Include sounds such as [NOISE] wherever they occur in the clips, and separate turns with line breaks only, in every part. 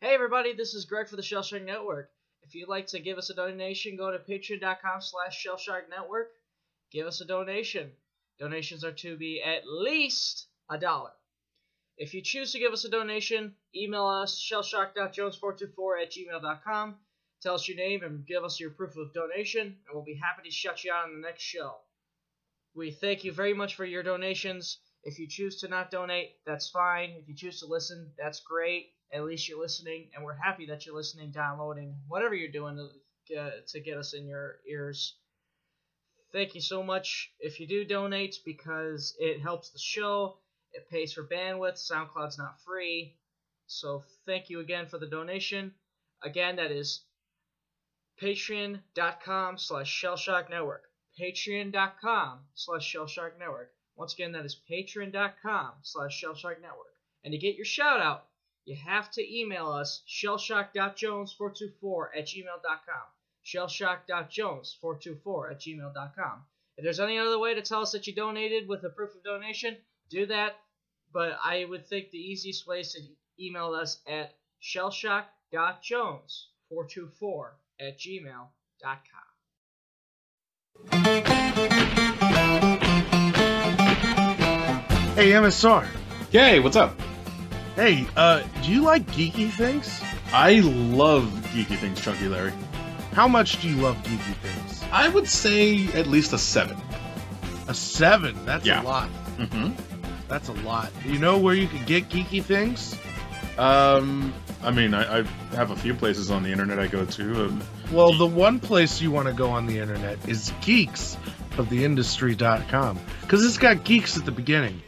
Hey everybody, this is Greg for the Shellshock Network. If you'd like to give us a donation, go to patreon.com slash Shellshock Network. Give us a donation. Donations are to be at least a dollar. If you choose to give us a donation, email us shellshock.jones424 at gmail.com. Tell us your name and give us your proof of donation, and we'll be happy to shut you out on the next show. We thank you very much for your donations. If you choose to not donate, that's fine. If you choose to listen, that's great. At least you're listening, and we're happy that you're listening, downloading, whatever you're doing to, uh, to get us in your ears. Thank you so much if you do donate because it helps the show. It pays for bandwidth. SoundCloud's not free. So thank you again for the donation. Again, that is patreon.com slash shellshock network. Patreon.com slash shellshock network. Once again, that is patreon.com slash shellshock network. And to get your shout out, you have to email us shellshock.jones424 at gmail.com. Shellshock.jones424 at gmail.com. If there's any other way to tell us that you donated with a proof of donation, do that. But I would think the easiest way is to email us at shellshock.jones424 at gmail.com.
Hey MSR.
Yay, what's up?
Hey, uh, do you like geeky things?
I love geeky things, Chunky Larry.
How much do you love geeky things?
I would say at least a seven.
A seven. That's
Yeah.
a lot.
Mm-hmm.
That's a lot. You know where you can get geeky things?
Um, I mean, I, I have a few places on the internet I go to. Um,
Well, the one place you want to go on the internet is geeksoftheindustry.com because it's got geeks at the beginning.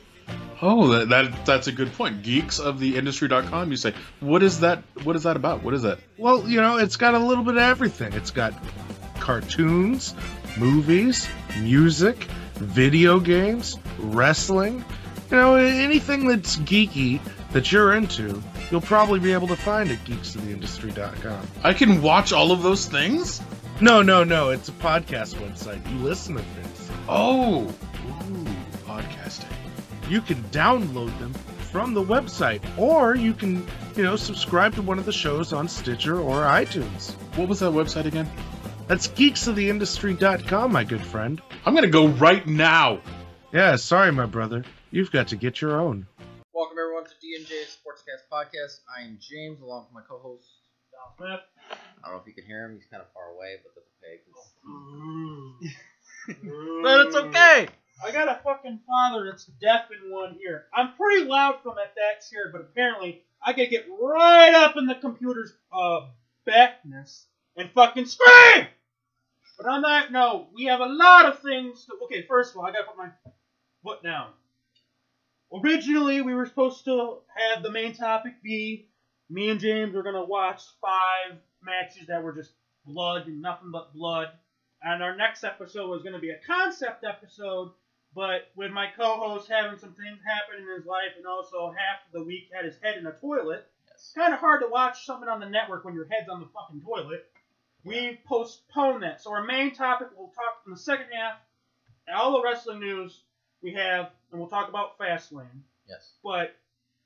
oh, that, that that's a good point. Geeksoftheindustry.com. You say, what is that? What is that about? What is that?
Well, you know, it's got a little bit of everything. It's got cartoons, movies, music, video games, wrestling. You know, anything that's geeky that you're into, you'll probably be able to find at geeksoftheindustry.com.
I can watch all of those things.
No, no, no. It's a podcast website. You listen to things.
Oh, Ooh, podcasting.
You can download them from the website, or you can, you know, subscribe to one of the shows on Stitcher or iTunes.
What was that website again?
That's geeksoftheindustry.com, my good friend.
I'm gonna go right now.
Yeah, sorry, my brother. You've got to get your own.
Welcome everyone to D&J Sportscast Podcast. I am James, along with my co-host.
é
I don't know if you can hear him; he's kind of far away, but that's okay. 'cause-
Oh. but Mm. I got a fucking father that's deaf in one ear. I'm pretty loud from that back here, but apparently I could get right up in the computer's uh, backness and fucking scream. But on that note, we have a lot of things. To, okay, first of all, I gotta put my foot down. Originally, we were supposed to have the main topic be me and James were gonna watch five matches that were just blood and nothing but blood. And our next episode was going to be a concept episode, but with my co-host having some things happen in his life, and also half of the week had his head in a toilet, it's kind of hard to watch something on the network when your head's on the fucking toilet. We postponed that, so our main topic we'll talk in the second half. and All the wrestling news we have, and we'll talk about Fastlane.
Yes.
But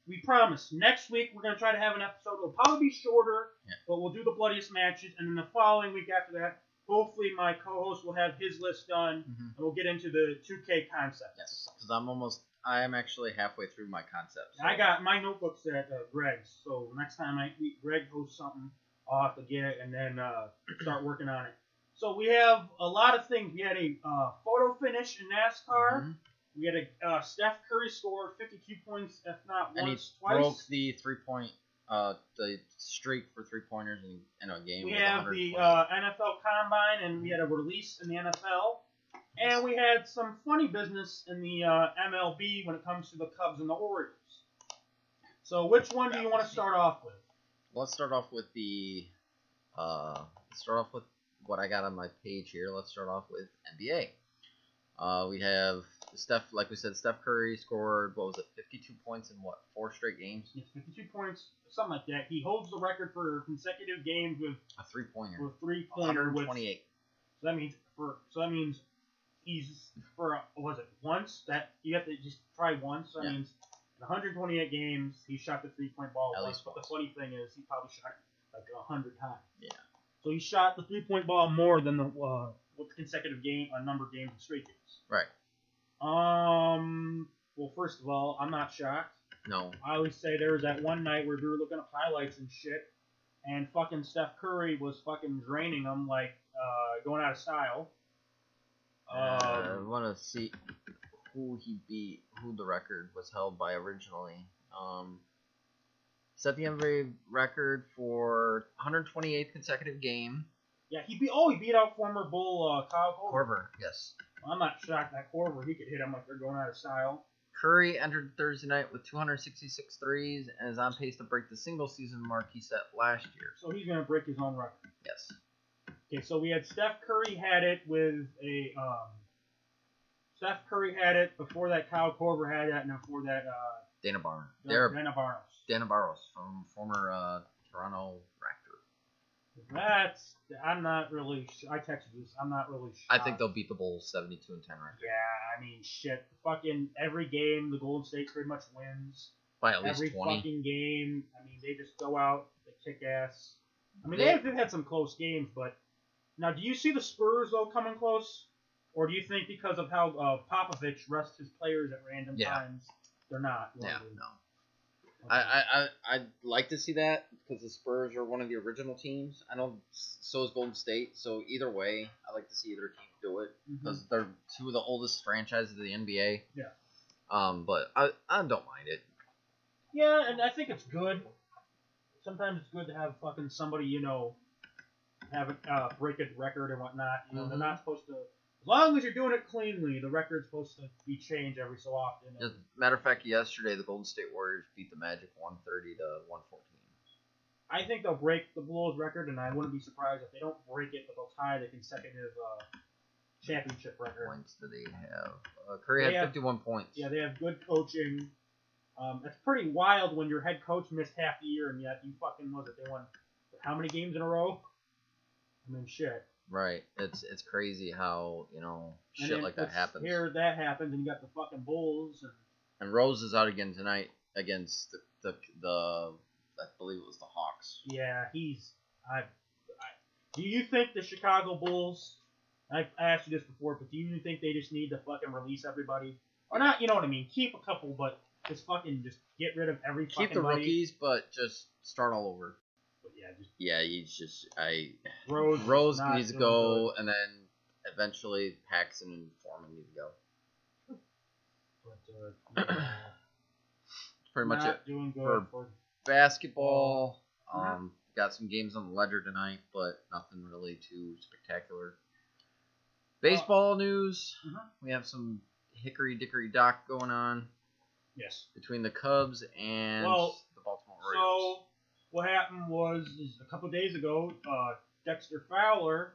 we promise next week we're going to try to have an episode. It'll probably be shorter,
Yeah.
but we'll do the bloodiest matches, and then the following week after that, hopefully my co-host will have his list done,
Mhm.
and we'll get into the 2K concept.
Yes. Because I'm almost, I am actually halfway through my concept. so-
I got my notebooks at uh, Greg's, so next time I we- Greg hosts something, I'll have to get it and then uh, [CLEARS THROAT] start working on it. So we have a lot of things. We had a uh, photo finish in NASCAR.
Mhm.
We had a uh, Steph Curry scored 52 points, if not
And he
once, twice.
broke the three-point, uh, the streak for three-pointers in, in a game.
We
with
have the
120.
uh, NFL Combine, and we had a release in the NFL, and we had some funny business in the uh, MLB when it comes to the Cubs and the Orioles. So, which one do you want to start off with?
Let's start off with the, uh, let's start off with what I got on my page here. Let's start off with NBA. Uh, we have Steph, like we said, Steph Curry scored what was it, 52 points in what four straight games?
He has 52 points, something like that. He holds the record for consecutive games with
A three-pointer.
with three pointer. With
128.
so that means for so that means he's for uh, was it once that you have to just try once. So that
Yeah.
means 128 games, he shot the three point ball
At
once.
least
But the
once.
funny thing is, he probably shot it like 100 times.
Yeah.
So he shot the three point ball more than the uh, with consecutive game, a number of games and straight games.
Right.
Um. Well, first of all, I'm not shocked.
No.
I always say there was that one night where we were looking up highlights and shit, and fucking Steph Curry was fucking draining them like uh, going out of style. Um,
Uh, I want to see who he beat, who the record was held by originally. Um, set the NBA record for 128th consecutive game.
yeah, he beat. Oh, he beat out former Bull uh, Kyle Korver.
Corver, yes.
I'm not shocked that Korver he could hit him like they're going out of style.
Curry entered Thursday night with 266 threes and is on pace to break the single season mark he set last year.
So he's gonna break his own record.
Yes.
Okay, so we had Steph Curry had it with a um, Steph Curry had it before that Kyle Korver had it, and before that uh,
Dana Barnes. They're
Dana Barnes.
Dana Barros from former uh, Toronto Raptor.
That's I'm not really. Sh- I texted you. I'm not really. Shocked.
I think they'll beat the Bulls 72 and 10 record
Yeah, I mean, shit. Fucking every game, the Golden State pretty much wins.
by at least
every
20.
fucking game, I mean, they just go out, they kick ass. I mean,
They-
they have they've had some close games, but now, do you see the Spurs though coming close, or do you think because of how uh, Popovich rests his players at random
Yeah.
times, they're not?
Yeah,
likely?
no. I, I, I, I'd like to see that because the Spurs are one of the original teams. I know so is Golden State. So either way, I like to see either team do it.
Mhm.
because they're two of the oldest franchises of the NBA.
Yeah.
Um, but I, I don't mind it.
Yeah, and I think it's good. Sometimes it's good to have fucking somebody you know have a uh, break a record and whatnot. You know, they're
Mhm.
not supposed to. As long as you're doing it cleanly, the record's supposed to be changed every so often.
As a matter of fact, yesterday the Golden State Warriors beat the Magic 130 to 114.
I think they'll break the Bulls record, and I wouldn't be surprised if they don't break it, but they'll tie the consecutive uh, championship record.
Points that they have. Uh, Curry had
They have-
51 points.
Yeah, they have good coaching. Um, it's pretty wild when your head coach missed half the year, and yet you fucking was it? They won how many games in a row? I mean, shit.
Right. It's it's crazy how you know
And
shit
then
like that
let's-
happens.
Here that happens, and you got the fucking Bulls. And,
And Rose is out again tonight against the the, the I believe it was the Hawks.
yeah, he's. I, I. Do you think the Chicago Bulls? I I asked you this before, but do you think they just need to fucking release everybody, or not? You know what I mean? Keep a couple, but just fucking just get rid of every
Keep
fucking
the
buddy.
rookies, but just start all over.
But yeah, just
Yeah, he's just I
Rose. is
Rose
not
needs to
doing
go,
good.
and then eventually Paxson and Foreman need to go.
But, uh, yeah,
That's [CLEARS THROAT] pretty much
not
it.
doing good
for-
for-
Basketball. Um, got some games on the ledger tonight, but nothing really too spectacular. Baseball news.
Mhm.
We have some hickory dickory dock going on
yes.
between the Cubs and
Well,
the Baltimore Orioles.
So what happened was is a couple days ago, uh, Dexter Fowler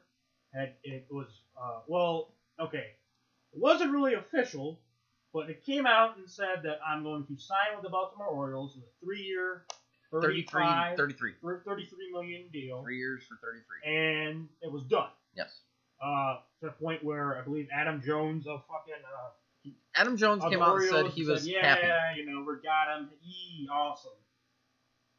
had it was uh, well okay, it wasn't really official, but it came out and said that I'm going to sign with the Baltimore Orioles in a three-year,
33,
35,
33.
33 million deal,
Three years for 33.
and it was done
Yes.
uh, to the point where I believe Adam Jones of fucking uh,
Adam Jones
of
came
the
out and said
Orioles
he
and
was
yeah,
happy.
you know, we got him. Yee, awesome.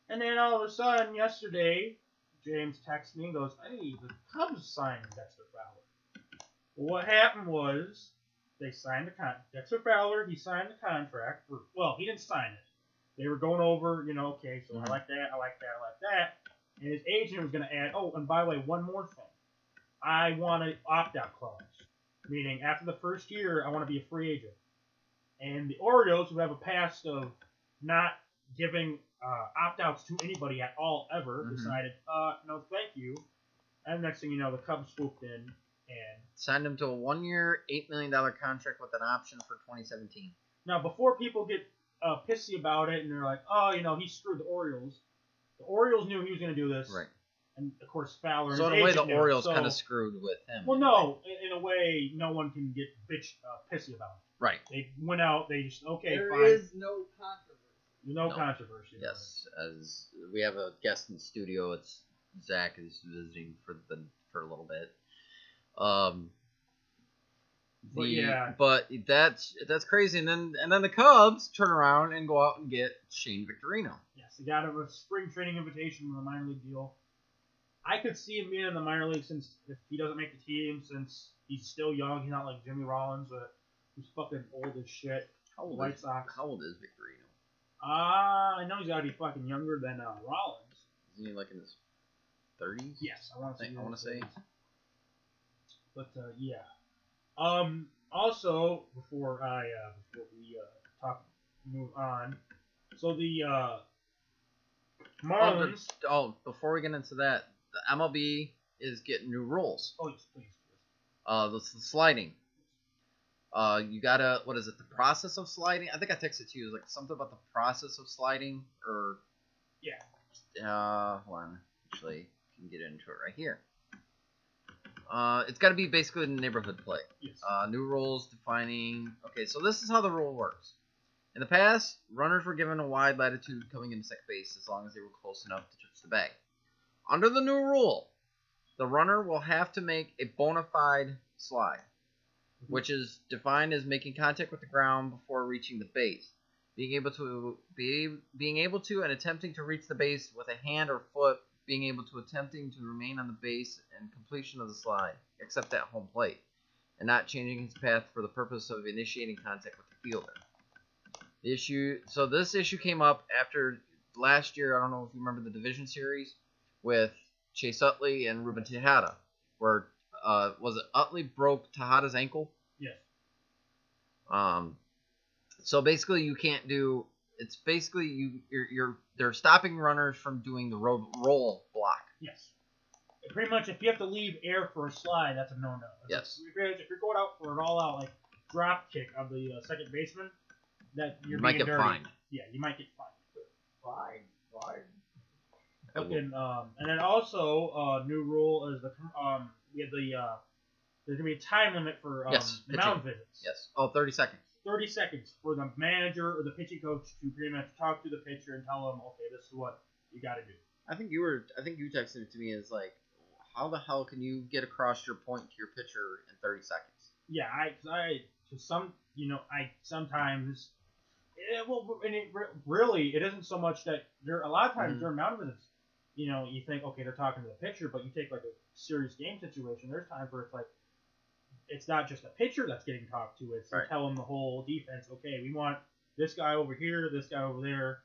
And then all of a sudden, yesterday, James texts me and goes, hey, the Cubs signed Dexter Fowler. Well, what happened was they signed the con. Dexter Fowler, he signed the contract. For, well, he didn't sign it. They were going over, you know, okay, so
Mhm.
I like that, I like that, I like that. And his agent was going to add, oh, and by the way, one more thing. I want an opt out clause, meaning after the first year, I want to be a free agent. And the Orioles, who have a past of not giving uh, opt outs to anybody at all ever,
Mhm.
decided, uh, no, thank you. And next thing you know, the Cubs swooped in and
Signed him to a one year, $8 million contract with an option for 2017.
Now, before people get uh, pissy about it and they're like, oh, you know, he screwed the Orioles, the Orioles knew he was going to do this.
Right.
And, of course, Fowler.
So
and
in a
his
way, the
agent knew.
Orioles
So-
kind of screwed with him.
Well, no. In, in a way, no one can get bitch uh, pissy about
Right.
it. They went out, they just, okay,
There is
fine.
no controversy.
no,
No.
controversy.
Yes. As we have a guest in the studio, it's Zach is visiting for the for a little bit. Um,
But yeah.
But that's that's crazy. And then and then the Cubs turn around and go out and get Shane Victorino.
Yes, he got a spring training invitation from the minor league deal. I could see him being in the minor league since if he doesn't make the team, since he's still young, he's not like Jimmy Rollins, but who's fucking old as shit.
How old
White
is
Sox.
how old is Victorino?
Ah, I know he's gotta be fucking younger than uh, Rollins.
Isn't he like in his thirties?
Yes, I want to
I
say.
wanna say.
But uh, yeah. Um. Also, before I uh, before we uh, talk move on, so the uh, Marlins.
Oh, before we get into that, the MLB is getting new rules.
Oh, yes, please.
Uh, the, s- sliding. Uh, you gotta what is it? The process of sliding. I think I texted to you it was like something about the process of sliding or.
Yeah.
Uh, hold on. Actually, can get into it right here. Uh, it's gotta be basically the neighborhood play.
Yes.
Uh, new rules defining. Okay, so this is how the rule works. In the past, runners were given a wide latitude coming into second base as long as they were close enough to touch the bag. Under the new rule, the runner will have to make a bona fide slide, which is defined as making contact with the ground before reaching the base. Being able to be being able to and attempting to reach the base with a hand or foot, being able to attempting to remain on the base and completion of the slide, except at home plate and not changing his path for the purpose of initiating contact with the fielder. The issue, so this issue came up after last year. I don't know if you remember the division series with Chase Utley and Ruben Tejada, where uh, was it Utley broke Tejada's ankle?
Yes.
Um, so basically, you can't do. It's basically you. You're, you're they're stopping runners from doing the ro- roll block.
Yes. Pretty much, if you have to leave air for a slide, that's a no-no. If-
Yes.
If you're, if you're going out for an all-out like drop kick of the uh, second baseman, that
You
you're
might
being
get
dirty.
fined.
Yeah, you might get fined.
Fine, fine.
Fucking, um, and then also, uh, new rule is the um, yeah, the uh, there's gonna be a time limit for um,
Yes,
mound visits.
Yes. Oh, 30 seconds.
Thirty seconds for the manager or the pitching coach to pretty much talk to the pitcher and tell him, okay, this is what you got to do.
I think you were. I think you texted it to me as like, how the hell can you get across your point to your pitcher in 30 seconds?
Yeah, I, I, to some, you know, I sometimes, yeah, well, and it, re- really, it isn't so much that there. A lot of times
Mhm.
during mound visits, you know, you think, okay, they're talking to the pitcher, but you take like a serious game situation. There's times where it's like, it's not just the pitcher that's getting talked to; it's you
Right.
tell them the whole defense. Okay, we want this guy over here, this guy over there.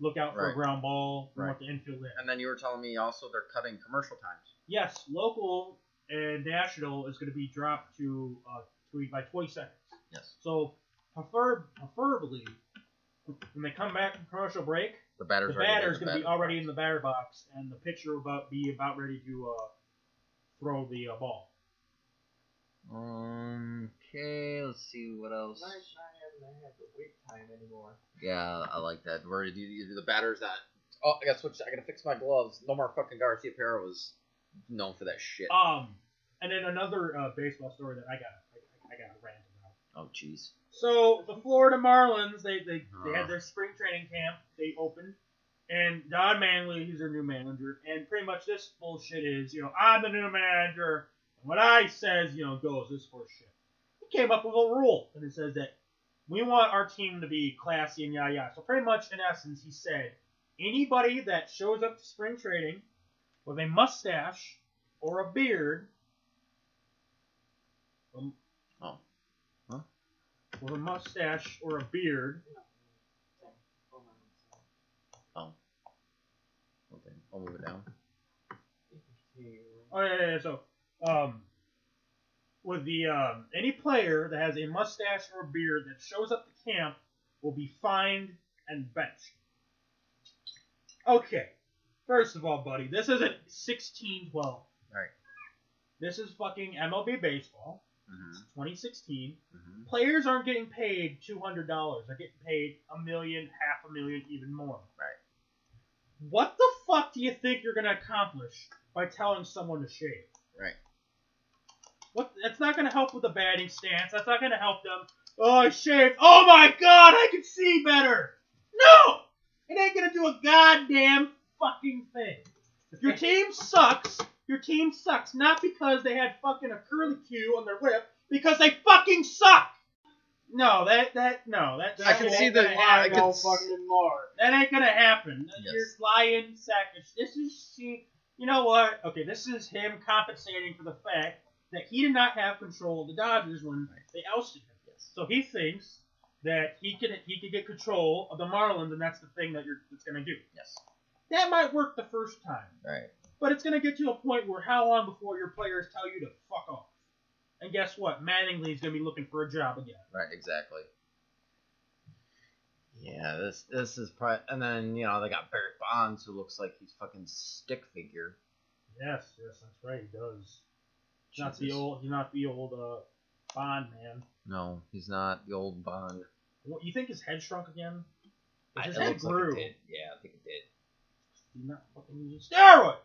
Look out for
Right.
a ground ball. We
Right.
want the infield in.
And then you were telling me also they're cutting commercial times.
Yes, local and national is going to be dropped to uh, three by 20 seconds.
Yes.
So, prefer, preferably, when they come back from commercial break,
The batter's
the
already
batter's
in the
going to be
batter.
already in the batter box, and the pitcher will about be about ready to uh, throw the uh, ball.
Um, okay, let's see what else.
Nice not having to have the wait time anymore.
Yeah, I like that. Where you, you, the batter's not. Oh, I gotta switch. I gotta fix my gloves. No more fucking Garcia Parra was known for that shit.
Um, and then another uh, baseball story that I got, I, I got a rant about.
Oh, jeez.
So the Florida Marlins, they they, they had their spring training camp. They opened, and Don Manley, he's their new manager, and pretty much this bullshit is, you know, I'm the new manager, and what I says, you know, goes. This horseshit. He came up with a rule, and it says that we want our team to be classy and yada yada. So pretty much in essence, he said, anybody that shows up to spring training with a mustache or a beard. um,
Oh. Huh?
With a mustache or a beard
Hold on one second.
Okay, I'll move it down.
You can continue.
Oh yeah, yeah, yeah. So, um, with the um, any player that has a mustache or a beard that shows up to camp will be fined and benched. Okay, first of all, buddy, this isn't sixteen twelve.
Right.
This is fucking MLB baseball.
Mm-hmm.
It's 2016.
Mm-hmm.
Players aren't getting paid two hundred dollars. They're getting paid a million, half a million, even more. Right. What the fuck do you think you're gonna accomplish by telling someone to shave?
Right.
What? That's not going to help with the batting stance. That's not going to help them. Oh, I shaved. Oh my God, I can see better. No, it ain't going to do a goddamn fucking thing. If your team sucks, your team sucks not because they had fucking a curly Q on their lip. because they fucking suck. No, that that no that. that
I can
ain't
see the-
gonna
I
happen.
can
No
s-
fucking more. That ain't gonna happen.
Yes.
You're lying, sack of sh- This is she. You know what? Okay, this is him compensating for the fact that he did not have control of the Dodgers when they ousted him.
Yes.
So he thinks that he could he could get control of the Marlins, and that's the thing that you're that's gonna do.
Yes.
That might work the first time.
All right.
But it's going to get to a point where how long before your players tell you to fuck off? And guess what? Mattingly's going to be looking for a job again.
Right. Exactly. Yeah. This this is probably and then you know they got Barrett Bonds who looks like he's fucking stick figure.
Yes, yes, that's right. He does. Not the
Jesus.
old, he's not the old uh, Bond man.
No, he's not the old Bond.
What, you think his head shrunk again?
I-
His
it
head
looks like it
grew.
did. Yeah, I think it did.
He's not fucking using steroids.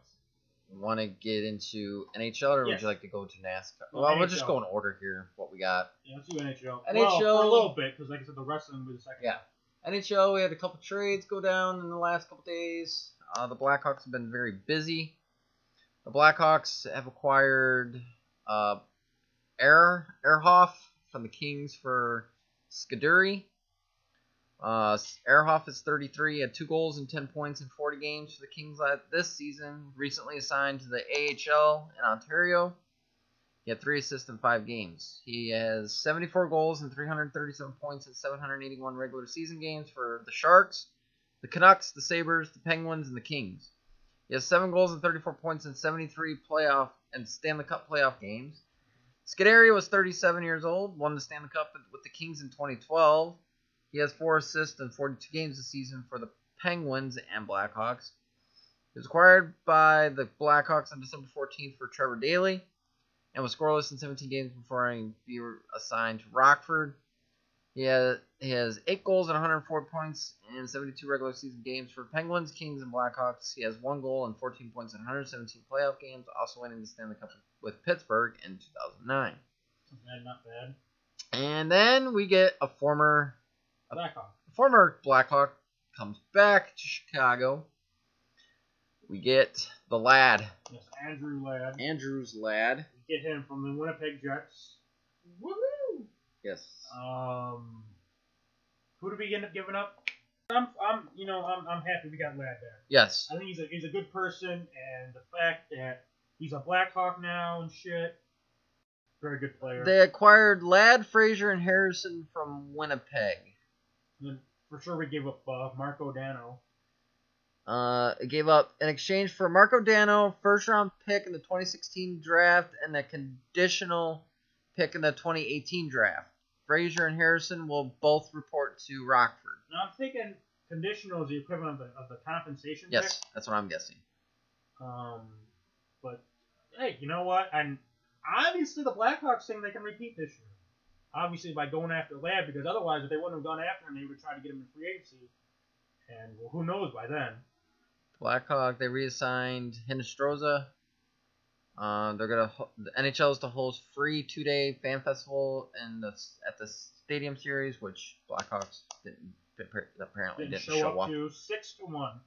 Want to get into NHL or would
Yes.
you like to go to NASCAR?
Well,
Well, we'll just
NHL.
go in order here. What we got?
Yeah, let's do NHL. Well,
NHL.
for a little bit, because like I said, the wrestling was the second.
Yeah. NHL, we had a couple trades go down in the last couple days. Uh, the Blackhawks have been very busy. The Blackhawks have acquired uh, Air Erhoff from the Kings for Skiduri. Uh, Erhoff is 33, had two goals and 10 points in 40 games for the Kings la- this season. Recently assigned to the AHL in Ontario. He had three assists in five games. He has 74 goals and 337 points in 781 regular season games for the Sharks, the Canucks, the Sabres, the Penguins, and the Kings. He has seven goals and 34 points in 73 playoff and Stanley Cup playoff games. Scuderi was 37 years old, won the Stanley Cup with the Kings in 2012. He has four assists in 42 games this season for the Penguins and Blackhawks. He was acquired by the Blackhawks on December 14th for Trevor Daley and was scoreless in 17 games before he be assigned to Rockford. He has, he has 8 goals and 104 points in 72 regular season games for Penguins, Kings, and Blackhawks. He has 1 goal and 14 points in 117 playoff games, also winning the Stanley Cup with Pittsburgh in 2009.
Not bad, not bad.
And then we get a former
Blackhawk.
former Blackhawk comes back to Chicago. We get the lad,
Yes, Andrew Ladd.
Andrews lad.
Get him from the Winnipeg Jets. Woo!
Yes.
Um, who did we end up giving up? I'm, I'm, you know, I'm, I'm happy we got Ladd back.
Yes.
I think he's a, he's a good person, and the fact that he's a Blackhawk now and shit, very good player.
They acquired Lad Frazier and Harrison from Winnipeg.
And for sure, we gave up uh, Marco Dano.
Uh, it gave up in exchange for Marco Dano, first round pick in the 2016 draft, and a conditional pick in the 2018 draft. Frazier and Harrison will both report to Rockford.
Now I'm thinking conditional is the equivalent of the, of the compensation.
Yes, that's what I'm guessing.
pick. Um, but hey, you know what? And obviously, the Blackhawks thing they can repeat this year. Obviously, by going after Ladd, because otherwise, if they wouldn't have gone after him, they would try to get him in free agency. And well, who knows by then?
Blackhawk, they reassigned Hinestroza. Uh, they're gonna ho- the NHL is to host free two day fan festival in the s- at the Stadium Series, which Blackhawks didn't appar- apparently
Didn't
didn't,
show, up, to six to one.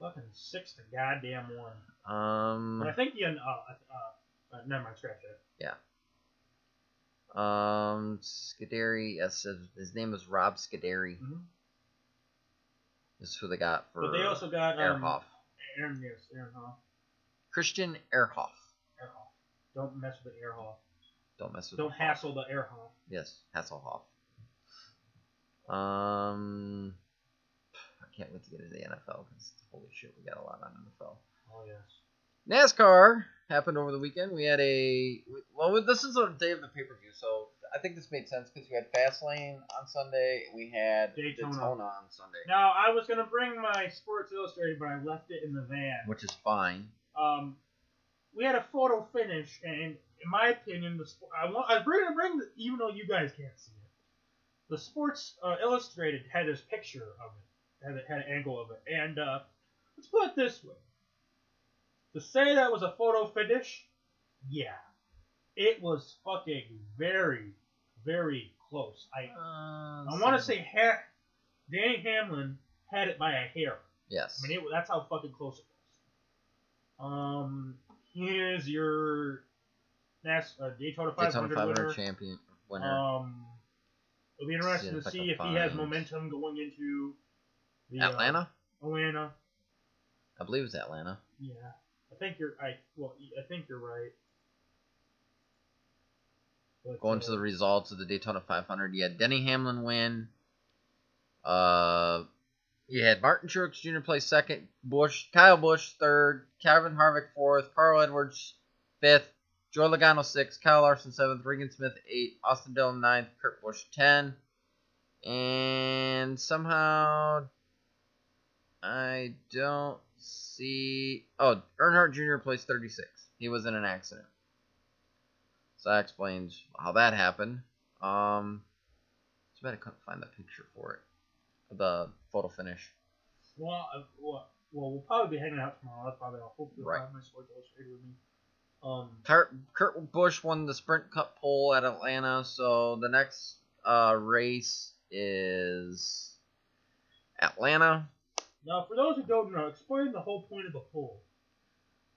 Fucking six to goddamn one.
Um,
But I think the uh, uh, uh never mind, scratch that.
Um, Scuderi. Yes, his, his name is Rob Scuderi.
Mhm.
Is who they got for
But they also got um,
Erhoff.
Aaron, yes, Aaron Hall.
Christian Erhoff.
Aaron Hall. Don't mess with the air hall.
Don't mess with.
Don't
Hoff.
hassle the air hall.
Yes, Hasselhoff. Um, I can't wait to get into the NFL because holy shit, we got a lot on NFL.
Oh yes.
NASCAR happened over the weekend. We had a well, this is a day of the pay per view, so I think this made sense because we had Fastlane on Sunday, we had
Daytona.
Daytona, on Sunday,
Now I was gonna bring my Sports Illustrated, but I left it in the van.
which is fine.
um, we had a photo finish, and in my opinion, the sp- I want I bring bring the, even though you guys can't see it, the Sports uh, Illustrated had this picture of it, had, a, had an angle of it, and uh, let's put it this way: to say that was a photo finish, yeah, it was fucking very, very close. I Uh, I want to say ha- Danny Hamlin had it by a hair.
yes.
I mean, it, that's how fucking close it was. Um, here's your Nas- uh, Daytona 500
Daytona 500
winner.
champion winner.
Um, it'll be interesting to
Seems like
see
a
if he has
find.
momentum going into the, uh,
Atlanta,
Atlanta.
I believe it's Atlanta.
Yeah, I think you're. I well, I think you're right. But,
Going
uh,
to the results of the Daytona 500, you had Denny Hamlin win. Uh, you had Martin Truex Jr. play second, Bush, Kyle Bush third, Kevin Harvick fourth, Carl Edwards fifth, Joey Logano sixth, Kyle Larson seventh, Regan Smith eighth, Austin Dillon ninth, Kurt Busch ten, and somehow I don't see. Oh, Earnhardt Jr. placed 36. He was in an accident. So that explains how that happened. Um, too bad I couldn't find the picture for it, the photo finish.
Well, uh, well, well, we'll probably be hanging out tomorrow. That's probably I'll hopefully
Right.
find my sword illustrated with me. Um,
Kurt, Kurt Busch won the Sprint Cup pole at Atlanta, so the next uh, race is Atlanta.
now, for those who don't know, explain the whole point of the poll.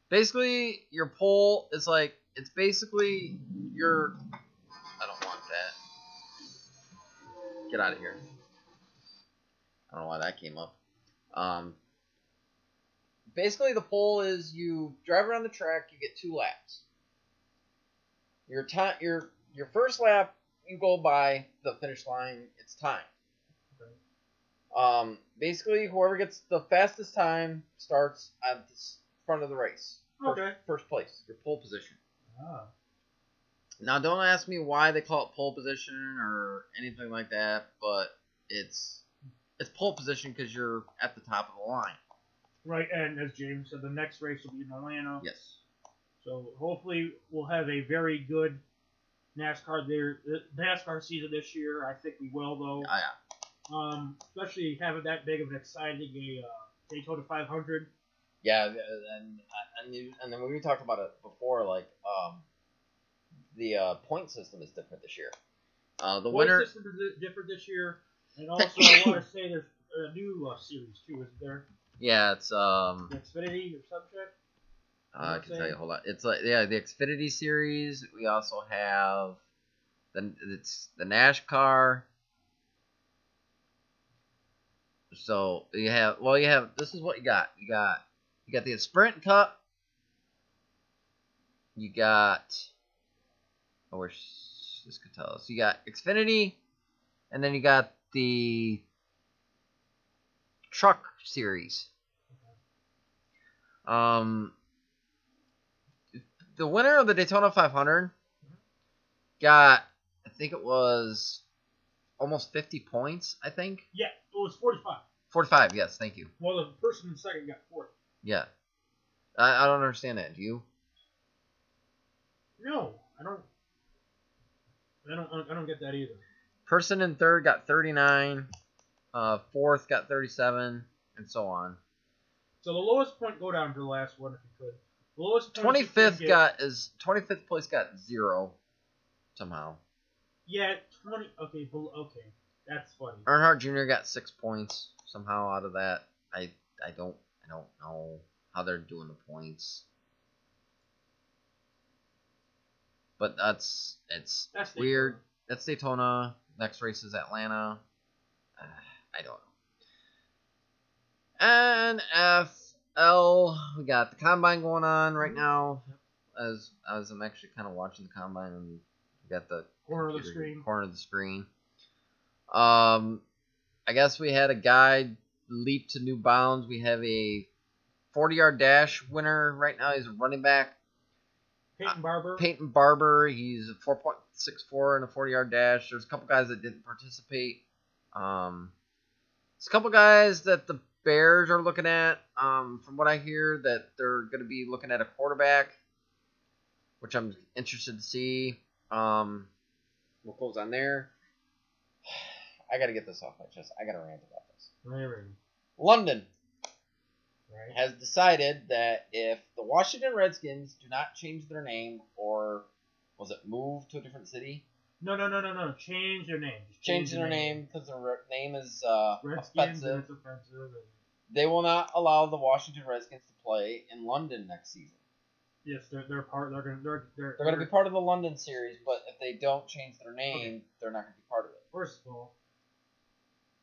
Basically, your pole is like it's basically your. I don't want that. Get out of here. I don't know why that came up. Um, basically, the pole is you drive around the track, you get two laps. Your time, your your first lap, you go by the finish line. It's time. Um, basically, whoever gets the fastest time starts at the s- front of the race. First-
Okay.
First place, your pole position.
Ah,
Now, don't ask me why they call it pole position or anything like that, but it's it's pole position because you're at the top of the line.
right. And as James said, the next race will be in Atlanta.
Yes.
So hopefully we'll have a very good NASCAR there uh, NASCAR season this year. I think we will though.
Ah, yeah.
Um, especially having that big of an exciting a uh, Daytona 500.
Yeah, th- and and, you, and then when we talked about it before, like um, the uh, point system is different this year. Uh, the
Point
winner,
system is different this year, and also I
[COUGHS]
want to say there's a new uh, series too, isn't there?
yeah, it's um,
Xfinity or some shit. You know
Uh, I
what
can tell
I'm
you
saying?
a whole lot. It's like yeah, the Xfinity series. We also have the it's the NASCAR. So you have well, you have this is what you got. You got you got the Sprint Cup. You got oh, where's this could tell us. You got Xfinity, and then you got the truck series. Um, the winner of the Daytona 500 got, I think it was almost 50 points, I think.
Yeah, it was 45.
45, yes, thank you.
Well, the person in second got 40.
Yeah. I, I don't understand that. Do you?
No, I don't. I don't. I don't get that either.
Person in third got 39, uh, fourth got 37, and so on.
So the lowest point go down to the last one if you could. The lowest point you could
25th
get-
got is 25th place got zero somehow.
yeah 20. Okay, bel- okay, that's funny.
Earnhardt Jr. got six points somehow out of that. I I don't I don't know how they're doing the points. But that's it's
That's
weird. That's Daytona. Next race is Atlanta. Uh, I don't know. NFL. We got the combine going on right now. As as I'm actually kind of watching the combine, and we got the
Corner of the
computer-
screen.
Corner of the screen. Um, I guess we had a guy leap to new bounds. We have a 40 yard dash winner right now. He's a running back. Uh,
Peyton Barber.
Peyton Barber, he's a 4.64 in a 40 yard dash. There's a couple guys that didn't participate. Um, there's a couple guys that the Bears are looking at. Um, from what I hear, that they're going to be looking at a quarterback, which I'm interested to see. Um, what goes on there? [SIGHS] I got to get this off my chest. I got to rant about this.
Larry,
London
Right.
has decided that if the Washington Redskins do not change their name or was it move to a different city,
No, no, no, no, no. Change their name. Just
change their name because their re- name is uh,
Redskins. and
offensive,
It's offensive. and-
they will not allow the Washington Redskins to play in London next season.
Yes, they're they're part. They're gonna they're they're,
They're going to be part of the London series, but if they don't change their name, they're not going to be part of it.
First of all,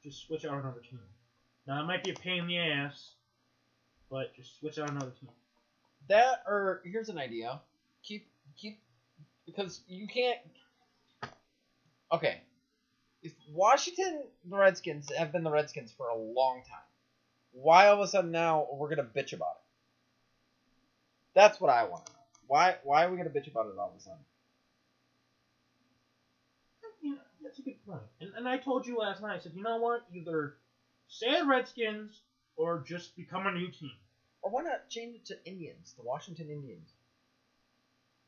just switch out another team. Now it might be a pain in the ass, but just switch out another team.
That or here's an idea: keep keep because you can't. Okay, if Washington the Redskins have been the Redskins for a long time, why all of a sudden now we're gonna bitch about it? That's what I want. to know. Why why are we gonna bitch about it all of a sudden?
You know, that's a good point. And, and I told you last night, I said, you know what? Either say the Redskins or just become a new team.
Or why not change it to Indians, the Washington Indians?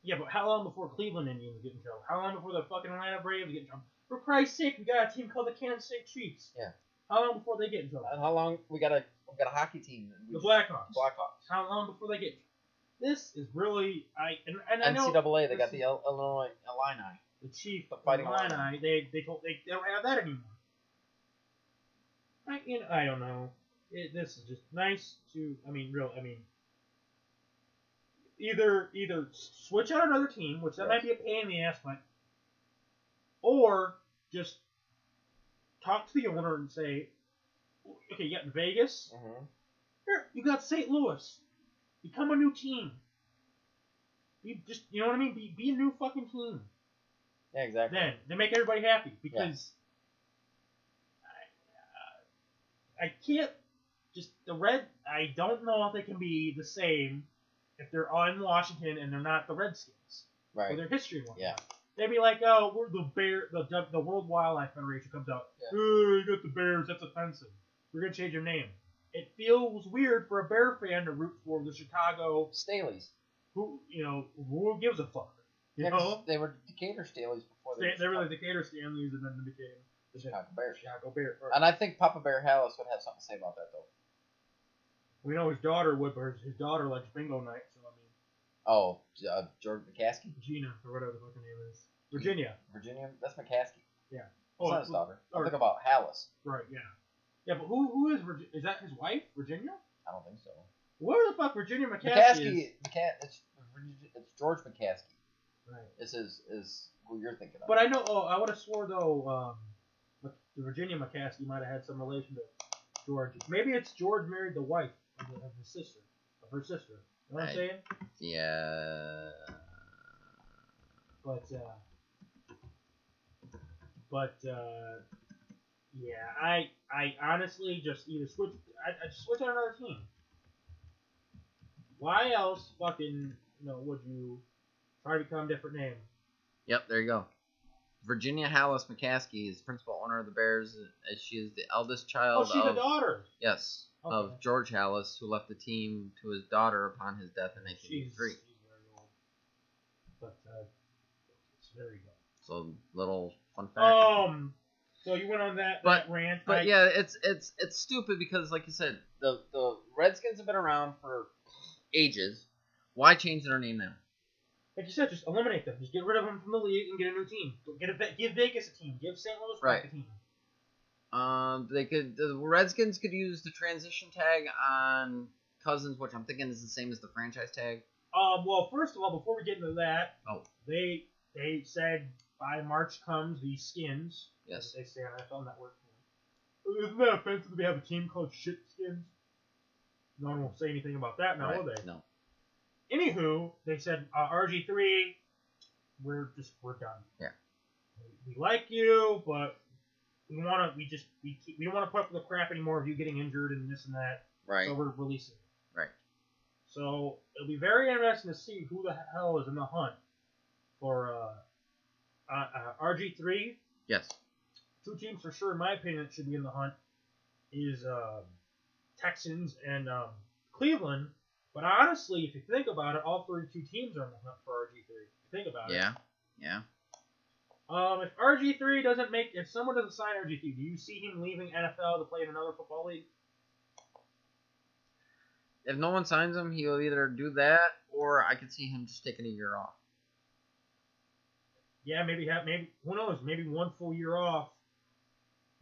Yeah, but how long before Cleveland Indians get in trouble? How long before the fucking Atlanta Braves get in trouble? For Christ's sake, we got a team called the Kansas City Chiefs.
Yeah.
How long before they get in trouble?
And how long we got a we got a hockey team? and we-
The Blackhawks.
Blackhawks.
How long before they get? This is really I and, and I know
NCAA, they got the Il- Illinois Illini.
the chief
The
the
Fighting
fighting
Illini.
Illini. They they don't they, they don't have that anymore. I you know, I don't know. It, this is just nice to I mean real I mean either either switch out another team, which that might be a pain in the ass, but or just talk to the owner and say, okay, you got Vegas.
Mm-hmm.
Here, you got St. Louis. Become a new team. Be just, you know what I mean? Be, be a new fucking team.
Yeah, exactly.
Then they make everybody happy because I, uh, I can't just the red. I don't know if they can be the same if they're on Washington and they're not the Redskins
Right.
or their history one.
Yeah.
They'd be like, oh, we're the bear. The the- the World Wildlife Federation comes out.
Yeah.
Oh, you got the bears. That's offensive. We're gonna change your name. It feels weird for a bear fan to root for the Chicago.
Staley's.
Who you know? Who gives a fuck? You
Yeah, 'cause
know?
They were Decatur Staley's before
They,
they,
they
were
were the Decatur Stanleys and then they became
the Chicago Bears.
Chicago Bears. Or-
And I think Papa Bear Hallis would have something to say about that, though.
We know his daughter would, but his- his daughter likes bingo night. So I mean,
Oh, J- uh, Jordan McCaskey?
Gina or whatever the fuck her name is, Virginia.
Virginia? That's McCaskey. That's
Oh,
not his daughter. I'm
or-
thinking about Hallis.
right, yeah, yeah. But who who is Virgi- is that his wife, Virginia?
I don't think so.
Where the fuck Virginia McCaskey? is?
McCaskey, McCa- it's, it's George McCaskey.
Right.
This is, is who you're thinking of.
But I know. Oh, I would have swore though. Um, Mc- the Virginia McCaskey might have had some relation to George. Maybe it's George married the wife of, the, of his sister, of her sister. You know what
Right.
I'm saying?
yeah.
But uh, but uh, yeah, I I honestly just either switch. I, I just switch on another team. Why else fucking you know would you try to become a different name?
Yep, there you go. Virginia Hallis McCaskey is principal owner of the Bears, as she is the eldest
Oh,
child
she's
of
a daughter.
yes
Okay.
of George Hallis, who left the team to his daughter upon his death in
She's, she's
1983.
very old. But uh, it's very good.
So little fun fact.
Um. So you went on that,
But-
that rant,
but
I-
yeah, it's it's it's stupid because like you said, the the Redskins have been around for ages. Why change their name now?
Like you said, just eliminate them. Just get rid of them from the league and get a new team. Get a, Ve- give Vegas a team. Give St. Louis
Right.
a team.
Um, they could the Redskins could use the transition tag on Cousins, which I'm thinking is the same as the franchise tag.
Um. Well, first of all, before we get into that,
Oh.
they they said by March comes the skins.
Yes.
They say on NFL Network. Isn't that offensive? that We have a team called Shit Skins. No one will say anything about that now, will
Right,
they?
No.
anywho, they said uh, RG three, we're just we're done.
Yeah.
We, we like you, but we want to. We just we keep, we don't want to put up with the crap anymore of you getting injured and this and that.
Right.
So we're releasing. you."
Right.
So it'll be very interesting to see who the hell is in the hunt for uh, uh, uh, RG three.
yes.
Two teams for sure, in my opinion, that should be in the hunt is um, Texans and um, Cleveland. But honestly, if you think about it, all 32 teams are in the hunt for RG3. If you think about it.
Yeah. Yeah.
Um, if RG3 doesn't make, if someone doesn't sign RG3, do you see him leaving NFL to play in another football league?
If no one signs him, he'll either do that or I could see him just taking a year off.
Yeah, maybe have maybe who knows? Maybe one full year off.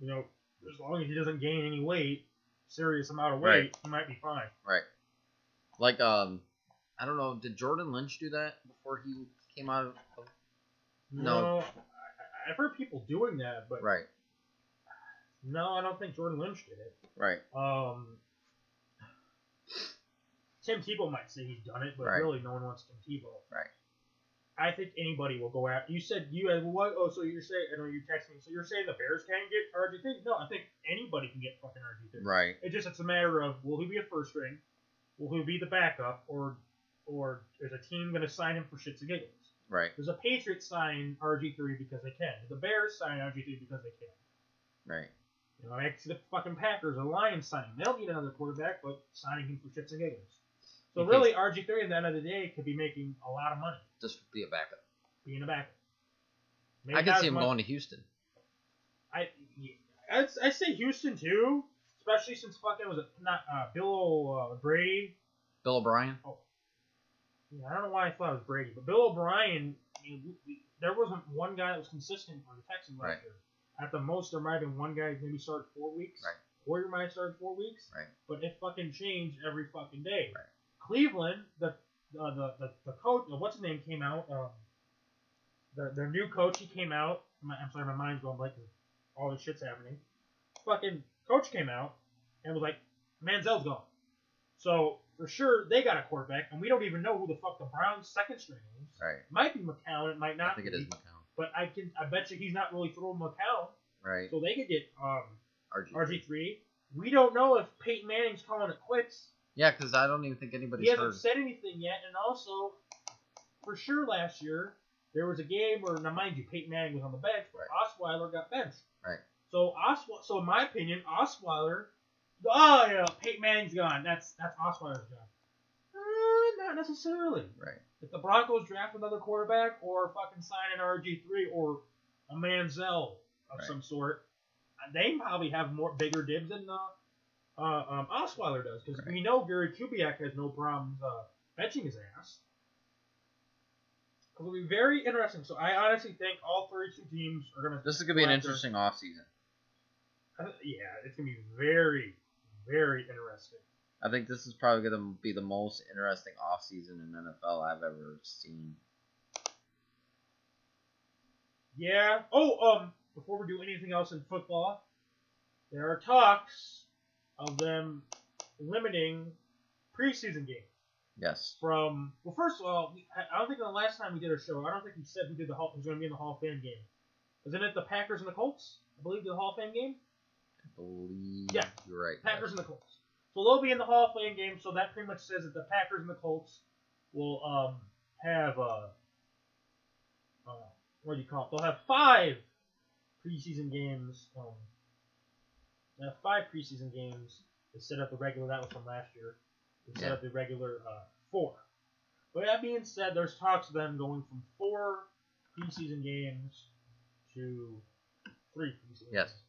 You know, as long as he doesn't gain any weight, serious amount of weight,
Right.
he might be fine.
Right. Like um I don't know. Did Jordan Lynch do that before he came out of? No.
No. I I've heard people doing that, but
Right,
no, I don't think Jordan Lynch did it.
right.
Um, Tim Tebow might say he's done it, but
Right.
really no one wants Tim Tebow.
Right.
I think anybody will go out. You said you had what? Oh, so you're saying? I know you texted me. So you're saying the Bears can get RG three? No, I think anybody can get fucking RG three.
Right.
It just it's a matter of will he be a first string, will he be the backup, or or is a team going to sign him for shits and giggles?
Right.
Does the Patriots sign RG three because they can? Do the Bears sign RG three because they can?
Right.
You know, next to the fucking Packers or Lions signing. They'll need another quarterback, but signing him for shits and giggles. So
Okay.
really, RG3 at the end of the day could be making a lot of money
Just be a backup.
being a backup.
I can
not
see
as
him
much-
going to Houston.
I, I'd, I'd say Houston too, especially since fucking was it not uh, Bill uh, Brady.
Bill O'Brien.
Oh. Yeah, I don't know why I thought it was Brady, but Bill O'Brien. I mean, we- we- there wasn't one guy that was consistent for the Texans last
Right.
year. At the most, there might have been one guy who maybe started four weeks.
Right.
Warrior might have started four weeks.
Right.
But it fucking changed every fucking day.
Right.
Cleveland, the uh, the, the the coach, uh, what's his name, came out. Um, their their new coach, he came out. My, I'm sorry, my mind's going blank. 'cause All this shit's happening. Fucking coach came out and was like, Manziel's gone. So for sure they got a quarterback, and we don't even know who the fuck the Browns' second string is.
Right.
It might be McCown, it might not.
I think it
be,
is McCown.
But I can, I bet you he's not really throwing McCown,
Right.
so they could get um,
RG.
RG three. We don't know if Peyton Manning's calling it quits.
Yeah, because I don't even think anybody's
he hasn't
heard.
said anything yet, and also, for sure last year there was a game where now mind you Peyton Manning was on the bench, but
Right.
Osweiler got benched.
Right.
So Oswe- so in my opinion, Osweiler, oh yeah, Peyton Manning's gone. That's that's Osweiler's gone. Uh, not necessarily.
Right.
If the Broncos draft another quarterback or fucking sign an RG three or a Manziel of
Right.
some sort, they probably have more bigger dibs than uh, uh, um, Osweiler does because
Right.
we know Gary Kubiak has no problems uh, benching his ass. It'll be very interesting. So I honestly think all 32 teams are gonna.
This is gonna be an
go out there-
interesting offseason.
I th- Yeah, it's gonna be very, very interesting.
I think this is probably gonna be the most interesting offseason in NFL I've ever seen.
Yeah. Oh, um, before we do anything else in football, there are talks of them limiting preseason games
Yes.
from. Well, first of all, we- I- I don't think the last time we did a show, I don't think we said we did the Hall, was going to be in the Hall of Fame game. Isn't it the Packers and the Colts? I believe the Hall of Fame game.
I believe
Yeah.
you're right.
Packers and the Colts. So they'll be in the Hall of Fame game. So that pretty much says that the Packers and the Colts will um, have uh, uh, what do you call it? They'll have five preseason games. Um, they have five preseason games instead of the regular that was from last year, instead
Yeah.
of the regular uh, four. But that being said, there's talks of them going from four preseason games to three preseason
Yes.
games.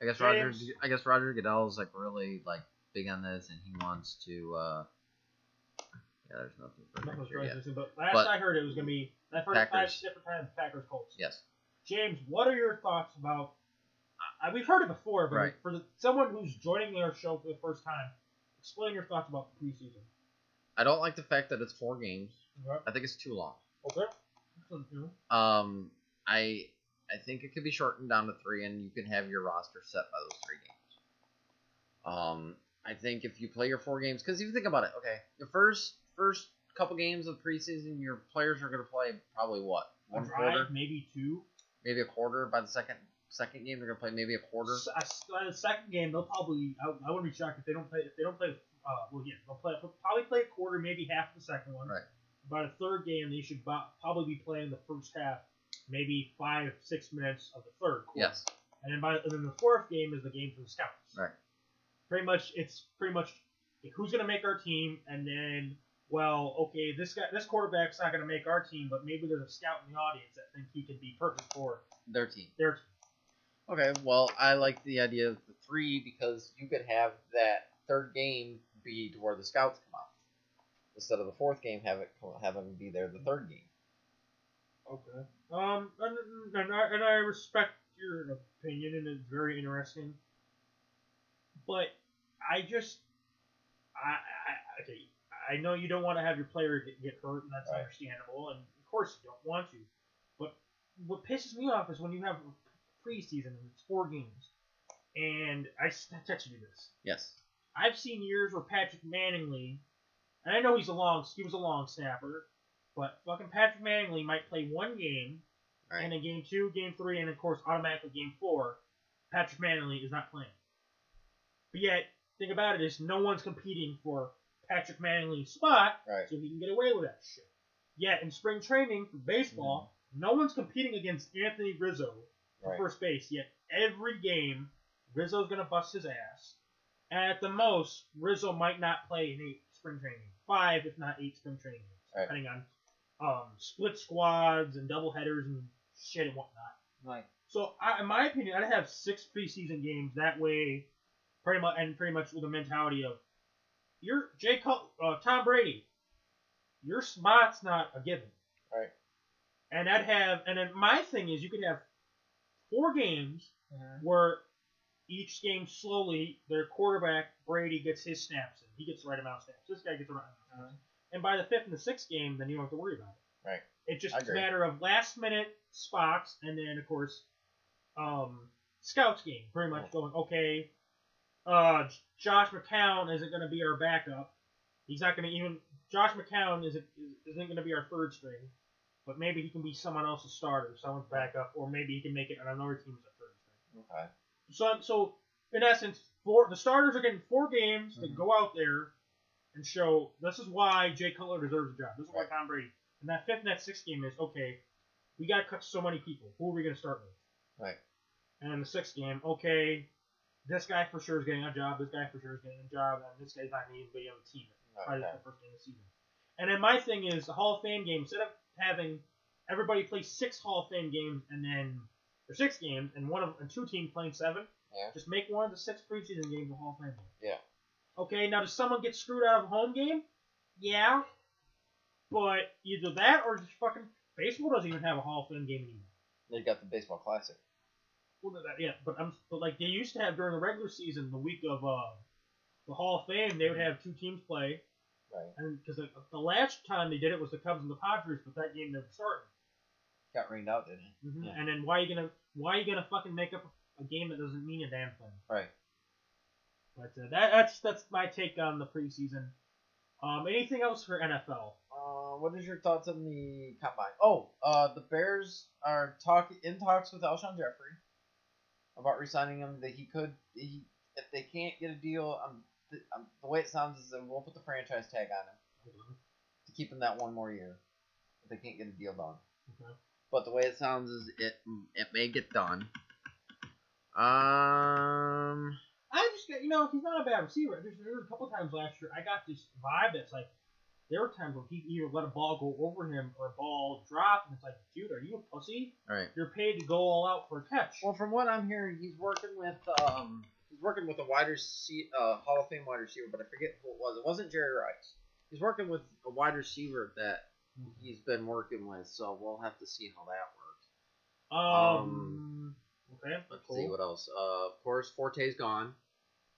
I guess Roger.
James.
I guess Roger Goodell is like really like big on this, and he wants to. uh Yeah, there's nothing for
Nothing
next
was
year
very
yet.
interesting, but last
But-
I heard it was going to be. I've heard it five
Packers.
different times Packers Colts.
Yes.
James, what are your thoughts about? I, we've heard it before, but
Right.
for the, someone who's joining our show for the first time, explain your thoughts about the preseason.
I don't like the fact that it's four games.
Okay.
I think it's too long.
Okay. So, you know,
Um, I I think it could be shortened down to three, and you can have your roster set by those three games. Um, I think if you play your four games, because if you think about it, okay, the first first couple games of preseason, your players are going to play probably what
A
one quarter,
drive, maybe two.
maybe a quarter. By the second second game, they're going to play maybe a quarter.
S- I s- uh, the second game, they'll probably. I, I wouldn't be shocked if they don't play. If they don't play, uh, well, yeah, they'll play. they'll Probably play a quarter, maybe half the second one.
Right.
By the third game, they should bo- probably be playing the first half, maybe five, six minutes of the third. Quarter.
Yes,
And then by and then the fourth game is the game for the scouts.
Right.
Pretty much, it's pretty much who's going to make our team, and then well, okay, this guy, this quarterback's not going to make our team, but maybe there's a scout in the audience that thinks he could be perfect for
their team.
their team.
Okay, well, I like the idea of the three because you could have that third game be to where the scouts come out instead of the fourth game. Have it have them be there the third game.
Okay. Um, and, and, I, and I respect your opinion, and it's very interesting. But I just, I, I I- okay, I know you don't want to have your player get, get hurt, and that's
Right.
understandable. And of course, you don't want to. But what pisses me off is when you have preseason and it's four games. And I s- I texted you this.
Yes.
I've seen years where Patrick Manningly, and I know he's a long, he was a long snapper, but fucking Patrick Manningly might play one game,
All right.
and in game two, game three, and of course automatically game four, Patrick Manley is not playing. But yet, think about it is no one's competing for Patrick Manley's spot,
Right.
so he can get away with that shit. Yet in spring training for baseball, no one's competing against Anthony Rizzo for
Mm-hmm. Right.
first base. Yet every game, Rizzo's gonna bust his ass. And at the most, Rizzo might not play in eight spring training, five if not eight spring training games,
Right.
depending on um, split squads and double headers and shit and whatnot.
Like,
So, I, in my opinion, I'd have six preseason games that way, pretty much, and pretty much with the mentality of you're Jay Col- uh, Tom Brady. Your spot's not a given.
Right.
And I'd have, and then my thing is, you could have four games
Uh-huh.
where each game slowly their quarterback Brady gets his snaps in. He gets the right amount of snaps. This guy gets the right amount of snaps. And by the fifth and the sixth game, then you don't have to worry about it.
Uh-huh. Right.
It's just
I
a
agree.
matter of last minute spots, and then of course, um, scouts game. Pretty much going okay. Uh, J- Josh McCown isn't going to be our backup. He's not going to even. Josh McCown isn't isn't going to be our third string, but maybe he can be someone else's starter, someone's backup, or maybe he can make it on another team as a third string.
Okay.
So, so in essence, four the starters are getting four games
Mhm.
to go out there and show this is why Jay Cutler deserves a job. This is why
Right.
Tom Brady. And that fifth, and that sixth game is okay. We got to cut so many people. Who are we going to start with?
Right.
And then the sixth game, okay, this guy for sure is getting a job. This guy for sure is getting a job, and this guy's not going to even be on the team. Probably
Okay.
the first game of the season. And then my thing is the Hall of Fame game. Instead of having everybody play six Hall of Fame games and then or six games and one of and two teams playing seven,
Yeah.
just make one of the six preseason games a Hall of Fame game.
Yeah.
Okay, now does someone get screwed out of a home game? Yeah. But either that or just fucking baseball doesn't even have a Hall of Fame game anymore.
They got the baseball classic.
Well, no, that- yeah, but I'm but like they used to have during the regular season, the week of uh, the Hall of Fame, they would have two teams play,
Right.
and because the, the last time they did it was the Cubs and the Padres, but that game never started.
Got rained out, didn't it?
hmm
Yeah.
And then why are you gonna why are you gonna fucking make up a game that doesn't mean a damn thing?
Right.
But uh, that, that's that's my take on the preseason. Um, anything else for NFL?
Uh, what is your thoughts on the combine? Oh, uh, the Bears are talk in talks with Alshon Jeffrey about resigning him. That he could, he, if they can't get a deal, um, th- um, the way it sounds is they won't put the franchise tag on him to keep him that one more year. If they can't get a deal done,
Okay.
but the way it sounds is it it may get done. Um,
I just got you know he's not a bad receiver. There's, there were a couple times last year I got this vibe that's like there were times when he either let a ball go over him or a ball drop, and it's like, dude, are you a pussy?
all right.
You're paid to go all out for a catch.
Well, from what I'm hearing, he's working with um, he's working with a wide receiver, uh, Hall of Fame wide receiver, but I forget who it was. It wasn't Jerry Rice. He's working with a wide receiver that
Mm-hmm.
he's been working with, so we'll have to see how that works.
um, okay,
Let's
cool.
see what else. Uh, of course, Forte's gone.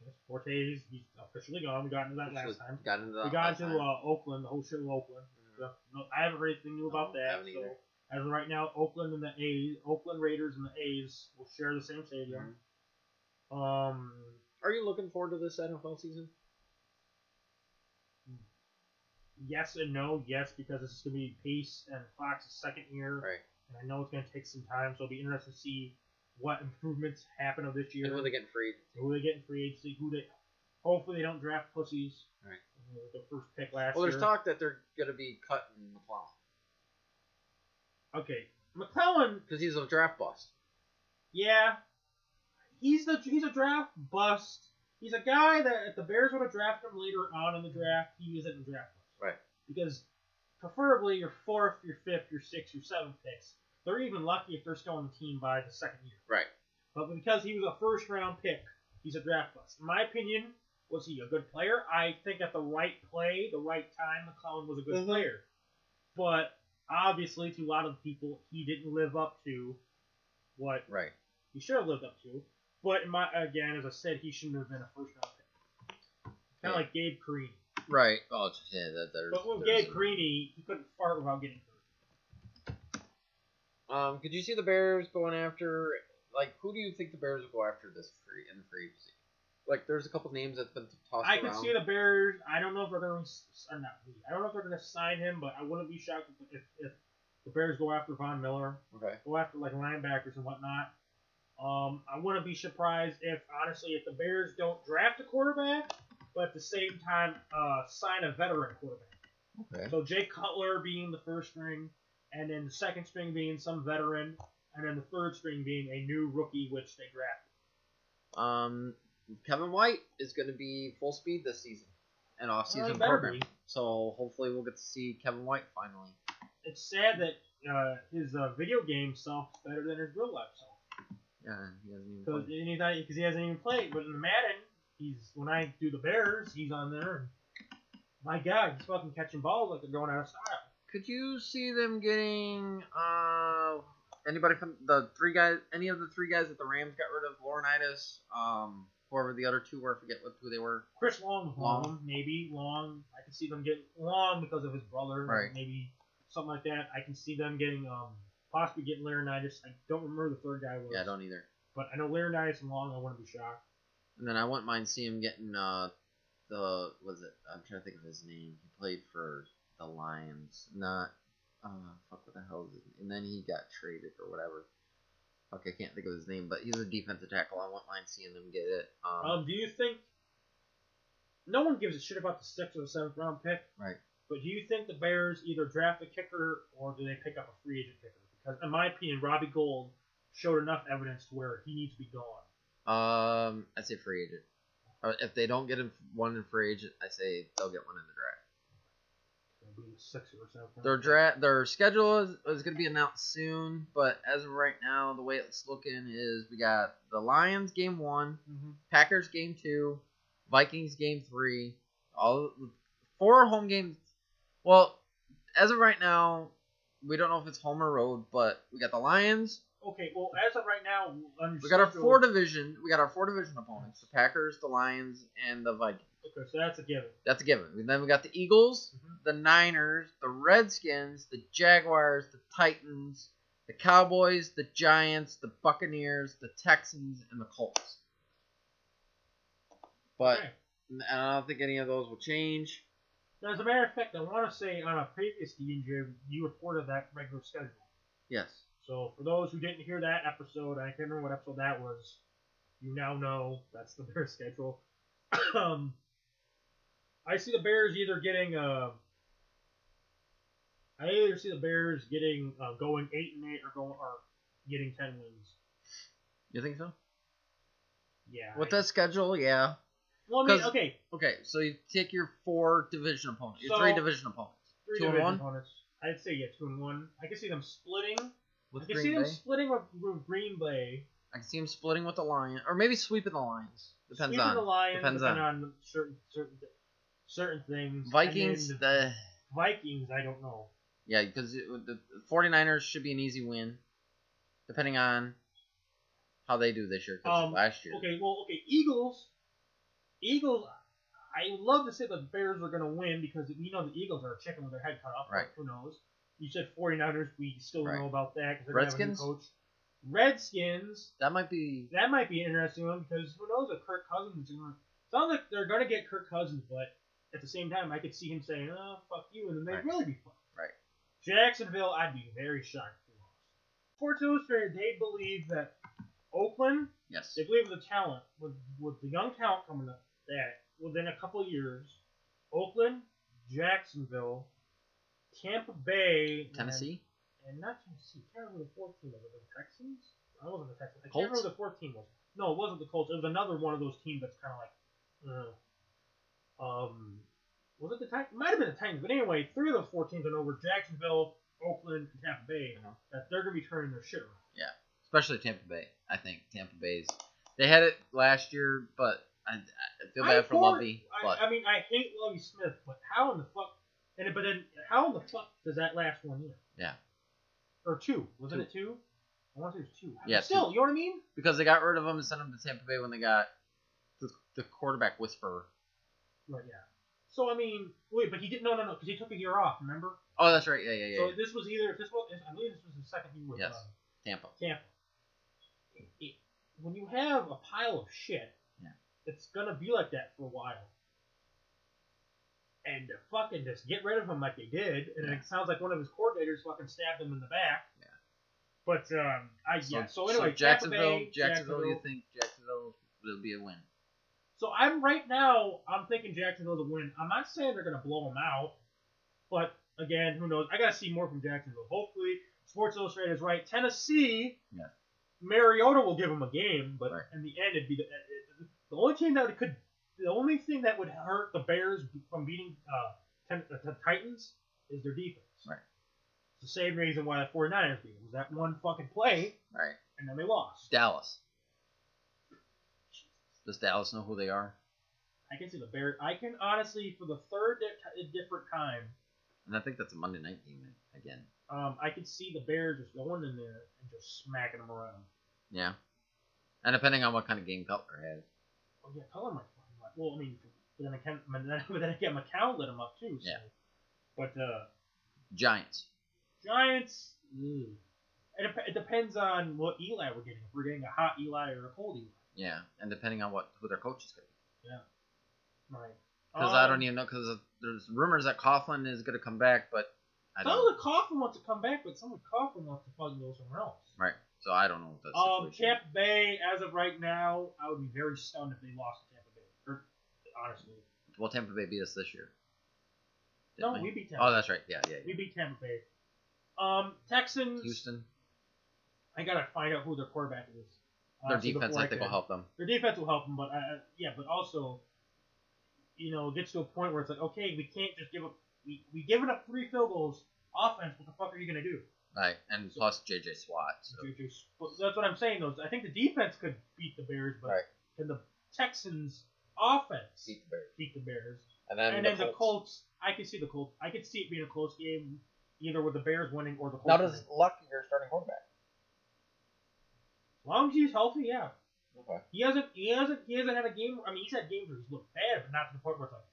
Yes, Fortes, he's officially gone. We got into that
Which was-
last time.
Got into that
We
last
got uh, into
time.
uh, Oakland, the whole shit of Oakland.
Mhm.
No, I haven't heard anything new about
No,
that.
haven't
So
either.
as of right now, Oakland and the A's, Oakland Raiders and the A's will share the same stadium.
Mm-hmm.
Um,
Are you looking forward to this NFL season?
yes and no. Yes, because this is gonna be Pace and Fox's second year,
Right.
and I know it's gonna take some time. So it'll be interesting to see what [LAUGHS] improvements happen of this year.
And when they getting free?
who they get in free agency? Who they? Hopefully they don't draft pussies.
Right.
you know, with The first pick last
Well,
year.
there's talk that they're gonna be cutting McClellan
okay, McClellan
because he's a draft bust.
Yeah, he's the he's a draft bust. He's a guy that if the Bears would have drafted him later on in the draft, he isn't a draft bust.
Right.
Because preferably your fourth, your fifth, your sixth, your seventh picks. They're even lucky if they're still on the team by the second year.
Right.
But because he was a first round pick, he's a draft bust. In my opinion, was he a good player? I think at the right play, the right time, McClellan was a
Mhm.
good player. But obviously, to a lot of people, he didn't live up to what
Right.
he should have lived up to. But in my again, as I said, he shouldn't have been a first round pick. Kind
Yeah.
of like Gabe Creed.
Right. Oh, it's- yeah, that, there's.
But with
there's-
Gabe Greeny, he couldn't fart without getting hurt.
Um, could you see the Bears going after? Like, who do you think the Bears will go after this free in the free agency? Like, there's a couple names that's been tossed
I
around.
could see the Bears. I don't know if they're going to or not. I don't know if they're going to sign him, but I wouldn't be shocked if, if, if the Bears go after Von Miller,
Okay.
go after like linebackers and whatnot. Um, I wouldn't be surprised if honestly if the Bears don't draft a quarterback, but at the same time uh, sign a veteran quarterback.
Okay.
So Jay Cutler being the first string, and then the second string being some veteran, and then the third string being a new rookie which they drafted.
Um, Kevin White is going to be full speed this season, an
Well,
off-season
he better
program.
be.
So hopefully we'll get to see Kevin White finally.
It's sad that uh, his uh, video game self's better than his real life self.
Yeah, he hasn't even.
Because
played.
he hasn't even played. But in the Madden, he's when I do the Bears, he's on there. And my God, he's fucking catching balls like they're going out of style.
Could you see them getting uh anybody from the three guys? Any of the three guys that the Rams got rid of? Laurinaitis, um, whoever the other two were, I forget what who they were.
Chris Long,
Long.
Long, maybe Long. I can see them getting Long because of his brother,
Right.
maybe something like that. I can see them getting um possibly getting Laronitis. I don't remember who the third guy was.
Yeah, I don't either.
But I know Laronitis and Long. I wouldn't be shocked.
And then I wouldn't mind seeing him getting uh the was it? I'm trying to think of his name. He played for the Lions, not uh fuck what the hell is it? And then he got traded or whatever. Fuck, I can't think of his name, but he's a defensive tackle. I wouldn't mind seeing them get it. Um,
Um, do you think? No one gives a shit about the sixth or seventh round pick.
Right.
But do you think the Bears either draft a kicker or do they pick up a free agent kicker? Because in my opinion, Robbie Gold showed enough evidence to where he needs to be gone.
um, I say free agent. Uh, If they don't get him one in free agent, I say they'll get one in the draft.
Maybe a sixth or seventh. round
Their
pick.
draft, their schedule is, is going to be announced soon, but as of right now, the way it's looking is we got the Lions game one,
Mhm.
Packers game two, Vikings game three, all four home games. Well, as of right now, we don't know if it's home or road, but we got the Lions.
Okay, well, as of right now, on your
We got our
schedule-
four division. We got our four division opponents: the Packers, the Lions, and the Vikings.
Okay, so that's a given.
That's a given. And then we got the Eagles,
Mhm.
the Niners, the Redskins, the Jaguars, the Titans, the Cowboys, the Giants, the Buccaneers, the Texans, and the Colts. But
Okay.
I don't think any of those will change.
Now, as a matter of fact, I want to say on a previous DNJ, you reported that regular schedule.
Yes.
So for those who didn't hear that episode, I can't remember what episode that was. You now know that's the [LAUGHS] Bears schedule. um, I see the Bears either getting. Uh, I either see the Bears getting uh, going eight and eight or going or getting ten wins.
You think so?
Yeah.
With
I-
this schedule, yeah.
Well, I mean,
'cause-
okay.
Okay, so you take your four division opponents, your
So-
three division opponents.
Three
Two and
division
one?
opponents. I'd say yeah, two and one. I can see them splitting. I
With
can
Green
see them
Bay,
splitting with, with Green Bay.
I can see them splitting with the Lions, or maybe sweeping the Lions. Depends
sweeping
on
the Lions,
depends
depending
on.
on. certain certain certain things. and
Vikings.
then
the
Vikings, I don't know.
Yeah, because the 49ers should be an easy win, depending on how they do this year. 'cause
Um,
last year,
Okay, well, okay, Eagles. Eagles. I love to say the Bears are going to win because we know the Eagles are a chicken with their head cut off. but
Right.
Who knows? You said 49ers. We still
Right.
know about that because they're going to have a new
Redskins?
coach. Redskins.
that might be.
That might be an interesting one because who knows if Kirk Cousins is going to. Sounds like they're going to get Kirk Cousins, but at the same time, I could see him saying, oh, fuck you, and then they'd
Right.
really be fucked.
Right.
Jacksonville, I'd be very shocked if they lost. For two straight, they believe that Oakland
Yes.
they believe the talent with with the young talent coming up that within a couple years, Oakland, Jacksonville, Tampa Bay, and-
Tennessee.
and, not Tennessee. I can't remember the fourth team was. It the Texans? I wasn't the Texans. I can't remember
Colts?
who the fourth team was. No, it wasn't the Colts. It was another one of those teams that's kind of like, uh, um, was it the Titans? Might have been the Titans, but anyway, three of those four teams I know were Jacksonville, Oakland, and Tampa Bay.
Uh-huh.
That they're gonna be turning their shit around.
Especially Tampa Bay. I think Tampa Bay's. They had it last year, but I, I feel bad
I
for
abhor-
Lovey.
I-
But
I, mean, I hate Lovey Smith, but how in the fuck? And but then how in the fuck does that last one year?
Yeah.
Or two? Wasn't it two? I want to say it was two.
Yeah,
Still, you know what I mean?
because they got rid of him and sent him to Tampa Bay when they got the, the quarterback whisperer.
But yeah. So I mean, wait, but he didn't. No, no, no, because he took a year off. Remember?
Oh, that's right. Yeah, yeah, yeah.
So
yeah.
this was either this was I believe this was his second year with
Yes.
uh,
Tampa.
Tampa. It- when you have a pile of shit,
Yeah.
it's gonna be like that for a while. And to fucking just get rid of him like they did, and it sounds like one of his coordinators fucking stabbed him in the back.
Yeah.
But um, I yeah. So anyway, Tampa
Jacksonville,
Bay,
Jacksonville, You think Jacksonville will be a win?
So I'm right now. I'm thinking Jacksonville's a win. I'm not saying they're gonna blow them out, but again, who knows? I gotta see more from Jacksonville. Hopefully, Sports Illustrated is right. Tennessee,
Yeah.
Mariota will give them a game, but
Right.
in the end, it'd be the, it- it- the only team that could. The only thing that would hurt the Bears from beating uh, ten, the, the Titans is their defense.
Right.
It's the same reason why the 49ers beat them. was that one fucking play,
All right,
and then they lost.
Dallas. Does Dallas know who they are?
I can see the Bears. I can honestly, for the third di- different time,
And I think that's a Monday night game again.
Um, I could see the Bears just going in there and just smacking them around.
Yeah. And depending on what kind of game Cutler had.
Oh yeah, Cullen might fucking like. Well, I mean, but then again, but then, [LAUGHS] but then again, McCown lit him up too. So.
Yeah.
But uh,
Giants.
Giants. Ew. It, dep- it depends on what Eli we're getting. If we're getting a hot Eli or a cold Eli.
Yeah. And depending on what who their coach is going to be.
Right. Um,
Because I
Oh.
don't even know, because there's rumors that Coughlin is going to come back, but I
Some
don't
of the Coughlin wants to come back, but some of the Coughlin wants to fucking go somewhere else.
Right. So I don't know what that
Um,
situation
Tampa Bay, as of right now, I would be very stunned if they lost to Tampa Bay. Or, honestly,
is. Well, Tampa Bay beat us this year.
no,
Didn't
we beat Tampa.
Oh, that's right. Yeah, yeah. yeah.
We beat Tampa Bay. Um, Texans.
Houston.
I gotta find out who their quarterback is.
Their
honestly,
defense,
before
I think, will
can-
help them.
Their defense will help them, but I, I- yeah, but also, you know, it gets to a point where it's like, okay, we can't just give up. We we given up three field goals. Offense, what the fuck are you gonna do?
Right. And plus JJ Swat. So.
Ju- ju- but That's what I'm saying. Though is I think the defense could beat the Bears, but
Right.
can the Texans offense
Beat the Bears.
beat the Bears?
And then,
and
the
then the
Colts.
Colts, I could see the Colts. I could see it being a close game, either with the Bears winning or the Colts.
Now, does
winning.
Luck your starting quarterback?
As long as he's healthy, yeah.
Okay.
He hasn't. He hasn't. He hasn't had a game. I mean, he's had games where he's looked bad, but not to the point where it's like.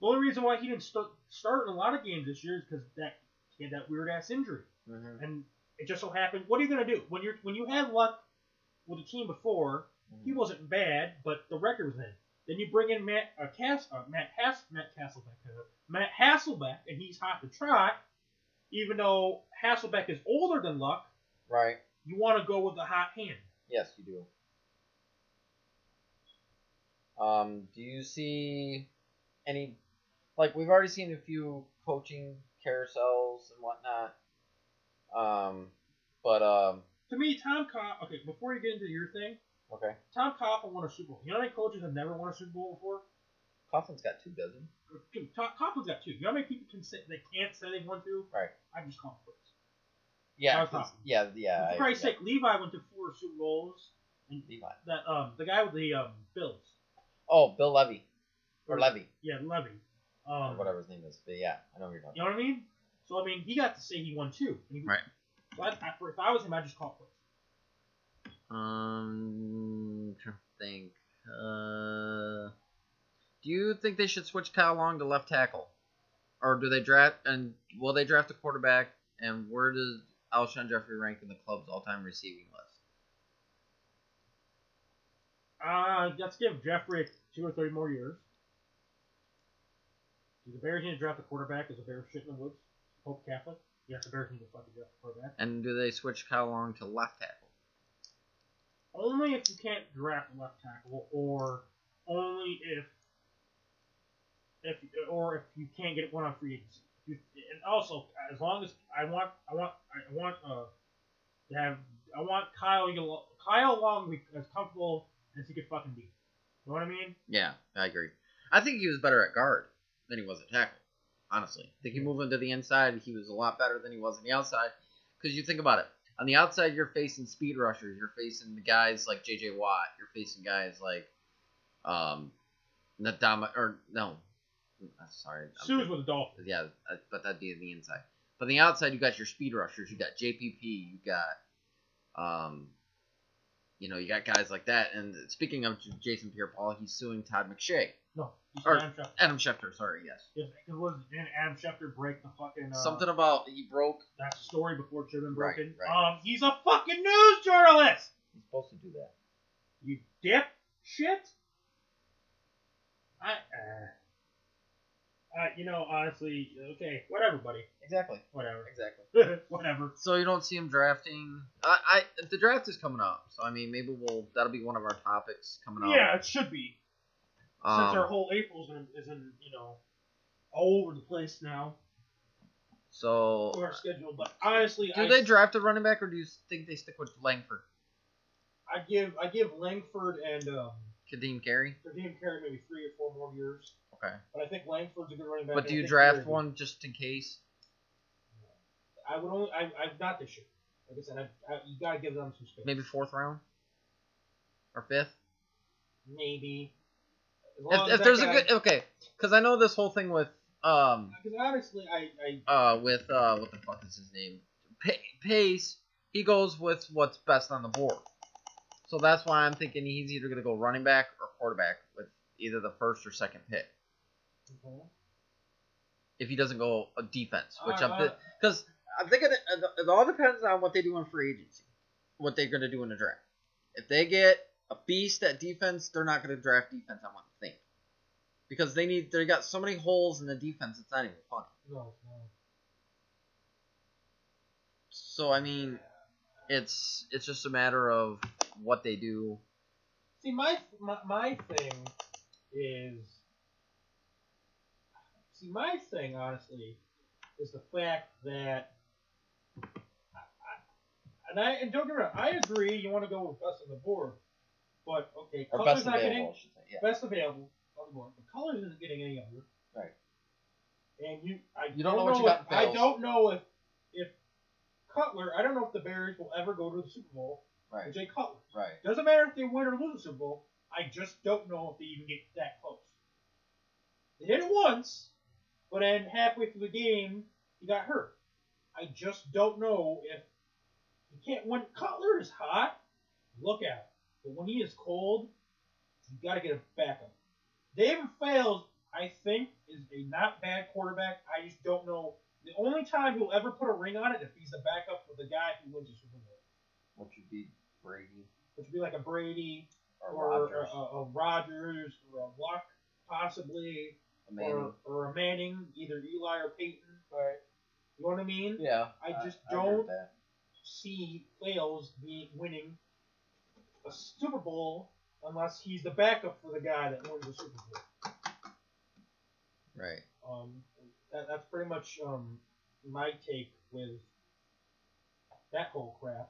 The only reason why he didn't st- start in a lot of games this year is because that he had that weird ass injury,
Mm-hmm.
and it just so happened. What are you gonna do when you're when you had luck with a team before? He wasn't bad, but the record was in. Then you bring in Matt uh, Cass, uh, Matt Hass, Matt Hasselbeck, uh, Matt Hasselbeck, and he's hot to trot. Even though Hasselbeck is older than Luck,
Right.
you want to go with the hot hand.
Yes, you do. Um, do you see any like we've already seen a few coaching carousels and whatnot. Um, but um,
To me, Tom Coughlin. Okay, before you get into your thing,
okay,
Tom Coughlin won a Super Bowl. You know how many coaches have never won a Super Bowl before?
Coughlin's got two dozen.
Dude, Tom Coughlin's got two. You know how many people can say they can't say they've won two?
Right.
I just call them quits.
Yeah,
How's
'cause-
Coughlin?
yeah, yeah.
For
I-
Christ's
yeah.
sake, Levi went to four Super Bowls.
Levi.
That um, the guy with the um Bills.
Oh, Bill Levy or Levy
Yeah, Levy.
or
Um,
whatever his name is. But yeah, I know who you're talking.
You know what I mean? So I mean, he got to say he won two. And he-
Right.
So I, I, if I was him, I'd just call it quits.
Um, trying to think. Uh, do you think they should switch Kyle Long to left tackle, or do they draft and will they draft a quarterback? And where does Alshon Jeffrey rank in the club's all-time receiving list?
Uh, let's give Jeffrey two or three more years. Do the Bears need to draft a quarterback? Is the Bears shit in the woods? Pope Catholic? Yes, the Bears need to fucking draft a quarterback.
And do they switch Kyle Long to left tackle?
Only if you can't draft a left tackle, or only if if or if you can't get one on free agency. You, and also, as long as I want, I want, I want uh, to have, I want Kyle Yolo- Kyle Long to be as comfortable as he could fucking be. You know what I mean?
Yeah, I agree. I think he was better at guard than he was at tackle. Honestly, I think he moved into the inside. He was a lot better than he was on the outside. Because you think about it, on the outside you're facing speed rushers, you're facing the guys like J.J. Watt, you're facing guys like um, Nadama or no, I'm sorry, I'm
Sue's
thinking-
with the Dolphins.
yeah, uh, but that'd be on the inside. But on the outside you got your speed rushers, you got JPP, you got um, you know, you got guys like that. And speaking of J- Jason Pierre-Paul, he's suing Todd McShay.
No, he's
Or-
Adam Schefter.
Adam Schefter, sorry, yes.
Yeah, because was didn't Adam Schefter break the fucking uh,
Something about he broke.
that story before it should have been
Right,
broken?
right.
Um, he's a fucking news journalist.
He's supposed to do that.
You dip shit. I. Uh, uh, you know, honestly, okay, whatever, buddy,
Exactly.
whatever, [LAUGHS]
Exactly.
whatever.
So you don't see him drafting. I, I the draft is coming up, so I mean maybe we'll that'll be one of our topics coming up.
Yeah, it should be.
Um,
Since our whole April's in, is in, you know, all over the place now,
so
our schedule. But honestly,
do
I,
they draft a running back or do you think they stick with Langford?
I give I give Langford and um,
Kadeem Carey?
Kadeem Carey maybe three or four more years.
Okay.
But I think Langford's a good running back.
But
and
do
I
you
think
draft
Carey-
one just in case?
I would only. I, I've got this year. Like I said, I, I, you gotta give them some space.
Maybe fourth round? Or fifth?
Maybe. As long as
If, if
that
there's a
guy-
good okay, because I know this whole thing with um
Because honestly, I, I
uh with uh what the fuck is his name Pa- Pace. He goes with what's best on the board. So that's why I'm thinking he's either gonna go running back or quarterback with either the first or second pick. If he doesn't go a defense, which
I-
I'm because I'm thinking it, it- it all depends on what they do in free agency, what they're gonna do in the draft. If they get a beast at defense, they're not gonna draft defense. I want to think because they need they got so many holes in the defense. It's not even funny.
no, no.
So I mean, it's it's just a matter of what they do.
See, my, my my thing is. See, my thing, honestly, is the fact that. I- I- And I and don't get me wrong, I agree. You want to go with best on the board, but okay, color's not getting
I should say, yeah.
best available on the board. The colors isn't getting any younger.
Right.
And you, I
You
don't,
don't know what you
if,
got in
I
Bills.
don't know if if Cutler. I don't know if the Bears will ever go to the Super Bowl with Jay Cutler.
right.
Doesn't matter if they win or lose the Super Bowl. I just don't know if they even get that close. They hit it once, but then halfway through the game, he got hurt. I just don't know if you can't. When Cutler is hot, look out. But when he is cold, you got to get a backup. David Fales, I think, is a not bad quarterback. I just don't know. The only time he'll ever put a ring on it if he's the backup for the guy who wins the Super Bowl,
What should be Brady
which would be like a Brady or uh, a, a, a Rogers or a Luck, possibly, or or a Manning, either Eli or Peyton. Right. You know what I mean?
yeah.
I just don't see Wales be winning a Super Bowl unless he's the backup for the guy that wins the Super Bowl.
Right.
Um, that, that's pretty much um, my take with that whole crap.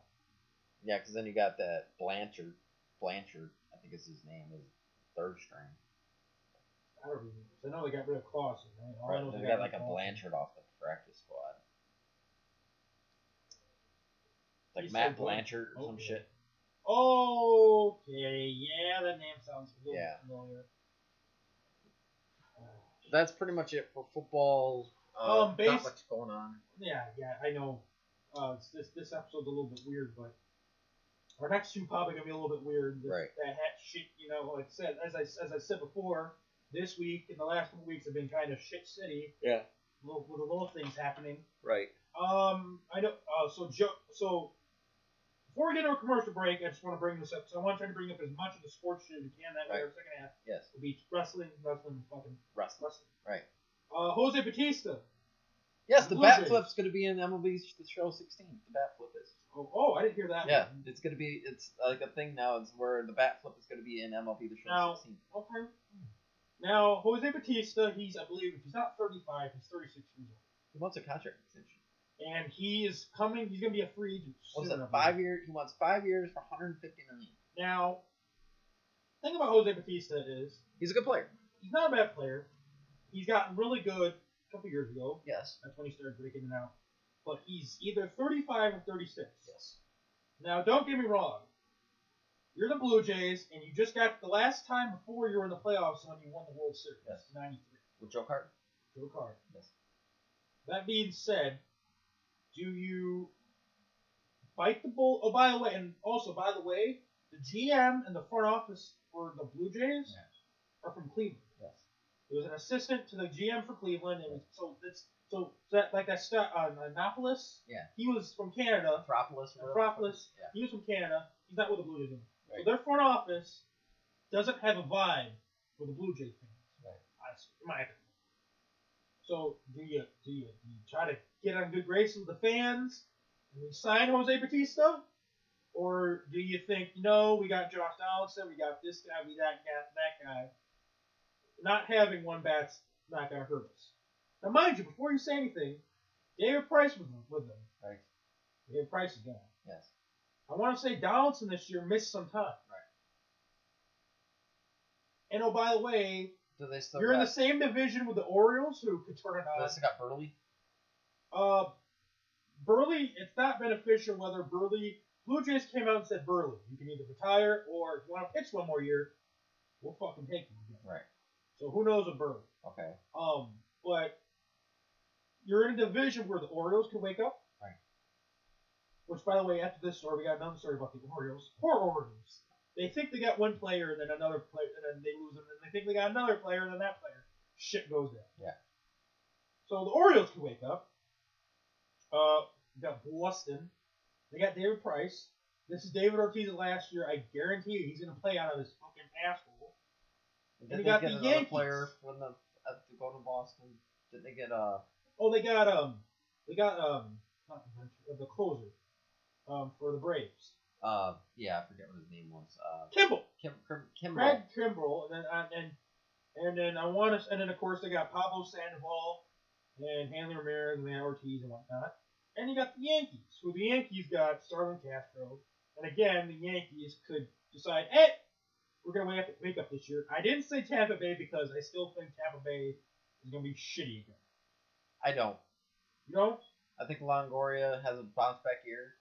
Yeah, because then you got that Blanchard. Blanchard, I think is his name, is third string.
I don't even. I know they got rid of Clausen. Right? All Oh, I know is
They
they
got
rid
like
of
a
Clausen.
Blanchard off the practice squad. Like
You
Matt
said Blan-
Blanchard or some
okay.
shit.
Okay, yeah, that name sounds a little
Yeah.
familiar.
That's pretty much it for football.
Uh, Um, base-
not much going on.
Yeah, yeah, I know. Uh, it's- this this episode's a little bit weird, but our next two probably gonna be a little bit weird. This-
Right.
That hat shit, you know. Like I said, as I as I said before, this week and the last couple weeks have been kind of shit city.
Yeah.
Little, with the little things happening.
Right.
Um, I know. Uh, so Joe, so before we get into a commercial break, I just want to bring this up. So I want to try to bring up as much of the sports shit as we can. That way,
Right.
our second half
Yes.
will be wrestling, wrestling, fucking
Wrestling.
wrestling.
Right.
Uh, Jose Batista.
Yes, the
Blue
bat
Jays.
flip's gonna be in MLB's the show 16. The bat flip is.
Oh, oh, I didn't hear that.
Yeah,
one.
it's gonna be it's like a thing now. It's where the bat flip is gonna be in MLB the show
Now-
16.
Okay. Now, Jose Batista, he's, I believe, if he's not 35, he's 36 years
He wants a contract extension.
old. And he is coming, he's going to be a free agent.
What's
soon, I
that?
believe.
Five years. He wants five years for 150 million.
Now, thing about Jose Batista is,
He's a good player.
he's not a bad player. He's gotten really good a couple years ago.
Yes.
That's when he started breaking it out. But he's either 35 or 36.
Yes.
Now, don't get me wrong. You're the Blue Jays, and you just got the last time before you were in the playoffs when you won the World Series.
Yes.
93.
With Joe Carter.
Joe Carter.
Yes.
That being said, do you bite the bull? Oh, by the way, and also by the way, the GM and the front office for the Blue Jays
Yeah.
are from Cleveland.
Yes.
He was an assistant to the GM for Cleveland, and so that's so that like that stuff on uh, Annapolis.
Yeah.
He was from Canada.
Metropolis. or whatever.
Metropolis.
Yeah.
He was from Canada. He's not with the Blue Jays. anymore.
Right.
So their front office doesn't have a vibe for the Blue Jays fans.
Right.
Honestly, in my opinion. So do you do you, do you try to get on good graces with the fans and we sign Jose Batista? Or do you think, no, we got Josh Donaldson, we got this guy, we got that, that guy. Not having one bat's not going to hurt us. Now, mind you, before you say anything, David Price was with them.
Right.
David Price is gone.
Yes.
I want to say Donaldson this year missed some time. Right. And oh, by the way,
So they still
you're in
got,
the same division with the Orioles, who could turn it
they
on.
still got Burley.
Uh, Burley, it's not beneficial whether Burley. Blue Jays came out and said, Burley, you can either retire or if you want to pitch one more year, we'll fucking take you.
Right.
So who knows with Burley?
Okay.
Um, but you're in a division where the Orioles can wake up.
Right.
Which, by the way, after this story, we got another story about the Orioles. Poor Orioles. They think they got one player, and then another player, and then they lose him, and they think they got another player, and then that player. Shit goes down.
Yeah.
So the Orioles can wake up. Uh, we got Boston. They got David Price. This is David Ortiz last year. I guarantee you he's going to play out of his fucking asshole.
Did
we
they
got
get
the
another
Yankees.
player when the uh, to go to Boston? Did they get uh
Oh, they got um, they got um, not the, bench, uh, the closer, um, for the Braves,
uh yeah I forget what his name was uh
Kimball,
Kim, Kim, Kimbrel.
Brad Kimbrell, and then uh, and and then I want to, and then of course they got Pablo Sandoval and Hanley Ramirez and Matt Ortiz and whatnot, and you got the Yankees, who the Yankees got Starlin Castro, and again the Yankees could decide, hey, we're gonna wake up, wake up this year. I didn't say Tampa Bay because I still think Tampa Bay is gonna be shitty again.
I don't.
You know,
I think Longoria has a bounce back year,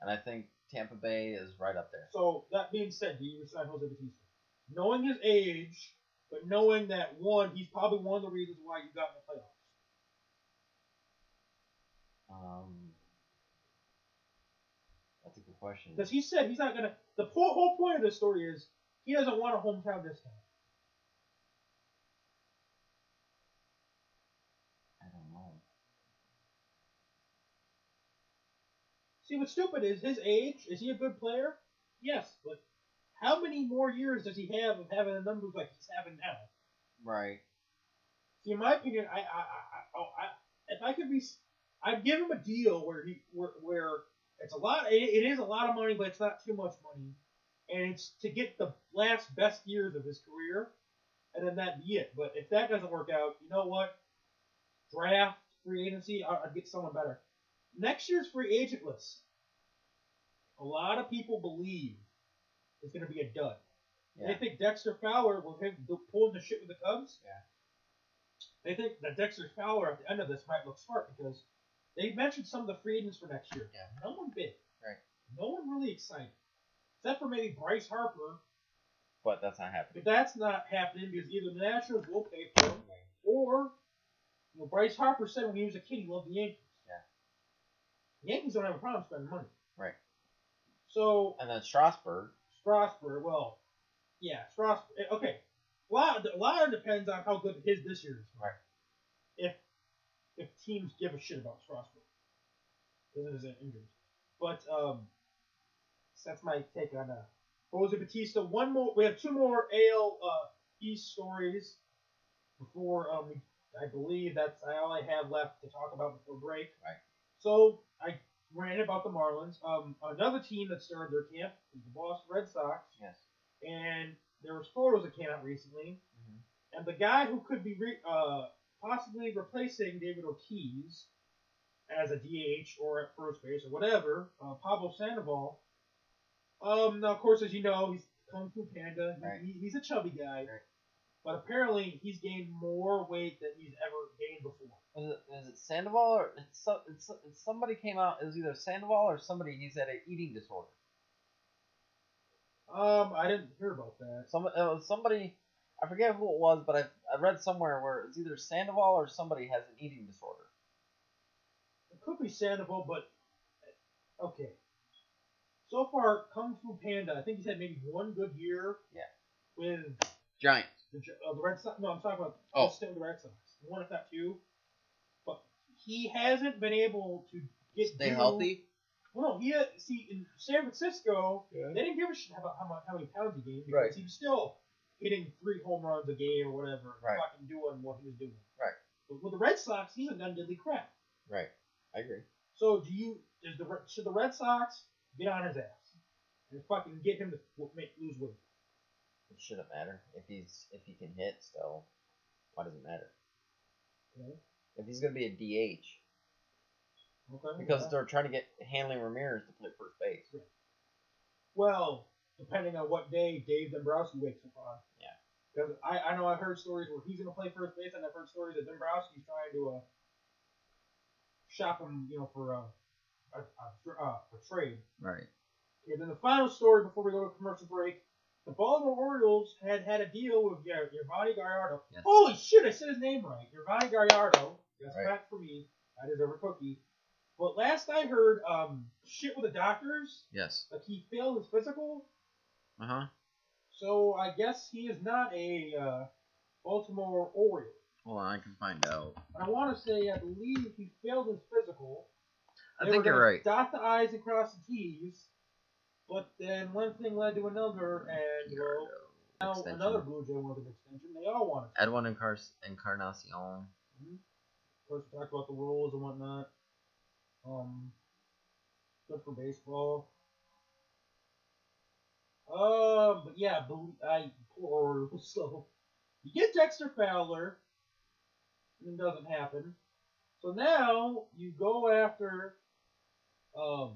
and I think Tampa Bay is right up there.
So that being said, do you resign Jose Batista? Knowing his age, but knowing that one, he's probably one of the reasons why you got in the playoffs.
Um, that's a good question.
Because he said he's not gonna. The po- whole point of this story is he doesn't want a hometown discount.
I don't know.
See, what's stupid is his age. Is he a good player? Yes, but how many more years does he have of having the numbers like he's having now?
Right.
See, in my opinion, I, I, I, I, oh, I if I could be, I'd give him a deal where he, where, where it's a lot. It, it is a lot of money, but it's not too much money, and it's to get the last best years of his career, and then that be it. But if that doesn't work out, you know what? Draft free agency. I, I'd get someone better. Next year's free agent list. A lot of people believe it's going to be a dud.
Yeah.
They think Dexter Fowler will him pulling the shit with the Cubs.
Yeah.
They think that Dexter Fowler at the end of this might look smart because they mentioned some of the free agents for next year.
Yeah.
No one big.
Right.
No one really excited. Except for maybe Bryce Harper,
But that's not happening.
but that's not happening because either the Nationals will pay for him or you know, Bryce Harper said when he was a kid he loved the Yankees.
Yeah.
The Yankees don't have a problem spending money.
Right.
So
And then Strasburg.
Strasburg, well, yeah, Strasburg. eh, Okay, a lot, a lot depends on how good his this year is.
Right.
If if teams give a shit about Strasburg, because it is an injury. But um, so that's my take on that. Jose Batista. One more. We have two more AL uh, East stories before um, we- I believe that's all I have left to talk about before break.
Right.
So I ran about the Marlins. Um, another team that started their camp is the Boston Red Sox,
Yes.
and there was photos that came out recently,
Mhm.
and the guy who could be re- uh, possibly replacing David Ortiz as a DH or at first base or whatever, uh, Pablo Sandoval. Um, now of course, as you know, he's Kung Fu Panda. He-
Right.
He, he's a chubby guy,
Right.
but apparently he's gained more weight than he's ever gained before.
Was it, is it Sandoval or it's, so, it's, it's somebody came out? It was either Sandoval or somebody. He's had an eating disorder.
Um, I didn't hear about that.
Some it was somebody. I forget who it was, but I I read somewhere where it's either Sandoval or somebody has an eating disorder.
It could be Sandoval, but okay. So far, Kung Fu Panda, I think he's had maybe one good year.
Yeah.
With
Giants.
The, Gi- uh, the Red Sox. No, I'm talking about
Oh.
let's stay with the Red Sox. One, if not two. But he hasn't been able to get
Stay
due-
healthy.
Well, no, he had, see in San Francisco, they didn't give a shit about how much how many pounds he gained because
Right.
he was still hitting three home runs a game or whatever, and
Right.
fucking doing what he was doing.
Right.
But with the Red Sox, he's a done diddly crap.
Right. I agree.
So do you? Does the Red- should the Red Sox get on his ass and fucking get him to w- make lose weight?
It shouldn't matter if he's if he can hit still. Why does it matter?
Okay.
If he's gonna be a DH,
Okay.
because
okay.
they're trying to get Hanley Ramirez to play first base.
well, depending on what day Dave Dombrowski wakes up on.
Yeah.
Because I, I know I've heard stories where he's gonna play first base, and I've heard stories that Dombrowski's trying to uh, shop him, you know, for uh, a, a, tr- uh, a trade.
Right.
And then the final story before we go to commercial break. The Baltimore Orioles had had a deal with yeah, Giovanni Gallardo.
Yes.
Holy shit, I said his name right. Giovanni Gallardo. That's
Right.
back for me. I deserve a cookie. But last I heard, um, shit with the doctors.
Yes.
Like he failed his physical.
Uh huh.
So I guess he is not a uh, Baltimore Oriole.
Hold on, I can find out.
I want to say I believe he failed his physical.
I
They
think
were
you're
gonna
right.
Dot the I's and cross the T's. But then one thing led to another, and well, now
Extension.
another Blue Jay wanted an extension. They all wanted. it.
Edwin Encar- Encarnacion.
Of course, we talked about the rules and whatnot. Um, good for baseball. Um, but yeah, Blue, I poor Orioles, [LAUGHS] so you get Dexter Fowler, and it doesn't happen. So now you go after, um,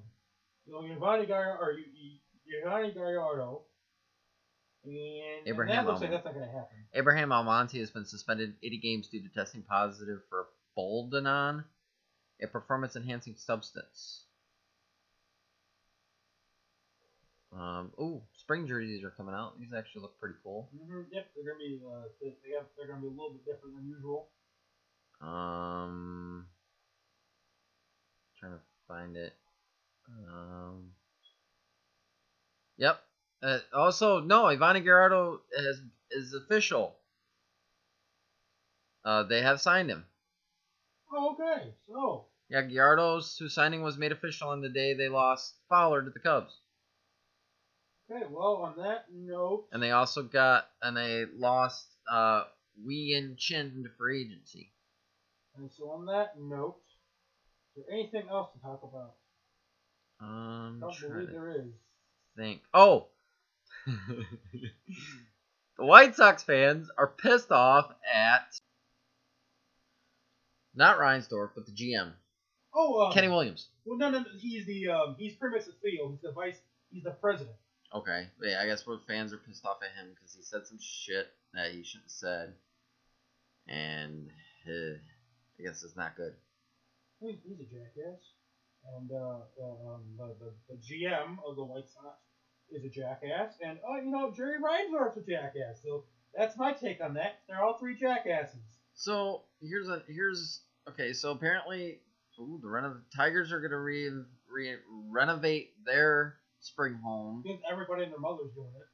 you know, Giovanni Gallardo, or you, you, Giovanni Gallardo, and, and
Abraham
that looks like
Almond.
that's not gonna happen.
Abraham Almonte has been suspended 80 games due to testing positive for boldenon, a performance-enhancing substance. Um, ooh, spring jerseys are coming out. These actually look pretty cool.
hmm Yep, they're gonna be uh, they they have, they're gonna be a little bit different than usual.
Um, trying to find it. Um, yep. Uh, also, no, Ivana Gerardo has is official. Uh, they have signed him.
Oh, okay. So
Yeah, Gallardo's whose signing was made official on the day they lost Fowler to the Cubs,
okay, well on that note,
and they also got and they lost uh Wee and Chin to free agency.
and so on that note, is there anything else to talk about? I
Um,
don't
trying
believe
to
there is.
think. Oh, [LAUGHS] the White Sox fans are pissed off at not Reinsdorf, but the GM,
Oh, um,
Kenny Williams.
well, no, no, no, he's the um, he's pretty much the CEO. He's the vice. He's the president.
Okay, but yeah, I guess what fans are pissed off at him because he said some shit that he shouldn't have said, and eh, I guess it's not good.
He's, he's a jackass. And uh, uh, um, the, the, the GM of the White Sox is a jackass. And, uh, you know, Jerry Reinsdorf's a jackass. So that's my take on that. They're all three jackasses.
So here's a here's okay. So apparently, ooh, the reno- Tigers are gonna re, re renovate their spring home.
Because everybody and their mother's doing it.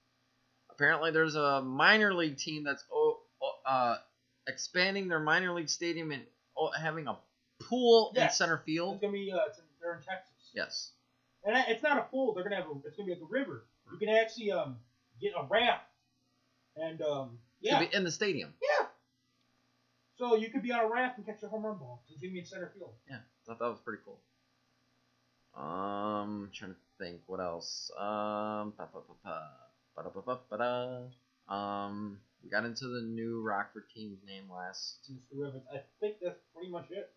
Apparently, there's a minor league team that's o- o- uh, expanding their minor league stadium and o- having a pool in
Yes.
center
It's
field.
gonna be uh, it's in, they're in Texas.
Yes.
And I- it's not a pool. They're gonna have a, it's gonna be like a river. You can actually um get a raft and um
It's gonna
yeah
be in the stadium.
yeah. So you could be on a raft and catch a home run ball. It's gonna be in center field.
Yeah, thought that was pretty cool. Um, trying to think what else. Um, ba ba ba ba ba ba ba ba da. Um, we got into the new Rockford team's name last.
Since the river. I think that's pretty much it.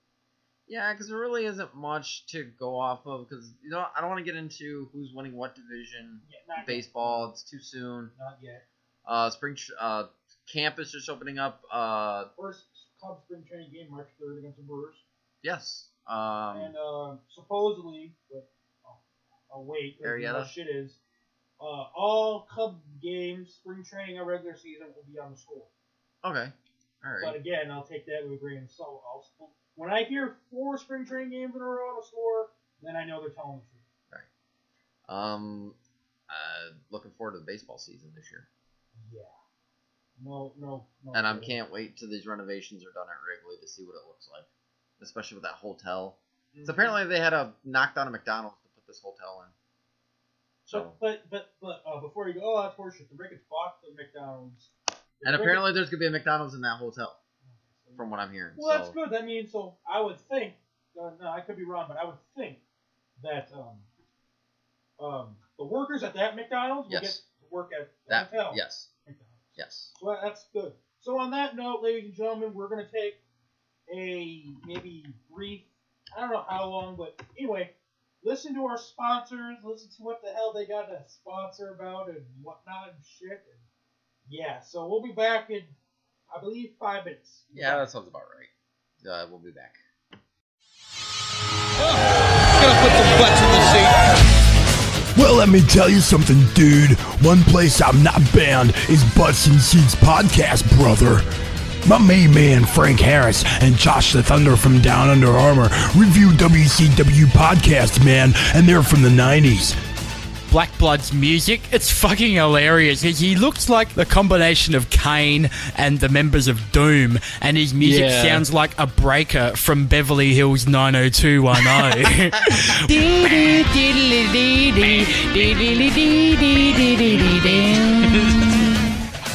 Yeah, because there really isn't much to go off of. Because you know, I don't want to get into who's winning what division.
Yeah, not
Baseball, it's too soon.
Yet. Not yet.
Uh, spring tr- uh camp is just opening up. Uh,
First Cubs spring training game March third against the Brewers.
yes. Um,
and uh, supposedly, but I'll, I'll wait. I don't know
Arietta?
what shit is uh, all Cub games, spring training, or regular season will be on the score.
okay. All
But
right.
again, I'll take that with a grain of salt. I'll, sp- when I hear four spring training games in a row on a score, then I know they're telling the truth.
Um, uh, looking forward to the baseball season this year.
Yeah, No, no, no.
And I
no.
can't wait till these renovations are done at Wrigley to see what it looks like, especially with that hotel.
Mm-hmm.
So apparently they had a knocked down a McDonald's to put this hotel in.
So, but but but uh, before you go, oh, that's horseshit. The Ricketts bought the McDonald's. The
And
Ricketts-
apparently there's gonna be a McDonald's in that hotel, from what I'm hearing.
Well, that's
so
good. That means so I would think. Uh, no, I could be wrong, but I would think that um, um, the workers at that McDonald's will
Yes.
get to work at the
that
hotel.
yes,
McDonald's.
yes.
Well, that's good. So on that note, ladies and gentlemen, we're gonna take a maybe brief. I don't know how long, but anyway, listen to our sponsors. Listen to what the hell they got to sponsor about and whatnot and shit. And yeah, so we'll be back in, I believe, five minutes.
Yeah, that sounds about right. Uh, we'll be back.
Well, let me tell you something, dude. One place I'm not bound is Butts and Seats Podcast, brother. My main man Frank Harris and Josh the Thunder from Down Under Armor review WCW podcast, man, and they're from the 90s.
Black Blood's music. It's fucking hilarious. He- He looks like the combination of Kane and the members of Doom, and his music
Yeah.
sounds like a breaker from Beverly Hills [LAUGHS] 90210.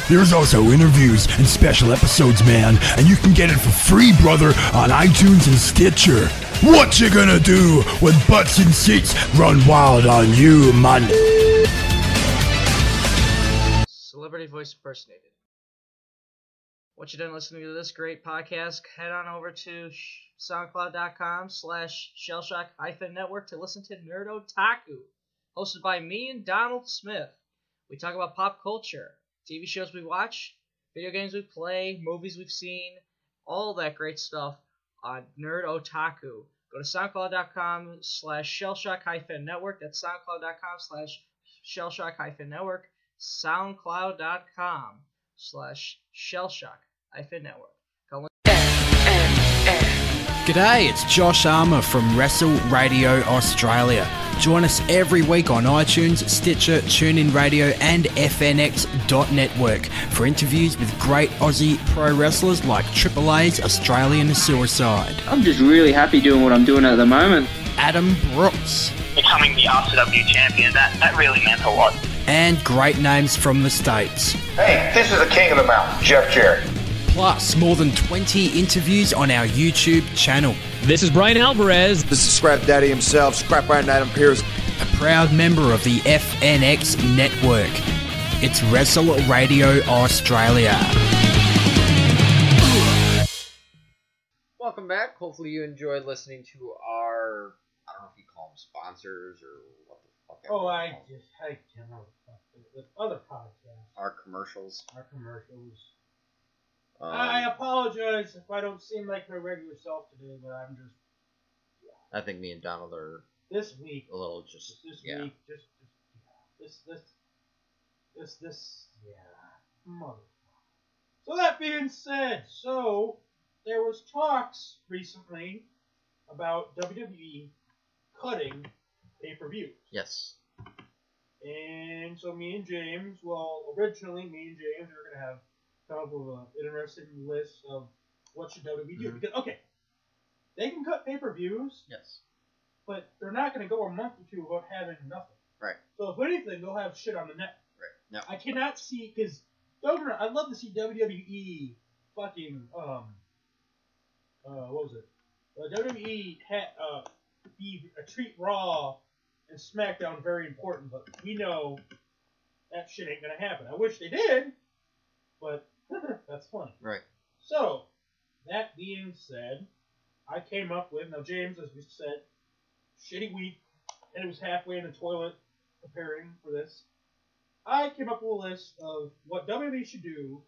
There's also interviews and special episodes, man, and you can get it for free, brother, on iTunes and Stitcher. What you gonna do when Butts and Seats run wild on you, man?
Celebrity voice impersonated. Once you're done listening to this great podcast, head on over to sh- soundcloud.com slash shellshock hyphen network to listen to Nerdotaku, hosted by me and Donald Smith. We talk about pop culture, TV shows we watch, video games we play, movies we've seen, all that great stuff on Nerd Otaku. Go to soundcloud.com slash shellshock hyphen network. That's soundcloud.com slash shellshock hyphen network soundcloud.com slash shellshock hyphen network.
G'day, it's Josh Armour from Wrestle Radio Australia. Join us every week on iTunes, Stitcher, TuneIn Radio, and FNX.network for interviews with great Aussie pro wrestlers like Triple A's Australian Suicide,
I'm just really happy doing what I'm doing at the moment.
Adam Brooks,
becoming the RCW champion, that, that really meant a lot.
and great names from the States.
Hey, this is the king of the mountain, Jeff Jarrett.
Plus, more than 20 interviews on our YouTube channel.
This is Brian Alvarez.
This is Scrap Daddy himself, Scrap Iron Adam Pierce.
a proud member of the FNX network. It's Wrestle Radio Australia.
Welcome back. Hopefully you enjoyed listening to our I don't know if you call them sponsors or what the fuck. I
Oh,
don't
I
know.
just I can't remember the fuck- the other podcast,
our commercials.
our commercials.
Um,
I apologize if I don't seem like my regular self today, but I'm just
I think me and Donald are
this week,
a little just
this
yeah.
week, just, just this this this this yeah, mother. So that being said, so there was talks recently about WWE cutting pay-per-views.
Yes.
And so me and James, well, originally me and James were gonna have come up with an interesting list of what should WWE do
Mhm.
because okay, they can cut pay per views,
Yes.
but they're not gonna go a month or two without having nothing.
Right.
So if anything, they'll have shit on the net.
Right.
I cannot see because don't get me wrong, I'd love to see WWE fucking um uh what was it? Uh, WWE had uh be uh, treat Raw and SmackDown very important, but we know that shit ain't gonna happen. I wish they did, but [LAUGHS] that's funny.
Now, right.
So, that being said, I came up with now James, as we said, shitty week, and it was halfway in the toilet preparing for this. I came up with a list of what WWE should do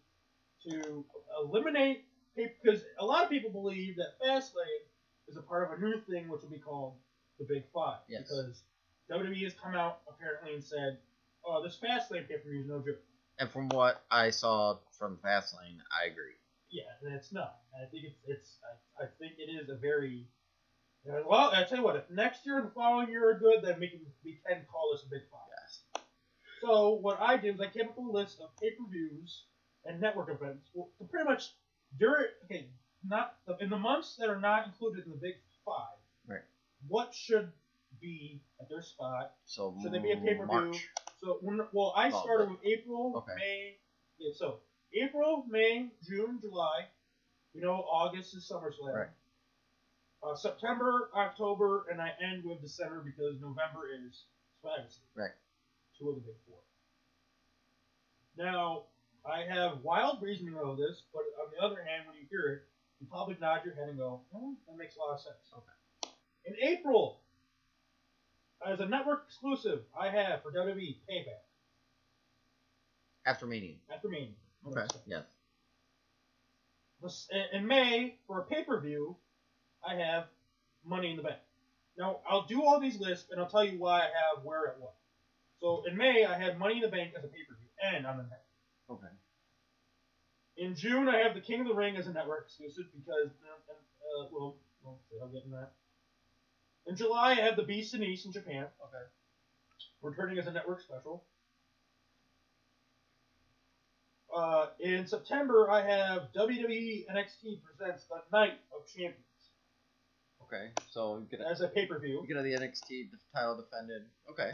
to eliminate because a lot of people believe that Fastlane is a part of a new thing which will be called the Big Five
Yes.
because WWE has come out apparently and said, "Oh, this Fastlane pay per view is no joke."
And from what I saw from Fastlane, I agree.
Yeah, and it's not. I think it's, it's I, I think it is a very there's a lot- I tell you what, if next year and the following year are good, then we can we can call this a big five. So what I did was I came up with a list of pay per views and network events will pretty much during okay not in the months that are not included in the big five.
Right.
What should be at their spot?
So
Should they be a pay per view?
March.
So when well I
Oh,
started
but-
with April,
okay.
May. Yeah, so April, May, June, July. You know August is SummerSlam.
Right.
Uh, September, October, and I end with December because November is Survivor Series.
Right.
Two of the big four. Now, I have wild reasoning of this, but on the other hand, when you hear it, you probably nod your head and go, hmm, that makes a lot of sense. Okay. In April, as a network exclusive, I have for WWE Payback
After Mania.
after Mania.
Okay. Yes.
This- in- In May, for a pay per view, I have Money in the Bank. Now, I'll do all these lists and I'll tell you why I have where at what. So, in May, I have Money in the Bank as a pay per view and on the network.
Okay.
In June, I have the King of the Ring as a network exclusive because, uh, uh, well, well, I'll get in that. In July, I have the Beast and East in Japan. Okay. Returning as a network special. Uh, in September, I have E WWE NXT presents the Night of Champions
Okay. So we get a,
as a pay-per-view.
we get the NXT title defended. Okay.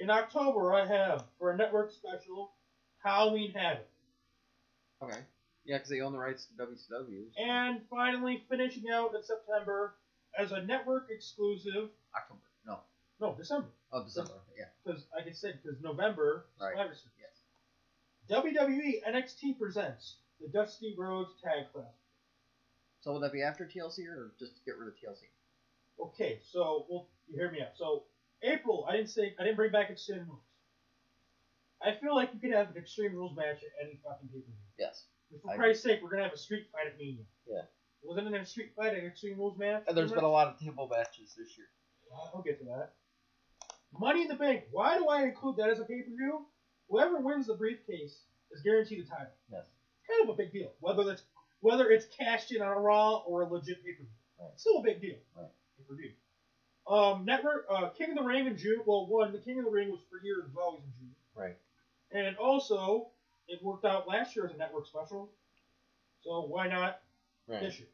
In October, I have for a network special Halloween Havoc,
Okay. Yeah, because they own the rights to WCW.
and finally finishing out in September as a network exclusive.
October. No.
No, December.
Oh, December. Yeah.
because like I said, because November is
Right.
Survivor Series.
Yes.
WWE NXT presents the Dusty Rhodes Tag Clash.
So will that be after TLC or just get rid of TLC?
Okay, so well, you hear me out. So April, I didn't say I didn't bring back Extreme Rules. I feel like you could have an Extreme Rules match at any fucking pay per view.
Yes.
For
I-
Christ's sake, we're gonna have a street fight at Mania.
Yeah.
Wasn't there a street fight at Extreme Rules match?
And there's been a lot of table matches this year.
I'll get to that. Money in the Bank. Why do I include that as a pay per view? Whoever wins the briefcase is guaranteed a title.
Yes.
kind of a big deal. Whether that's whether it's cashed in on a Raw or a legit pay per view,
Right.
still a big deal.
Right.
Pay per view. Um, network uh, King of the Ring in June. Well, one the King of the Ring was for years was always in June,
Right.
and also it worked out last year as a network special, so why not this year?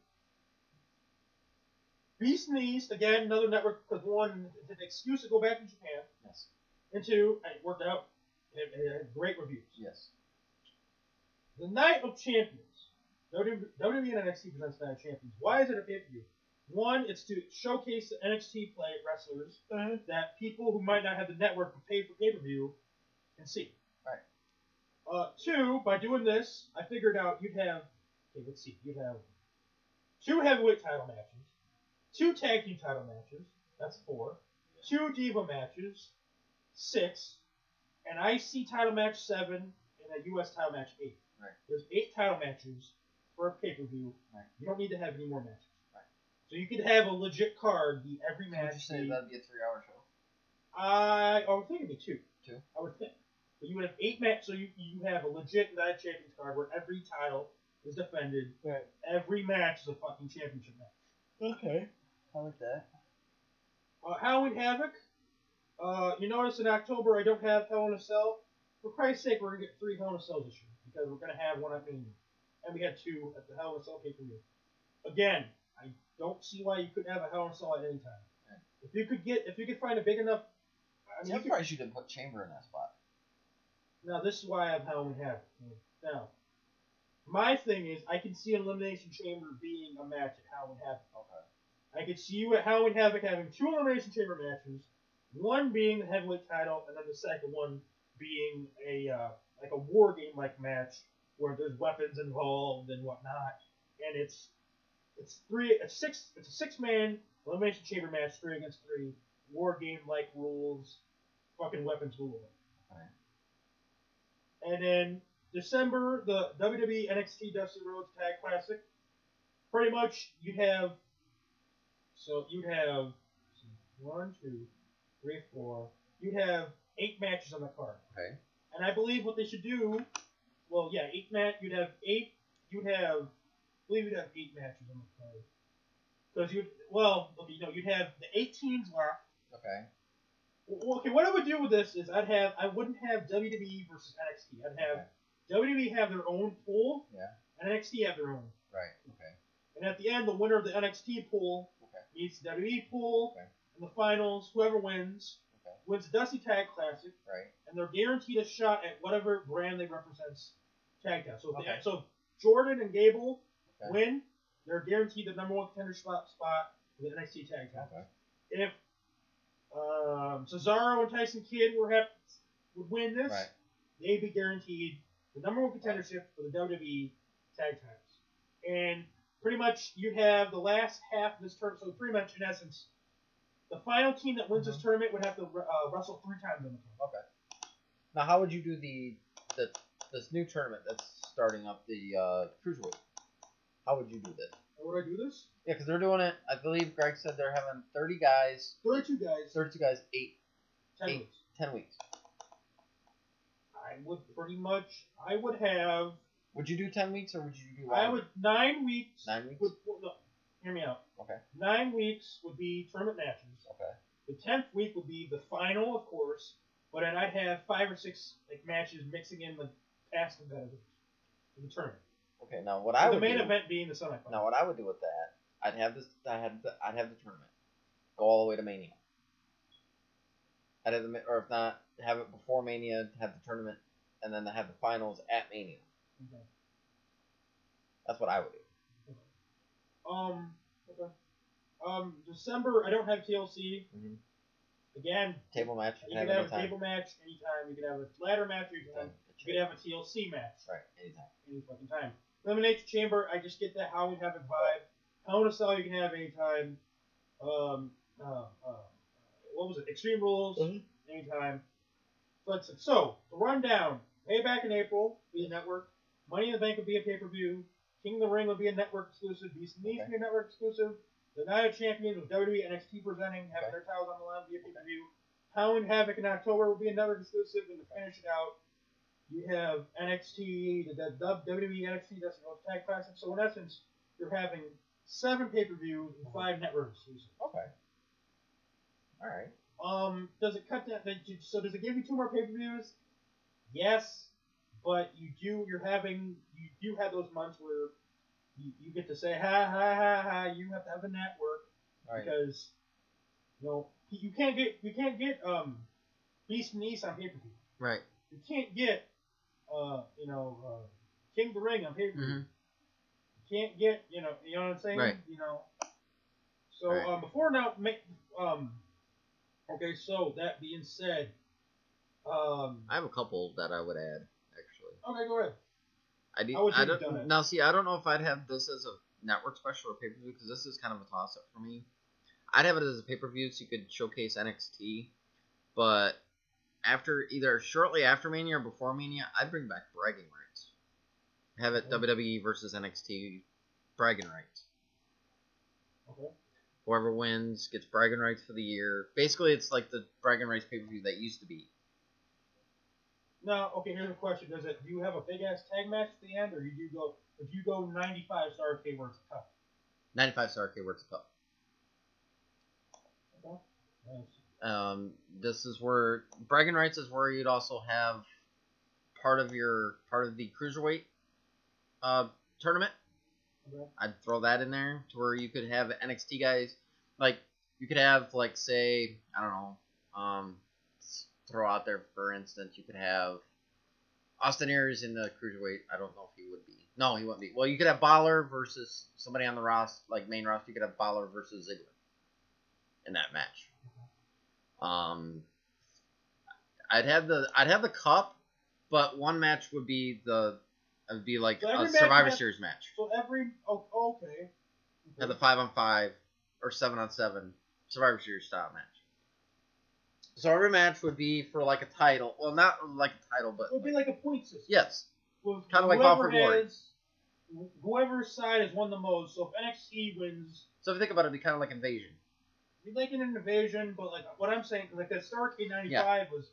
Beast in the East again, another network because one it's an excuse to go back to Japan,
Yes.
and two it worked out. It, it had great reviews.
Yes.
The Night of Champions. WWE and NXT presents Night of Champions. Why is it a pay-per-view? One, it's to showcase the NXT play wrestlers that people who might not have the network to pay for pay-per-view can see.
Right.
Uh, two, by doing this, I figured out you'd have, okay, let's see, you'd have two heavyweight title matches, two tag team title matches, that's four, two diva matches, six, an IC title match seven, and a US title match eight.
Right.
There's eight title matches for a pay per view.
Right.
You don't need to have any more matches.
Right.
So you could have a legit card be every
So would you
match.
say
be-
that'd be a three-hour show?
I oh, I would think it'd be two.
Two?
I would think. But you would have eight matches, so you you have a legit Night Champions card where every title is defended.
Right.
Every match is a fucking championship match.
Okay. I like that.
Uh, Halloween Havoc. Uh, you notice in October I don't have Hell in a Cell. For Christ's sake, we're gonna get three Hell in a Cells this year because we're gonna have one at Mania, and we had two at the Hell in a Cell pay per view. Again, I don't see why you couldn't have a Hell in a Cell at any time.
Right.
If you could get, if you could find a big enough, I
I'm
mean, you could-
surprised you didn't put Chamber in that spot.
now this is why I have Halloween Havoc. Now, my thing is I can see an Elimination Chamber being a match at Halloween Havoc. I could see you at Halloween Havoc having two Elimination Chamber matches, one being the heavyweight title, and then the second one being a uh, like a war game like match where there's weapons involved and whatnot, and it's it's three it's six it's a six man elimination chamber match three against three war game like rules, fucking weapons rule.
Alright.
And then December the E WWE NXT Dusty Rhodes Tag Classic. Pretty much you have so you have one, two, three, four. You have eight matches on the card.
Okay.
And I believe what they should do, well, yeah, eight match. You'd have eight. You'd have, I believe you'd have eight matches on the card. Because you'd, well, okay, no, you'd have the eight teams left.
Okay.
E Well, okay, what I would do with this is I'd have, I wouldn't have WWE versus NXT. I'd have WWE have their own pool,
Yeah.
and NXT have their own.
Right. Okay.
And at the end, the winner of the NXT pool meets the WWE pool, and the finals, whoever wins, wins the Dusty Tag Classic,
Right.
and they're guaranteed a shot at whatever brand they represents tag team. So, if they-
Okay.
so if Jordan and Gable
Okay.
win, they're guaranteed the number one contender spot, spot for the NXT tag team. If um, Cesaro and Tyson Kidd were hap- would win this,
Right.
they'd be guaranteed the number one contendership for the WWE tag titles. And pretty much you have the last half of this tournament. So pretty much in essence, the final team that
Mm-hmm.
wins this tournament would have to uh, wrestle three times in the tournament.
Okay. Now, how would you do the, the this new tournament that's starting up the uh, cruiserweight? How would you do this?
How would I do this?
Yeah, because they're doing it. I believe Greg said they're having 30 guys,
32 guys,
32 guys, eight,
10
eight,
weeks.
10 weeks.
I would pretty much, I would have,
Would you do 10 weeks or would you do?
I
longer?
would, nine weeks.
Nine weeks?
Would, well, no, hear me out.
Okay.
Nine weeks would be tournament matches.
Okay.
The tenth week would be the final, of course, but then I'd have five or six like matches mixing in the past competitors in the tournament.
Okay. Now, what I
the
would
main
do,
event being the semifinal.
Now, what I would do with that, I'd have this. I had. The, I'd have the tournament go all the way to Mania. I'd have the, ma- or if not, have it before Mania, have the tournament, and then have the finals at Mania.
Okay.
That's what I would do.
Um. Okay. Um. December. I don't have TLC
Mm-hmm.
again.
Table match.
You can have a table match anytime. You can have a ladder match anytime. You can have a TLC match
Right. Anytime.
any fucking time. Elimination Chamber. I just get that how we have it vibe. Hell in a Cell. You can have anytime. Um. Uh, uh, what was it? Extreme Rules. Anytime. So that's it. So the rundown. Payback in April. Be a network. Money in the Bank would be a pay per view. King of the Ring would be a network exclusive. Beast and Niche would be a network exclusive. The Night of Champions with E WWE NXT presenting, having their titles on the line via pay per view. Halloween Havoc in October will be another exclusive, and to finish it out, you have NXT, the, the E WWE NXT That's the World Tag Classic. So in essence, you're having seven pay per views and five network exclusives.
Okay. All right.
Um, does it cut that? that you, so does it give you two more pay per views? Yes, but you do. You're having you do have those months where you, you get to say ha ha ha ha. You have to have a network
Right.
because you know you can't get you can't get um Beast and East on pay per view.
Right.
You can't get uh you know uh, King of the Ring on pay per view. You can't get you know you know what I'm saying.
Mm-hmm. Right.
You know. So
Right.
um, before now, make um. Okay, so that being said, um,
I have a couple that I would add actually.
okay, go ahead.
I do.
How would you
I
have
don't
done it?
now. See, I don't know if I'd have this as a network special or pay per view because this is kind of a toss up for me. I'd have it as a pay per view so you could showcase NXT, but after either shortly after Mania or before Mania, I'd bring back bragging rights. Have it WWE versus NXT bragging rights.
Okay.
Whoever wins gets bragging rights for the year. Basically, it's like the bragging rights pay per view that used to be.
Now, okay, here's a question: Does it? Do you have a big ass tag match at the end, or you do go? If you go 95 star K words cup.
95 Star Arcade Works Cup.
Okay. Nice.
um, this is where bragging rights is where you'd also have part of your part of the cruiserweight uh, tournament.
Okay.
I'd throw that in there to where you could have NXT guys like you could have like say I don't know um, s- throw out there for instance you could have Austin Aries in the cruiserweight. I don't know if he would be. No, he wouldn't be. Well, you could have Balor versus somebody on the roster, like main roster. You could have Balor versus Ziggler in that match. Um, I'd have the I'd have the cup, but one match would be the it would be like
So every
a
match
Survivor
has-
Series match.
So every oh, okay.
Have the five on five or seven on seven Survivor Series style match. So every match would be for like a title. Well, not like a title, but
It would be like a point system.
yes,
With
Kinda like
whoever
Bound for Glory.
has- wh- Whoever side has won the most. So if NXT wins,
So if you think about it, it'd be kind of like Invasion.
you're making an invasion. But like what I'm saying, like that Starcade '95 was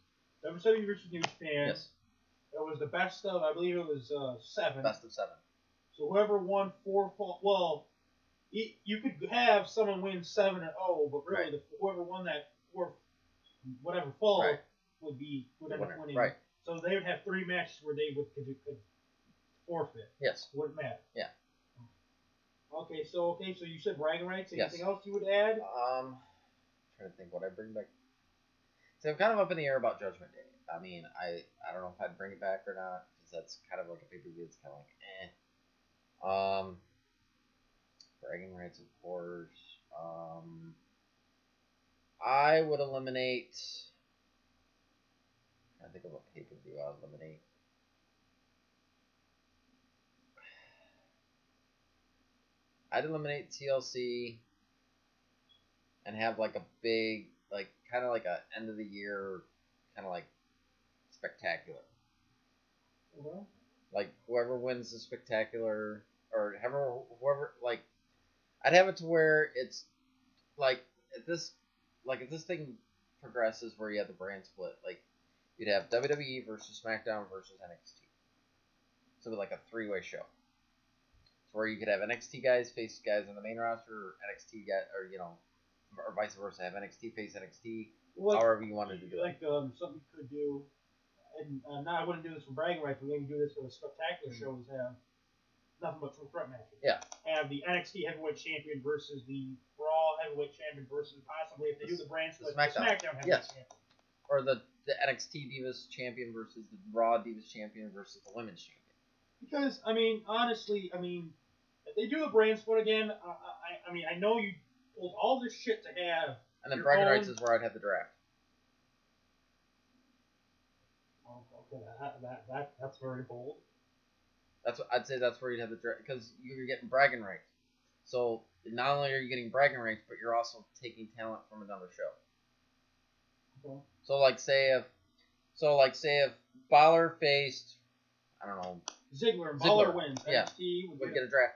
WWE versus New Japan.
Yes,
It was the best of, I believe it was uh, seven.
best of seven.
So whoever won four, fall, well, you, you could have someone win seven and oh, but really the, whoever won that four, whatever fall
Right.
would be would end up
Winner,
winning.
Right.
So they would have three matches where they would could, could forfeit.
Yes.
Wouldn't matter.
Yeah.
Okay, so okay, so you said bragging rights.
Yes.
Anything else you would add?
Um, trying to think what I bring back. So I'm kind of up in the air about Judgment Day. I mean, I I don't know if I'd bring it back or not because that's kind of like a pay per view. It's kind of like eh. Um, bragging rights, of course. Um, I would eliminate. I think of a pay per view. I'd eliminate. I'd eliminate TLC and have like a big, like kind of like a end of the year, kind of like spectacular. Like whoever wins the spectacular, or whoever, whoever, like I'd have it to where it's like if this, like if this thing progresses where you have the brand split, like you'd have WWE versus SmackDown versus NXT, so it'd be like a three-way show. It's where you could have NXT guys face guys on the main roster, or NXT guy, or you know, or vice versa, have NXT face NXT,
Well, like-
however you wanted to do it.
Like um, something you could do, and uh, now I wouldn't do this for bragging rights, but maybe do this for the spectacular shows. Have nothing but front matches.
Yeah.
Have the NXT Heavyweight Champion versus the Raw Heavyweight Champion versus possibly if they do the brand
the
split,
SmackDown.
Heavyweight
Yes.
Champion.
or the, the NXT Divas Champion versus the Raw Divas Champion versus the Women's Champion.
Because I mean, honestly, I mean, if they do a brand split again, I, I, I mean, I know you pulled all this shit to have.
And then
your
Bragging
own-
Rights is where I'd have the draft.
Oh, okay, that, that, that, that's very bold.
That's what, I'd say that's where you'd have the draft because you're getting Bragging Rights. So not only are you getting Bragging Rights, but you're also taking talent from another show.
Okay.
So like say if, so like say if Balor faced, I don't know,
Ziggler, and
Ziggler.
Baller wins.
Yeah.
NXT would
would
get-
get a draft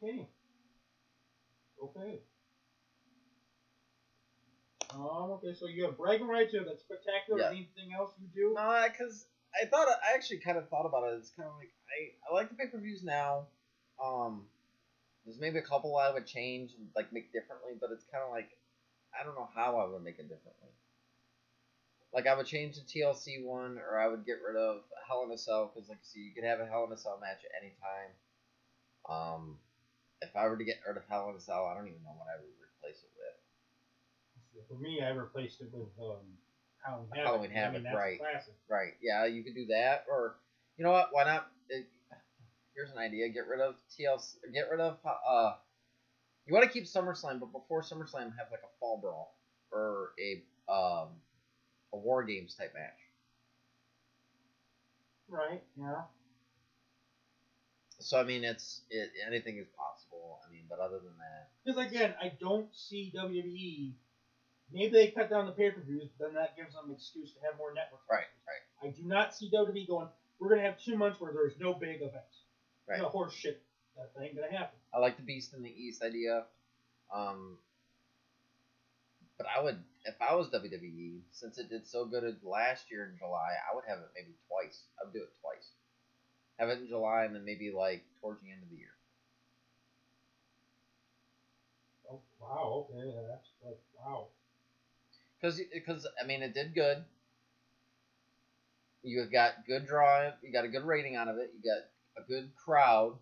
pick.
Okay. Okay. Um, okay, so you have bragging rights, you have that spectacular.
Yeah.
Anything else you do?
No, because I thought I actually kind of thought about it. It's kind of like I, I like the pay per views now. Um, there's maybe a couple I would change and like make differently, but it's kind of like I don't know how I would make it differently. Like I would change the TLC one, or I would get rid of Hell in a Cell because, like you see, you could have a Hell in a Cell match at any time. Um, if I were to get rid of Hell in a Cell, I don't even know what I would replace it with.
For me, I replaced it with um, Halloween Havoc.
Halloween
I
Havoc,
mean, that's
right.
Classic.
Right. Yeah, you could do that, or you know what? Why not? uh, Here's an idea: get rid of TLC, get rid of. Uh, you want to keep SummerSlam, but before SummerSlam, have like a fall brawl or a um, a War Games type match.
Right. Yeah.
So I mean, it's it, anything is possible. I mean, but other than that,
Because again, I don't see WWE. Maybe they cut down the pay-per-views, but then that gives them an excuse to have more network.
right, right,
I do not see WWE going. We're gonna have two months where there's no big events.
right.
No horse shit. That thing gonna happen.
I like the Beast in the East idea. Um, but I would, if I was WWE, since it did so good at last year in July, I would have it maybe twice. I would do it twice. Have it in July and then maybe like towards the end of the year.
Oh wow. Okay. yeah, That's like wow.
Because, I mean, it did good. You have got good draw. You got a good rating out of it. You got a good crowd.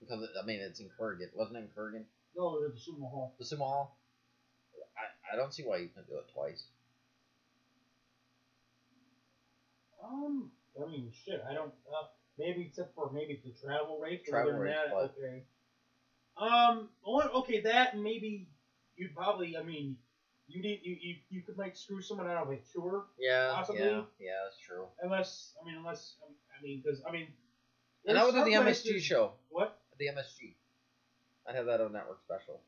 Because I mean, it's encouraging. Wasn't it encouraging?
No, it was the Sumo Hall.
The Sumo Hall. I, I don't see why you couldn't do it twice.
Um, I mean, shit, I don't. Uh, maybe except for maybe the travel rate. but
Travel
other than
rates,
that,
but-
okay. Um, well, okay, that and maybe you'd probably. I mean, you need you you, you could like screw someone out of a tour
Yeah,
Possibly.
yeah, yeah. That's true.
unless I mean unless I mean because I mean.
And I
there's
would do
some
the MSG
places-
show.
What?
The MSG. I'd have that on network special.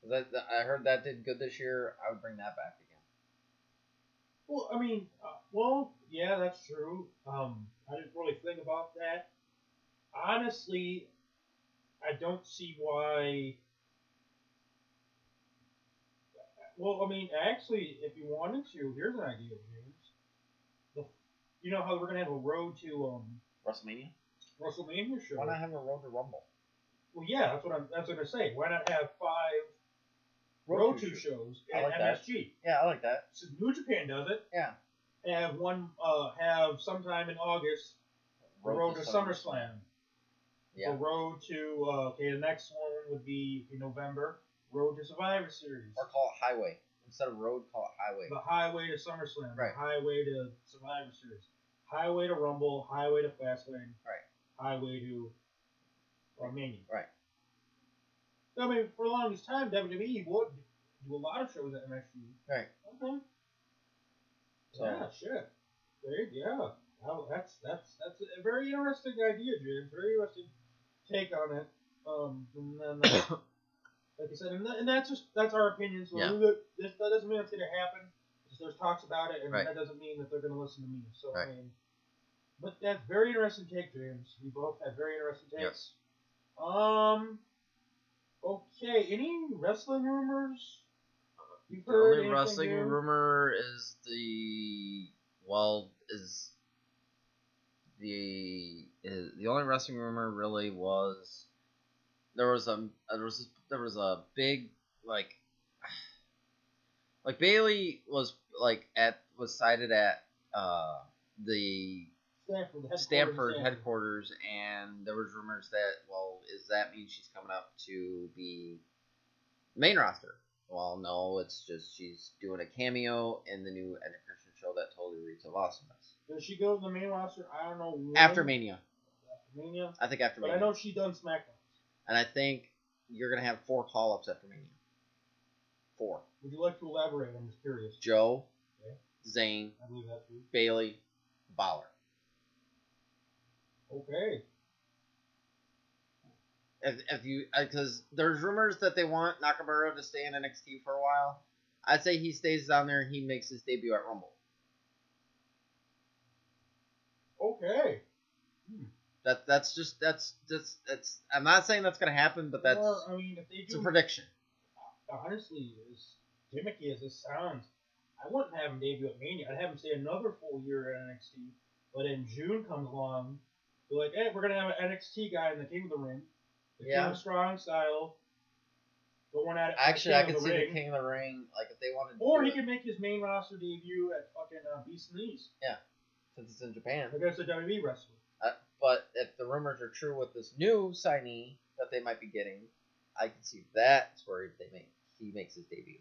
'Cause I, th- I heard that did good this year. I would bring that back again.
Well, I mean, uh, well, yeah, that's true. Um, I didn't really think about that. Honestly, I don't see why. Well, I mean, actually, if you wanted to, here's an idea, James. The, you know how we're gonna have a road to um,
WrestleMania?
WrestleMania show.
Why not have a Road to Rumble?
Well, yeah, that's what I'm. That's what I'm gonna say. Why not have five Roku shows
I
at
like that.
MSG.
Yeah, I like that.
So New Japan does it.
Yeah.
And have one uh, have sometime in August the road,
Road
to
to
SummerSlam.
Yeah.
The road to uh, okay, the next one would be in November. Road to Survivor Series.
Or call it Highway instead of Road, call it Highway.
The Highway to SummerSlam.
Right.
The Highway to Survivor Series. Highway to Rumble. Highway to Fastlane.
Right.
Highway to uh, Mania.
Right.
I mean, for the longest time, WWE would do a lot of shows at MSG.
Right.
Okay.
So-
yeah, shit. There, yeah. Wow, that's that's that's a very interesting idea, James. Very interesting take on it. Um, and then,
[COUGHS]
uh, like I said, and, that, and that's just that's our opinion. So
Yeah.
this, that doesn't mean it's gonna happen. Just there's talks about it, and
Right.
that doesn't mean that they're gonna listen to me. So
Right.
I mean, but that's very interesting take, James. We both had very interesting
Yes.
takes. Um. Okay. Any wrestling rumors? You've
The
heard
only
anything
wrestling
new?
rumor is the well is the is, the only wrestling rumor really was there was a there was there was a big like [SIGHS] like Bailey was like at was cited at uh the
Stanford headquarters.
Stanford
yeah.
headquarters, and there was rumors that well, is that mean she's coming up to be main roster? Well, no, it's just she's doing a cameo in the new Edge Christian show that totally reeks of awesomeness
Does she go to the main roster? I don't know. when.
after Mania.
After Mania.
I think after
But
Mania,
I know she done SmackDown.
and I think you're gonna have four call ups after Mania. Four:
Would you like to elaborate? I'm just curious.
Joe,
Okay.
Zane,
I believe that too.
Bailey, Balor.
Okay.
if, if you because there's rumors that they want Nakamura to stay in NXT for a while. I'd say he stays down there and he makes his debut at Rumble.
Okay.
That that's just that's that's that's. I'm not saying that's gonna happen, but that's
Or, I mean, if they
it's a
do,
prediction.
honestly, as gimmicky as this sounds, I wouldn't have him debut at Mania. I'd have him stay another full year at NXT. But then June comes along, they're like, hey, we're gonna have an NXT guy in the King of the Ring, the King
Yeah.
of Strong style. Going at it. for
Actually,
the King
I
of
could
the
see
Ring.
the King of the Ring like if they wanted.
Or
to
he
do it,
could make his main roster debut at fucking uh, Beast and the East
since it's in Japan.
against a WWE wrestler.
Uh, but if the rumors are true with this new signee that they might be getting, I can see that's where they make he makes his debut.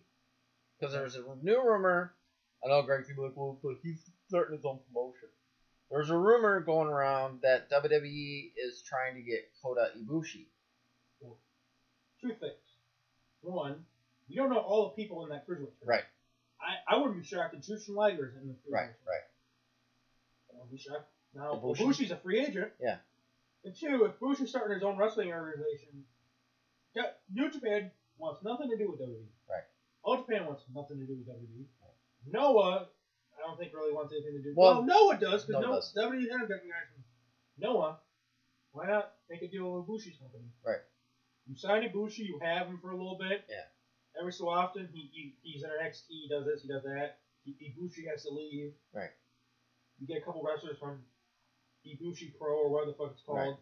Because there's a new rumor. I know Greg's gonna be like, well, but he's starting his own promotion. There's a rumor going around that WWE is trying to get Kota Ibushi.
Two things. One, we don't know all the people in that cruiserweight. tournament.
Right,
I, I wouldn't be shocked if Jushin Liger is in the
right,
cruiserweight.
right.
I wouldn't be shocked. Now,
Ibushi.
Ibushi's a free agent.
Yeah.
And two, if Ibushi's starting his own wrestling organization, yeah, New Japan wants nothing to do with WWE.
Right.
All Japan wants nothing to do with WWE. Noah, I don't think really wants anything to do. Well,
Well,
Noah does because
Noah
Noah, E
does.
WWE hasn't gotten guys from Noah. Why not make a deal with Ibushi's company?
Right.
You sign Ibushi, you have him for a little bit.
Yeah.
Every so often, he, he he's in NXT, he does this, he does that. He, Ibushi has to leave.
Right.
You get a couple wrestlers from Ibushi Pro or whatever the fuck it's called.
Right.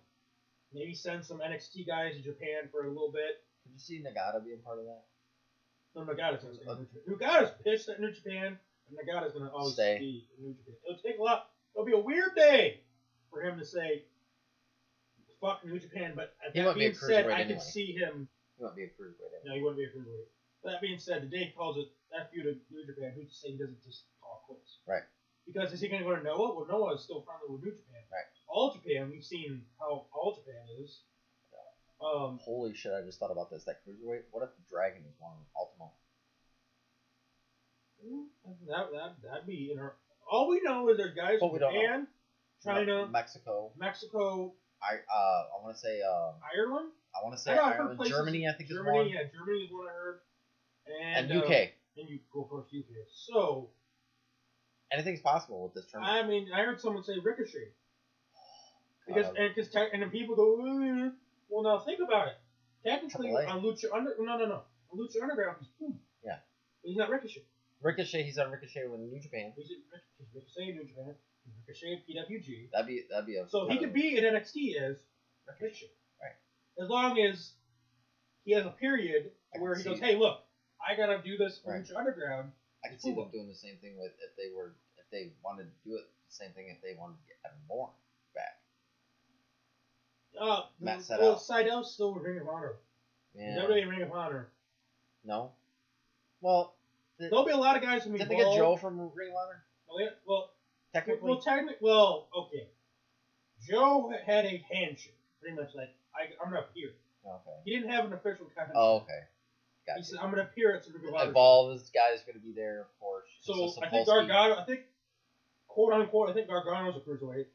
Maybe send some NXT guys to Japan for a little bit.
Did you see Nagata being part of that?
No, Nagata's gonna stay. in New Japan. Nagata's pissed at New Japan, and Nagata's gonna always
Uh, Stay.
be in New Japan. It'll take a lot. It'll be a weird day for him to say, "Fuck New Japan," but at
He
that
won't be a
being said,
cruiserweight
I can
anyway.
see him.
He might be a cruiserweight. eh?
No, he wouldn't be a cruiserweight. That being said, the day he calls it F you to New Japan, who's to say he doesn't just call it quits?
Right.
Because is he going to go to Noah? Well, Noah is still friendly with New Japan.
Right.
All Japan, we've seen how All Japan is. Um,
Holy shit! I just thought about this. That cruiserweight. What if the Dragon is one of them, Ultimo?
that, that, that'd be inter- All we know is there's guys
But
from
we don't know.
Japan, China,
Mexico.
Mexico,
I uh, I want to say um,
Ireland.
I want to say
know I've heard
Ireland,
places-
Germany. I think
Germany,
is one.
yeah, Germany is one I heard. And,
and
uh,
UK.
and you go first, UK. So,
Anything's possible with this tournament.
I mean, I heard someone say Ricochet. Because
Uh,
and because and then people go, "Ooh." well, now think about it. Technically,
Triple A.
on Lucha Under, no, no, no, on Lucha Underground, he's boom.
Yeah.
He's not Ricochet.
Ricochet, he's on Ricochet with New Japan.
He's Ricochet, he's Ricochet in New Japan. He's Ricochet in
That'd be that'd be a.
PWG. So he could be in NXT as Ricochet.
Right.
As long as he has a period
I
where
can
he goes,
see-
hey, look, I gotta do this for
Right.
Lucha Underground.
I could see them doing the same thing with if they were if they wanted to do it the same thing if they wanted to get Evan Bourne back.
Uh,
Matt Sydal.
well, Seidel's still with Ring of Honor.
Yeah.
WWE Ring of Honor.
No. Well, the-
There'll be a lot of guys who
did they get Joe from Ring of Honor?
Well,
Technically,
well, technically, well, okay. Joe had a handshake, pretty much like I, I'm gonna appear.
okay.
He didn't have an official contract.
Oh, okay.
He said,
Gotcha.
"I'm gonna appear at Super
Evolve this guy's going to be there, of course.
So
It's a
I think
Sapolsky-
Gargano, I think quote unquote, I think Gargano's a cruiserweight.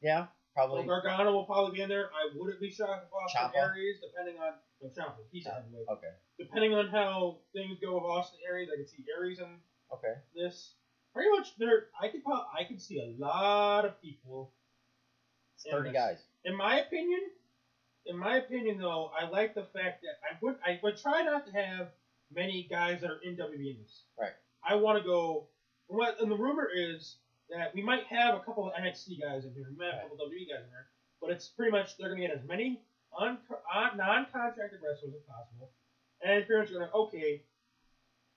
Yeah,
So
probably.
Gargano will probably be in there. I wouldn't be shocked if Austin
Ciampa?
Aries, depending on no, Ciampa, he's a heavyweight.
Okay.
Depending on how things go with Austin Aries, I could see Aries in
Okay.
this. Pretty much, there. I could prob- I could see a lot of people.
It's
in
thirty
this.
guys.
In my opinion, in my opinion though, I like the fact that I would I would try not to have many guys that are in WWE in this.
Right.
I want to go. What and the rumor is that we might have a couple of NXT guys in here, we might have a couple of WWE guys in there, but it's pretty much they're going to get as many un, uh, non-contracted wrestlers as possible, and pretty much going to okay,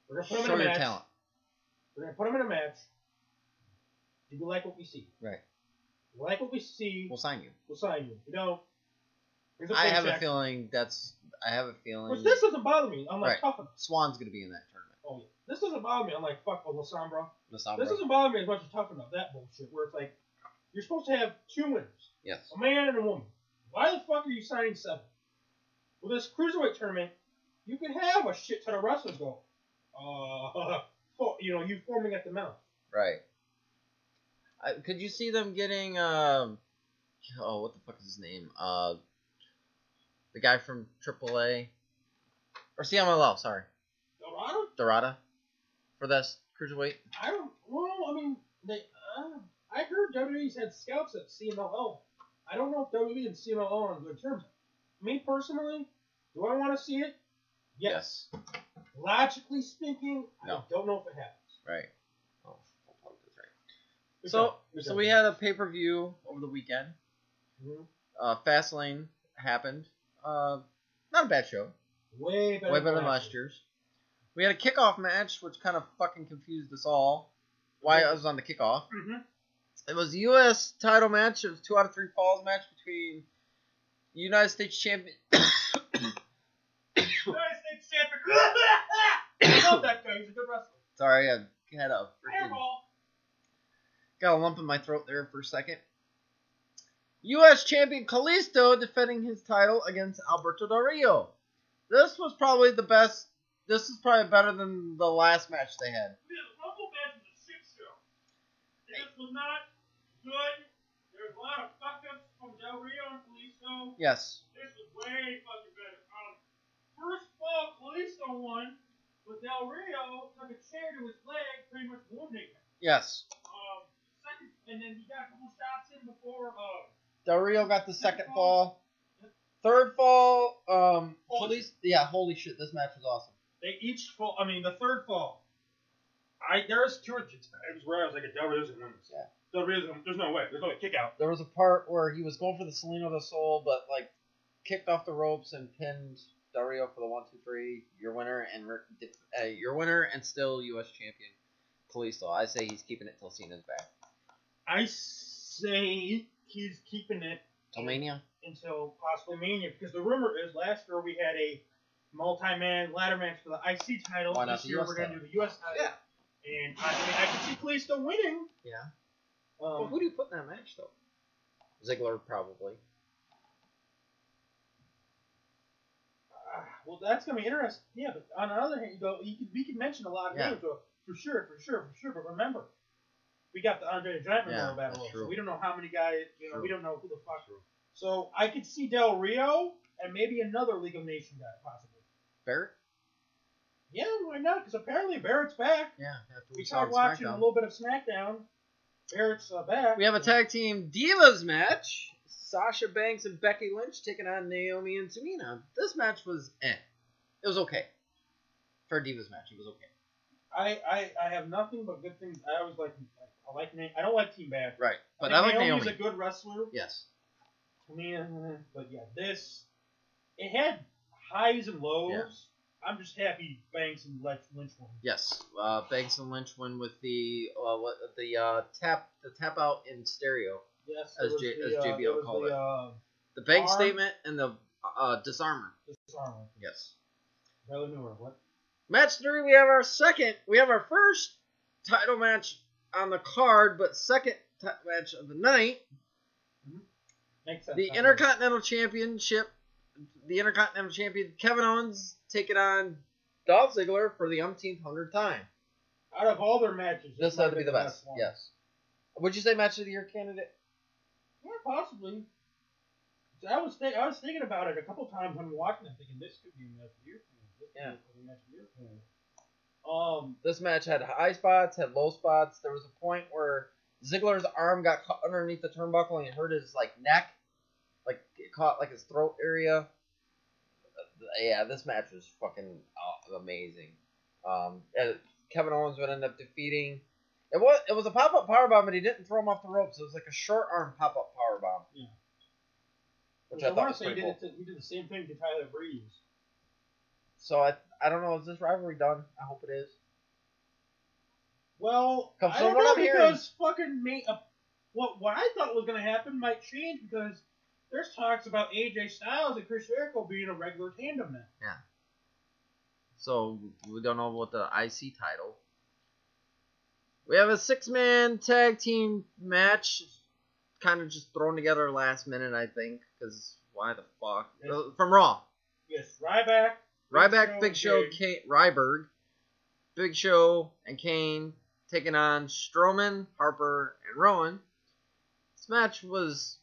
we're going to put them
Show
in a
your
match.
talent.
We're going to put them in a match. Do we like what we see?
Right.
We like what we see.
We'll sign you.
We'll sign you. You know, here's a
I have a
paycheck.
feeling that's. I have a feeling.
Which this doesn't bother me. I'm
Right.
like, tough enough.
Swan's going to be in that tournament.
Oh, yeah. This doesn't bother me. I'm like, fuck, well, Lasombra.
Masamba.
This doesn't bother me as much as tough enough. That bullshit, where it's like, you're supposed to have two winners,
Yes.
a man and a woman. Why the fuck are you signing seven? With this cruiserweight tournament, you could have a shit ton of wrestlers go, uh, [LAUGHS] oh, you know, you forming at the mouth.
Right. I, could you see them getting um? Oh, what the fuck is his name? Uh, the guy from AAA or CMLL. Sorry,
Dorado?
Dorada, for this cruiserweight.
I don't. Well, I mean, they. Uh, I heard WWE's had scouts at CMLL. I don't know if WWE and CMLL are on good terms. Me personally, do I want to see it? Yes. Logically speaking, I
No.
don't know if it happens.
Right. Oh, I'll plug this right. So, so we had a pay per view over the weekend.
Mhm.
Uh, Fastlane happened. Uh, not a bad show.
way better.
Way better than
than
last year's. We had a kickoff match, which kind of fucking confused us all. Why I was on the kickoff.
Mhm.
It was a U.S. title match. It was two out of three falls match between United States champion.
[LAUGHS] United States champion. I love that guy. He's a good wrestler.
[COUGHS] Sorry, I had a freaking
Fireball.
got a lump in my throat there for a second. U.S. champion Kalisto defending his title against Alberto Del Rio. This was probably the best. This is probably better than the last match they had.
Yeah, the Rumble match was a shit show. It just was not good. There was a lot of fuck ups from Del Rio and Kalisto.
Yes.
This was way fucking better. Um, first fall, Kalisto won, but Del Rio took a chair to his leg, pretty much wounding him.
Yes.
Um, second, and then he got a couple shots in before. Uh,
Del Rio got the second fall. Third fall. Um. Holy,
Holy
yeah. Holy shit! This match was awesome.
they each fall. I mean, the third fall. I there's two or three times where I was like, Del Rio's gonna win this.
Yeah.
Del Rio's gonna, there's no way. There's no way. Kick out.
There was a part where he was going for the Salino del Sol, but like kicked off the ropes and pinned Del Rio for the one, two, three. Your winner and re- uh, your winner and still U.S. champion, Kalisto. I say he's keeping it till Cena's back.
I say he's keeping it
Till Mania.
until possibly Mania because the rumor is last year we had a multi-man ladder match for the IC title.
Why not
this
the
year
US
we're going to
title?
do the US title. Yeah. And I, I mean, I can see Kalisto winning.
Yeah. But
Um,
who do you put in that match though? Ziggler probably.
uh, well, that's going to be interesting. Yeah, but on the other hand, you go, you could, we could mention a lot of
Yeah.
names, though, for sure, for sure, for sure. But remember, we got the Andre the Giant Memorial
Yeah,
Battle,
that's
Royal, so
true.
we don't know how many guys. You know,
True.
we don't know who the fuck. So I could see Del Rio and maybe another League of Nation guy possibly.
Barrett.
Yeah, why not? Because apparently Barrett's back.
Yeah. After
we
saw
start
on
watching
SmackDown.
a little bit of SmackDown. Barrett's uh, back.
We have a tag team divas match. Sasha Banks and Becky Lynch taking on Naomi and Tamina. This match was eh. It was okay. For a divas match, it was okay.
I, I, I have nothing but good things. I always like I like Na- I don't like Team Bad.
Right. But
think
I, like
Naomi's
Naomi.
a good wrestler. eh,
Yes.
Tamina, but yeah, this it had highs and lows. I'm just happy Banks and Lex Lynch won.
Yes, uh, Banks and Lynch win with the uh, what, the uh, tap the tap out in stereo,
Yes,
as,
it was
J,
the,
as
uh,
JBL
it was
called
the,
it.
Uh,
the bank
arm-
statement and the uh, disarmer.
disarmament.
Yes.
Really knew her. What?
Match three, we have our second, we have our first title match on the card, but second ti- match of the night.
Makes sense.
The
I know.
Intercontinental Championship, the Intercontinental Champion Kevin Owens taking on Dolph Ziggler for the umpteenth hundred time.
Out of all their matches,
This
might
had to
have
be the
been
best.
one.
Yes. Would you say match of the year candidate?
Yeah, possibly. So I was think, I was thinking about it a couple times when watching it, thinking this could be a match of the year. for me. This could
Yeah.
be a match of the year for me. Um,
This match had high spots, had low spots. There was a point where Ziggler's arm got caught underneath the turnbuckle and it hurt his like neck, like it caught like his throat area. Uh, Yeah, this match was fucking uh, amazing. Um, and Kevin Owens would end up defeating. It was it was a pop up power bomb, but he didn't throw him off the ropes. It was like a short arm pop up power bomb.
Yeah.
Which
I,
I thought
want
was
to say
pretty
he
cool.
did, it to, he did the same thing to Tyler Breeze.
So I I don't know is this rivalry done? I hope it is.
Well,
Come
I
from
don't
what
know
I'm hearing.
because fucking me, uh, what what I thought was gonna happen might change because there's talks about AJ Styles and Chris Jericho being a regular tandem now.
So we don't know what the IC title. We have a six-man tag team match, kind of just thrown together last minute, I think, because why the fuck?
Yes.
Uh, From Raw,
Yes, Ryback.
Ryback, Big Show,
Kane.
Kane, Ryberg, Big Show, and Kane taking on Strowman, Harper, and Rowan. This match was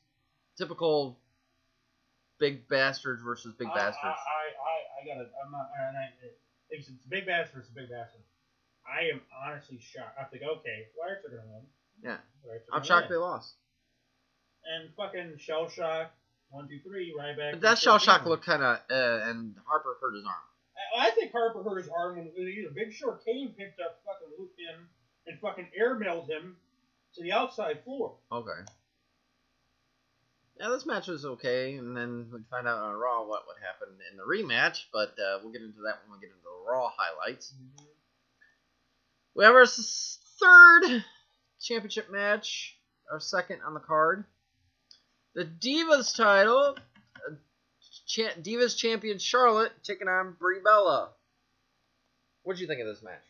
typical big bastards versus big bastards.
I, I, I, I gotta. I'm not. And I, it's, it's big bastard. It's a big bastard. I am honestly shocked. I think okay, Wyerts are gonna win.
yeah,
Wyerts are
I'm
gonna
shocked they
win.
lost.
And fucking shell shock. One, two, three. Ryback.
But that shell shock
Kane.
looked kind of, uh, and Harper hurt his arm.
I, I think Harper hurt his arm when either Big Show or Kane picked up fucking Luke him and fucking airmailed him to the outside floor.
Okay. Yeah, this match was okay, and then we find out on Raw what would happen in the rematch, but uh, we'll get into that when we get into the Raw highlights. We have our s- third championship match, our second on the card. The Divas title, uh, cha- Divas champion Charlotte taking on Brie Bella. What'd you think of this match?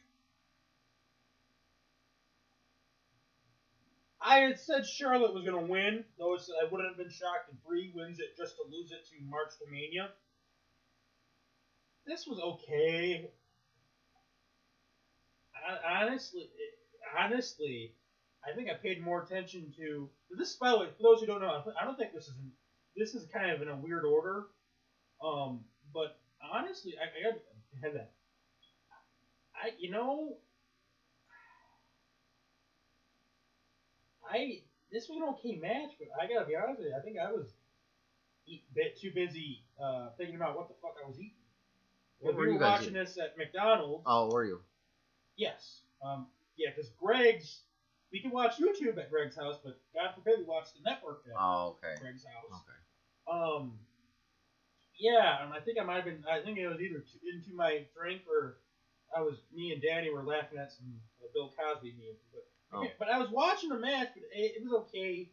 I had said Charlotte was going to win, though it's, I wouldn't have been shocked if Bree wins it just to lose it to March to Mania. This was okay. I, honestly, honestly, I think I paid more attention to this. By the way, for those who don't know, I don't think this is in, this is kind of in a weird order. Um, but honestly, I, I got I had that. I you know I this was an okay match, but I gotta be honest with you. I think I was eat, bit too busy uh, thinking about what the fuck I was eating.
What
Because
were
we
you
were
guys
watching
eating?
this at McDonald's.
Oh, were you?
Yes. Um, yeah, because Greg's. We can watch YouTube at Greg's house, but God forbid we watch the network at
Oh, okay.
Greg's house.
Okay.
Um, yeah, and I think I might have been. I think it was either t- into my drink or I was. Me and Danny were laughing at some uh, Bill Cosby meme, but
Oh.
but I was watching the match, but it, it was okay.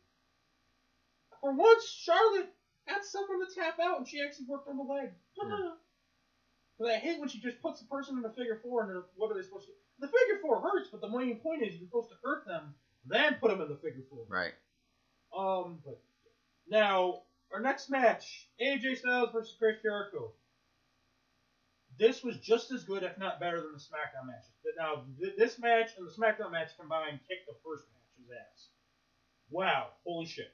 For once, Charlotte got someone to tap out, and she actually worked on the leg.
Yeah.
[LAUGHS] But I hate when she just puts the person in the figure four, and they're- what are they supposed to? The figure four hurts, but the main point is you're supposed to hurt them, then put them in the figure four.
Right.
Um, but now our next match: AJ Styles versus Chris Jericho. This was just as good, if not better, than the SmackDown match. But now th- this match and the SmackDown match combined kicked the first match's ass. Wow! Holy shit!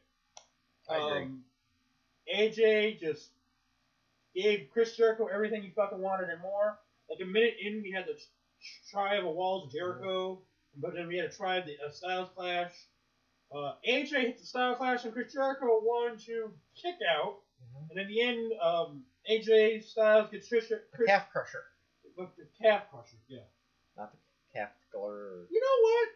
I agree.
Um, AJ just gave Chris Jericho everything he fucking wanted and more. Like a minute in, we had the ch- try of a Walls of Jericho,
Mm-hmm.
but then we had a try of the a Styles Clash. Uh, AJ hit the Style Clash and Chris Jericho won to kick out,
Mm-hmm.
and in the end, um, AJ Styles gets Trish,
The
Chris
calf crusher.
with the calf crusher. Yeah.
Not the calf glur.
You know what?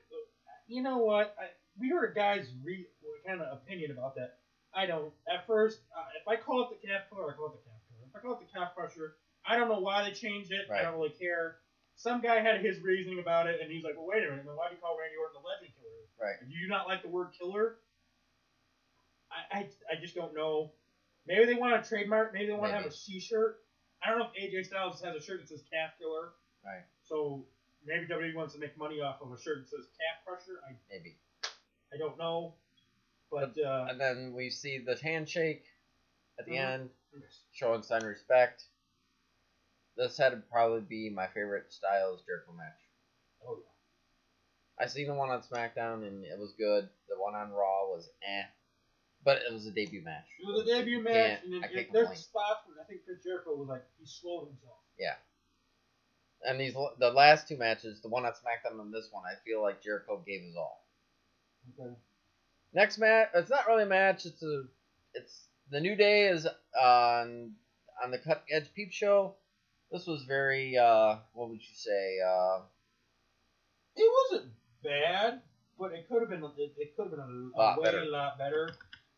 You know what? I, we heard a guy's re, kind of opinion about that. I don't. At first, uh, if I call it the calf killer, I call it the calf killer. If I call it the calf crusher, I don't know why they changed it. I don't really care. Some guy had his reasoning about it, and he's like, "Well, wait a minute. Then why do you call Randy Orton a legend killer?
Right.
Do you not like the word killer?" I I, I just don't know. Maybe they want to trademark. Maybe they want to have a T-shirt. I don't know if AJ Styles has a shirt that says Calf Killer.
Right.
So maybe WWE wants to make money off of a shirt that says Calf Crusher. I
maybe.
I don't know. But uh,
and then we see the handshake at the
Mhm.
end, showing sign of respect. This had to probably be my favorite Styles Jericho match.
Oh
I seen the one on SmackDown and it was good. The one on Raw was eh, but it was a debut match.
It was a debut match,
Yeah,
and then
I can't
there's
complain.
a spot where I think Chris Jericho was like he slowed himself.
Yeah. And these the last two matches, the one on SmackDown and this one, I feel like Jericho gave his all.
Okay.
Next match, it's not really a match. It's a, it's the New Day is on on the Cut Edge Peep Show. This was very, uh, what would you say? Uh,
It wasn't bad, but it could have been it, it could have been a, a
Lot
way
better.
lot better.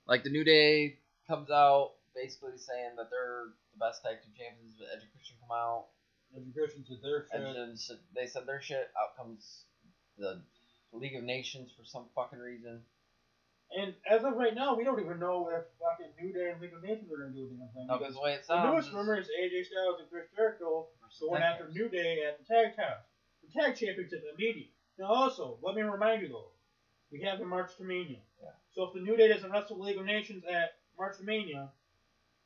like the New Day comes out basically saying that they're the best tag team champions. But Edge and Christian come out,
Education to their
and
shit.
then s- they said their shit. Out comes the League of Nations for some fucking reason.
And as of right now, we don't even know if fucking New Day and League of Nations are gonna do a damn thing.
No, 'cause the way it
Oh. the
sounds
newest
is-
rumor is AJ Styles and Chris Jericho going
tag
after New Day at the Tag House. The Tag Championship at Mania. Now also, let me remind you though, we have the March to Mania.
Yeah.
So if the New Day doesn't wrestle League of Nations at March to Mania,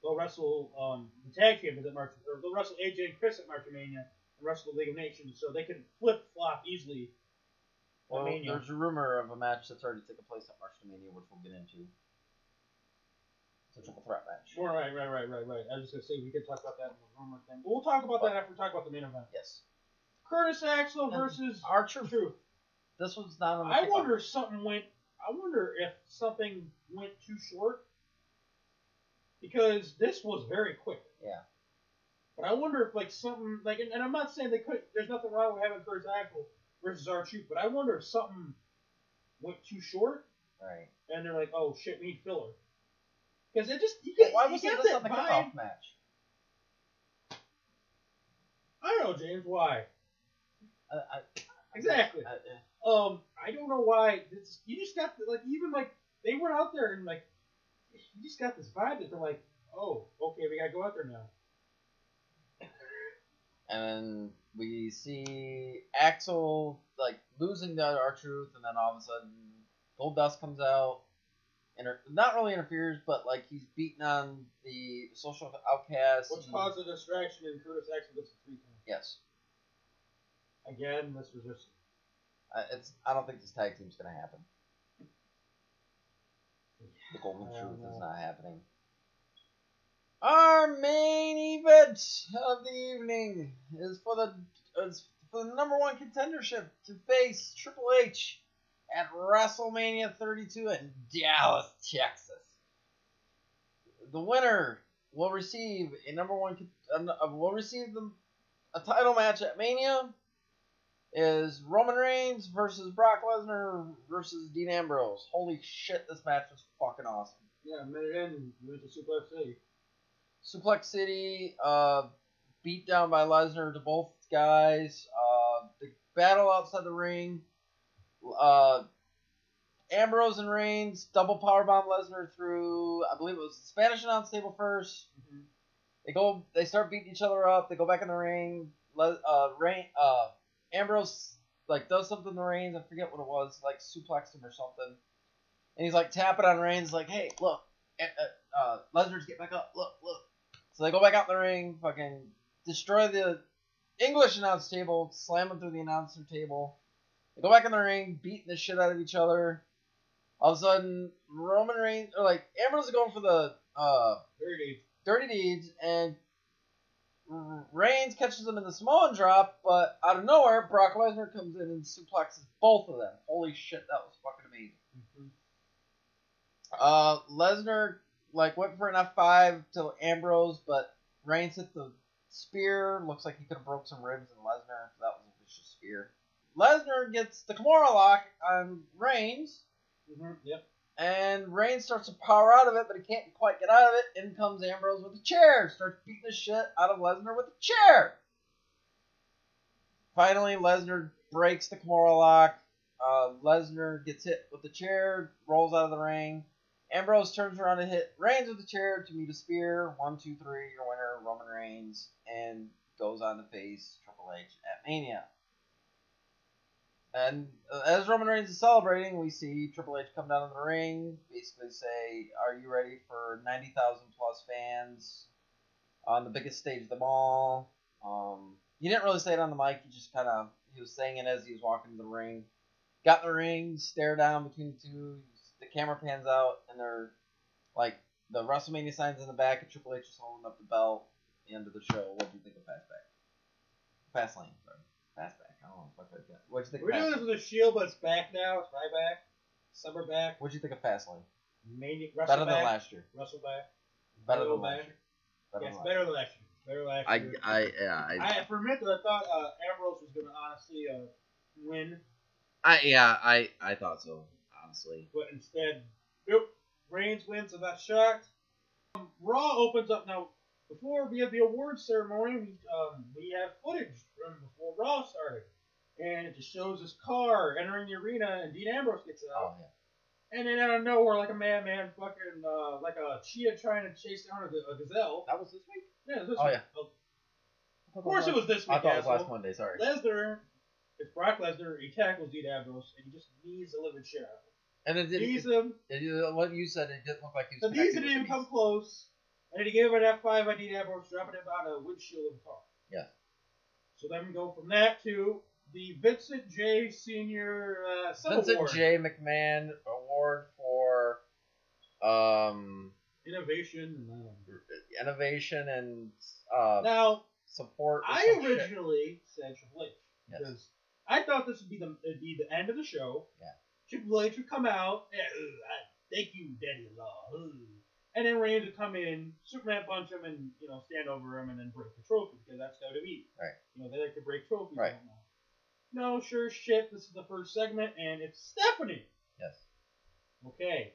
they'll wrestle um, the Tag Champions at March, or they'll wrestle AJ and Chris at March to Mania and wrestle the League of Nations, so they can flip flop easily. at
Well,
Mania.
there's a rumor of a match that's already taken place at March Mania, which we'll get into. It's a triple threat match.
Well, right, right, right, right, right. I was just gonna say we could talk about that in the rumor thing. But we'll talk about that after we talk about the main event.
Yes.
Curtis Axel
And
versus
our truth.
Truth.
This one's not on the
I
kickoff.
wonder if something went. I wonder if something went too short because this was very quick.
Yeah.
But I wonder if like something like, and, and I'm not saying they could. There's nothing wrong with having Curtis Axel versus our Truth, but I wonder if something went too short
Right.
and they're like, oh shit, we need filler. Because it just you
But
get,
why
you
was
get
it this
that
on the
vibe
kickoff match?
I don't know, James, why.
I, I,
Exactly.
I, I-
Um, I don't know why. It's, you just got the, like even like they were out there and like you just got this vibe that they're like, oh, okay, we gotta go out there now.
and we see Axel like losing to our truth, and then all of a sudden Gold Dust comes out, inter- not really interferes, but like he's beating on the social outcast.
Which
and-
caused a distraction and Curtis actually gets a free count.
Yes,
Again, this was just
I, it's. I don't think this tag team's gonna happen. The Golden
I don't
Truth is
know.
not happening. Our main event of the evening is for the is for the number one contendership to face Triple H at WrestleMania 32 in Dallas, Texas. The winner will receive a number one con- uh, will receive the, a title match at Mania. Is Roman Reigns versus Brock Lesnar versus Dean Ambrose. Holy shit, this match was fucking awesome.
yeah, minute in we went to Suplex City.
Suplex City, uh, beat down by Lesnar to both guys. Uh, the battle outside the ring. Uh, Ambrose and Reigns double powerbomb Lesnar through. I believe it was the Spanish announce table 1st
Mhm.
They go. They start beating each other up. They go back in the ring. Le, uh, Reign, uh, Ambrose like does something to Reigns. I forget what it was. Like suplexed him or something. And he's like tapping on Reigns, like, "Hey, look, eh, eh, uh, Lesnar's get back up. Look, look." So they go back out in the ring, fucking destroy the English announce table, slam them through the announcer table. They go back in the ring, beating the shit out of each other. All of a sudden, Roman Reigns, or like Ambrose is going for the uh,
Dirty.
dirty deeds, and Reigns catches him in the Samoan drop, but out of nowhere, Brock Lesnar comes in and suplexes both of them. Holy shit, that was fucking amazing. Uh, Lesnar like went for an F five to Ambrose, but Reigns hit the spear. Looks like he could have broke some ribs in Lesnar. That was a vicious spear. Lesnar gets the Kimura lock on Reigns,
Mm-hmm. Yep.
And Rain starts to power out of it, but he can't quite get out of it. In comes Ambrose with a chair. Starts beating the shit out of Lesnar with a chair. Finally, Lesnar breaks the Kimura lock. Uh, Lesnar gets hit with the chair, rolls out of the ring. Ambrose turns around and hit Reigns with the chair to meet a spear. One, two, three, your winner, Roman Reigns, and goes on to face Triple H at Mania. And uh, as Roman Reigns is celebrating, we see Triple H come down to the ring, basically say, "Are you ready for 90,000 plus fans on the biggest stage of them all?" Um, he didn't really say it on the mic. He just kind of he was saying it as he was walking to the ring. Got in the ring, stare down between the two. The camera pans out, and they're like the WrestleMania signs in the back, and Triple H is holding up the belt. The end of the show. What do you think of Fastback? Fastlane, sorry, Fastback. I don't know what that. What do you think?
We're
of
doing
Fastlane?
this with a shield, but it's back now. It's right back. Summer back.
What'd you think of Fastlane?
Mania.
Better
Wrestle
than
back.
last year.
Wrestle back.
Better
Wrestle
than last
back.
year. Better
Yes,
than last
better than last year. Better last
I,
year.
I, yeah, I,
I, for a minute, there, I thought uh, Ambrose was going to honestly uh, win,
I, yeah, I, I thought so. Honestly,
but instead, nope, Reigns wins. I'm not shocked. Um, Raw opens up now. Before we have the awards ceremony, we, um, we have footage from before Raw started, and it just shows this car entering the arena, and Dean Ambrose gets out,
oh yeah,
and then out of nowhere, like a madman, fucking uh, like a cheetah trying to chase down a, g- a gazelle.
that was this week.
Yeah, this
Oh,
week.
yeah.
Of course, it was this week.
I thought it was
asshole.
last Monday. Sorry.
Lesnar, it's Brock Lesnar. He tackles Dean Ambrose and he just knees the living shit out
And it
of him.
didn't.
Knees him.
it- it- what you said, it didn't look like he
The
was.
knees
connected
didn't
with
even
the
come
knees.
close. And then he gave him an F5 on Dean Ambrose, dropping him on a windshield of a car.
Yeah.
So then we go from that to the Vincent J. Senior uh, Sub
Vincent
Award
J. McMahon Award for um,
innovation. and, uh,
innovation and uh,
Now
support. or
I
some shit.
originally said Triple H
Yes.
because I thought this would be the it'd be the end of the show.
Yeah.
Triple H would come out. Yeah, ugh, I- thank you, Daddy Law. ugh. And then Reigns would come in, Superman punch him, and you know stand over him, and then break the trophy because that's WWE.
Right.
You know they like to break trophies.
Right.
and whatnot. No, sure, shit. This is the first segment, and it's Stephanie.
Yes.
Okay.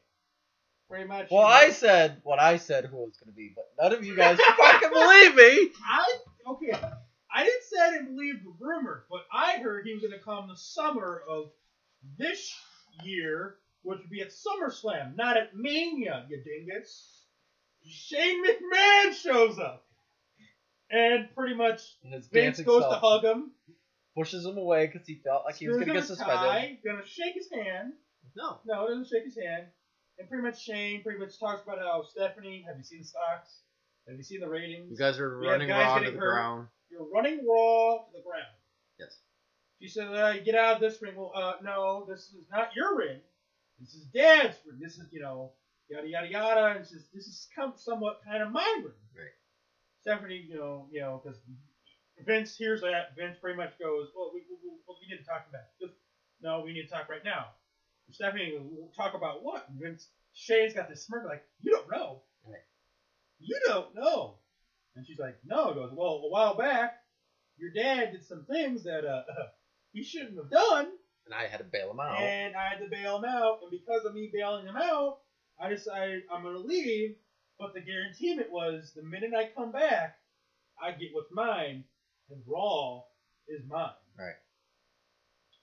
Pretty much.
Well,
you know,
I said what I said who it was going to be, but none of you guys fucking believe me.
I okay. I didn't say I didn't believe the rumor, but I heard he was going to come the summer of this year, which would be at SummerSlam, not at Mania, you dingus. Shane McMahon shows up, and pretty much
And his
Vince
dancing
goes
self
to hug him.
pushes him away because he felt like he was
screws
going to
him
get
a
suspended.
tie, Gonna shake his hand.
No.
No, it doesn't shake his hand. And pretty much Shane pretty much talks about how Stephanie, have you seen the stocks? Have you seen the ratings?
You guys are
We have running guys Raw to getting the hurt. ground. You're running raw to the ground.
Yes.
She said, uh, "Get out of this ring." Well, uh, no, this is not your ring. This is Dad's ring. This is, you know, yada yada yada. And she says, "This is come somewhat kind of my ring."
Right.
Stephanie, you know, you know, because Vince hears that. Vince pretty much goes, "Well, we, we, we, we need to talk about it. Just- No, we need to talk right now." And Stephanie, goes, "We'll talk about what? And Vince Shane's got this smirk like, "You don't know.
Right.
You don't know." And she's like, "No." He goes, "Well, a while back." Your dad did some things that uh, [LAUGHS] he shouldn't have done.
And I had to bail him out.
And I had to bail him out, and because of me bailing him out, I decided I'm gonna leave. But the guarantee of it was the minute I come back, I get what's mine, and Raw is mine.
Right.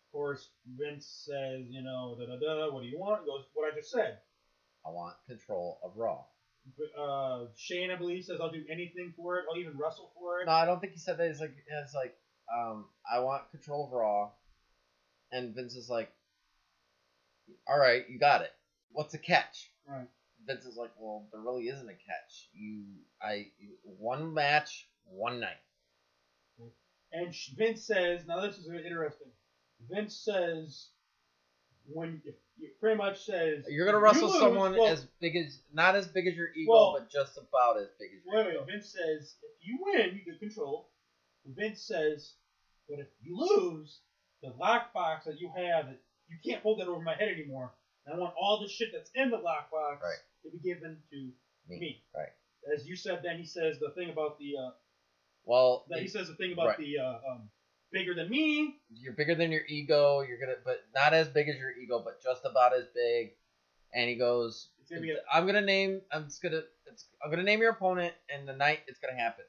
Of course, Vince says, you know, da da da. What do you want? He goes, what I just said.
I want control of Raw.
Uh, Shane, I believe, says I'll do anything for it. I'll even wrestle for it.
No, I don't think he said that. He's like, it's like, um, I want control of Raw. And Vince is like, all right, you got it. What's the catch?
Right.
Vince is like, well, there really isn't a catch. You, I, you- one match, one night.
And sh- Vince says, now this is interesting. Vince says, when you, you pretty much says,
You're gonna
"You
wrestle
lose,"
someone
well,
as big as, not as big as your ego,
Well-
but just about as big as your
Wait, wait,
ego.
Vince says, if you win, you get control. Vince says, but if you lose, the lockbox that you have, you can't hold that over my head anymore. And I want all the shit that's in the lockbox
Right.
to be given to
Me.
me.
Right.
As you said, then he says the thing about the uh,
Well,
that he
it-
says the thing about
Right.
the uh, um, bigger than me.
you're bigger than your ego. You're gonna, but not as big as your ego, but just about as big. and he goes, "I'm gonna name. I'm just gonna. It's, I'm gonna name your opponent, and the night it's gonna happen."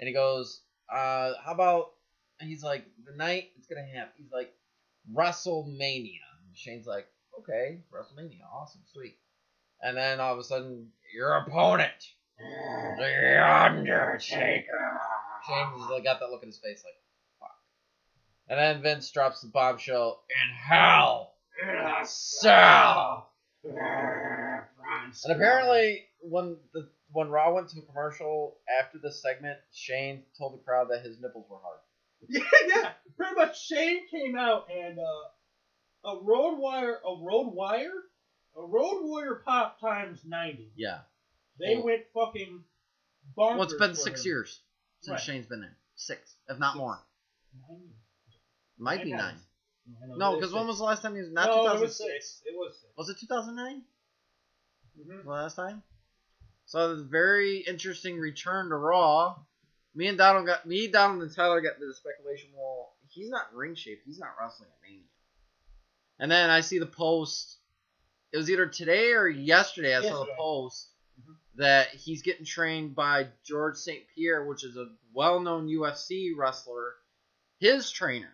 And he goes, "Uh, how about?" And he's like, "The night it's gonna happen." He's like, "WrestleMania." And Shane's like, "Okay, WrestleMania, awesome, sweet." And then all of a sudden, your opponent, The Undertaker. Shane's like got that look in his face, like, "Fuck." And then Vince drops the bombshell in hell. In a cell.
[LAUGHS]
And apparently, when the when Raw went to commercial after this segment, Shane told the crowd that his nipples were hard.
[LAUGHS] Yeah, yeah. Pretty much, Shane came out and uh, a road wire, a road wire, a road warrior pop times ninety.
Yeah.
They
Well-
went fucking bonkers.
well, it's been
for
six
him.
years since
Right.
Shane's been there. Six, if not more.
Nine years.
Might be
Nine.
nine.
I know,
No,
it is
because when
six.
was the last time he was not
No, it was
2006?
six. It was six.
Was it 2009?
Mhm.
The last time. So it was a very interesting return to Raw. Me and Donald got me, Donald, and Tyler got the speculation. Well, he's not ring shaped. He's not wrestling at Mania. And then I see the post. It was either today or yesterday. I saw the
Yesterday.
post that he's getting trained by George St. Pierre, which is a well-known UFC wrestler. His trainer.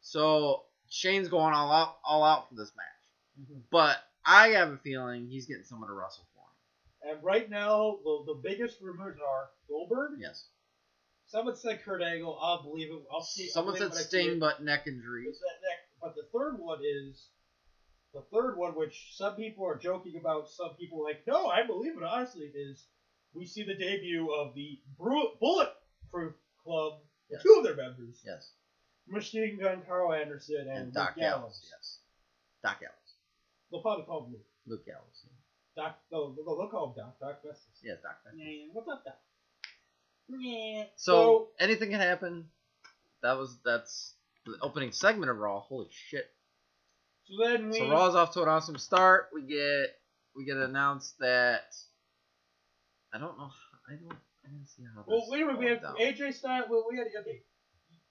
So Shane's going all out, all out for this match. But I have a feeling he's getting someone to wrestle for him.
And right now, the, the biggest rumors are Goldberg.
Yes.
Someone said Kurt Angle. I'll believe it. I'll see. I'll
Someone said
believe it when I see
Sting,
it.
but neck injury.
It's that neck. But the third one is the third one, which some people are joking about. Some people are like, no, I believe it. Honestly, is we see the debut of the Bru- Bulletproof Club.
Yes.
Two of their members,
Yes.
Machine Gun Carl Anderson and,
And Doc
Luke Gallows.
Gallows. Yes. Doc Gallows.
They'll probably call him Luke.
Luke Gallows.
Doc. No, they'll they'll call him Doc. Doc Bestis.
Yes, Doc Gallows.
Yeah, what's up, Doc? Yeah.
So, anything can happen. That was that's the opening segment of Raw. Holy shit.
So then we.
So Raw's off to an awesome start. We get we get announced that I don't know I don't I didn't see how this
Well, wait a minute. We
went
had
down.
AJ Styles. Well, we had okay.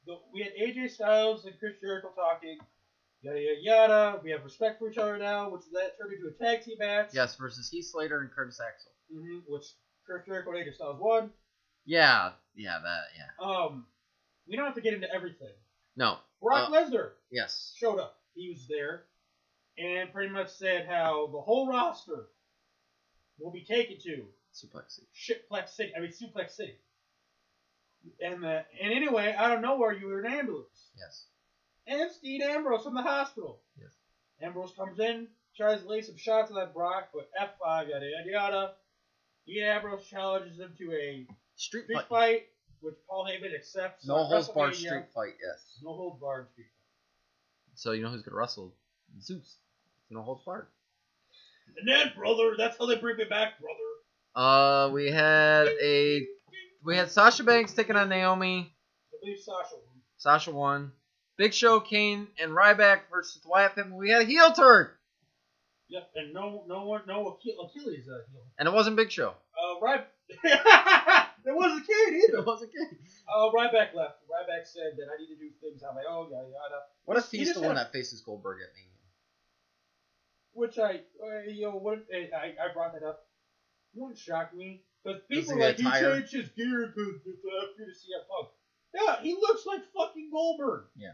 The- We had AJ Styles and Chris Jericho talking. Yada yada yada. We have respect for each other now, which that turned into a tag team match.
Yes, versus Heath Slater and Curtis Axel.
hmm which Chris Jericho and AJ Styles won.
Yeah, yeah, that, yeah.
Um, we don't have to get into everything.
No.
Brock
Uh,
Lesnar
Yes.
showed up. He was there, and pretty much said how the whole roster will be taken to
Suplexing.
Shitplex City. I mean Suplex City. And uh, and anyway, out of nowhere, you were an ambulance.
Yes.
And it's Dean Ambrose from the hospital.
Yes.
Ambrose comes in, tries to lay some shots on that Brock, but F5, yada yada yada. Dean Ambrose challenges him to a
Street,
street
fight.
fight, which Paul Heyman accepts.
No
at
holds barred
WrestleMania.
street fight, yes.
No holds barred street
So you know who's going to wrestle? Zeus. No holds barred.
fight. And then, brother, that's how they bring me back, brother.
Uh, we had a. We had Sasha Banks taking on Naomi.
I believe Sasha won.
Sasha won. Big Show, Kane, and Ryback versus Wyatt Family. We had a heel turn!
Yep, and no, no one, no Achille- Achilles uh, heel.
And it wasn't Big
[LAUGHS]
Show.
Uh, right. there wasn't Kane either.
It wasn't Kane.
Uh, Ryback left. Ryback said that I need to do things on my own, yada yada.
What if
He
he's
just
the one
had-
that faces Goldberg at Mania?
Which I, uh, you know, what eh, I, I brought that up. It wouldn't shock me because
Does
people
he
are like he
attire?
changed his gear because it's after to see a punk. Yeah, he looks like fucking Goldberg.
Yeah.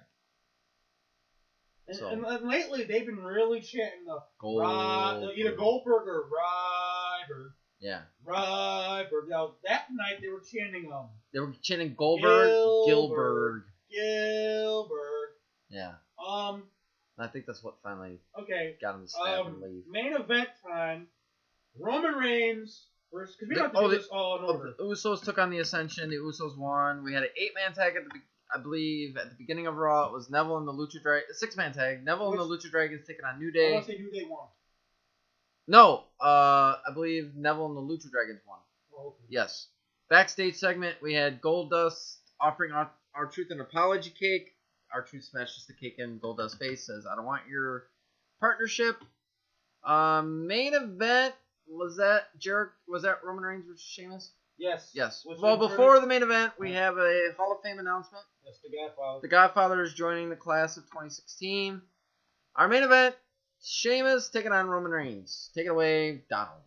And,
So- Oh,
and, and lately they've been really chanting the
Gold.
Rod, uh, either Goldberg or Rod or
Yeah.
Rod or now that night they were chanting um
They were chanting Goldberg,
Gilbert.
Gilbert.
Gilbert.
Yeah.
Um,
And I think that's what finally
okay,
got him to snap
Um,
and leave.
main event time. Roman Reigns versus because we don't have to
Oh,
do
the-
this all in
Well,
order.
the Usos took on the Ascension. The Usos won. We had an eight-man tag at the, be- I believe, at the beginning of Raw. It was Neville and the Lucha Dragon. Six-man tag. Neville and the Lucha Dragons taking on New
Oh, I
Day.
want to say who they won.
No, uh, I believe Neville and the Lucha Dragons won.
Oh, okay.
Yes. Backstage segment. We had Goldust offering our our truth an apology cake. Our truth smashes the cake in Goldust's face. Says, "I don't want your partnership." Um, main event was that Jerick was that Roman Reigns versus Sheamus.
Yes.
Yes.
Which
well,
one
before
first?
the main event, we have a Hall of Fame announcement.
Yes, the Godfather.
The Godfather is joining the class of 2016. Our main event Sheamus taking on Roman Reigns. Take it away, Donald.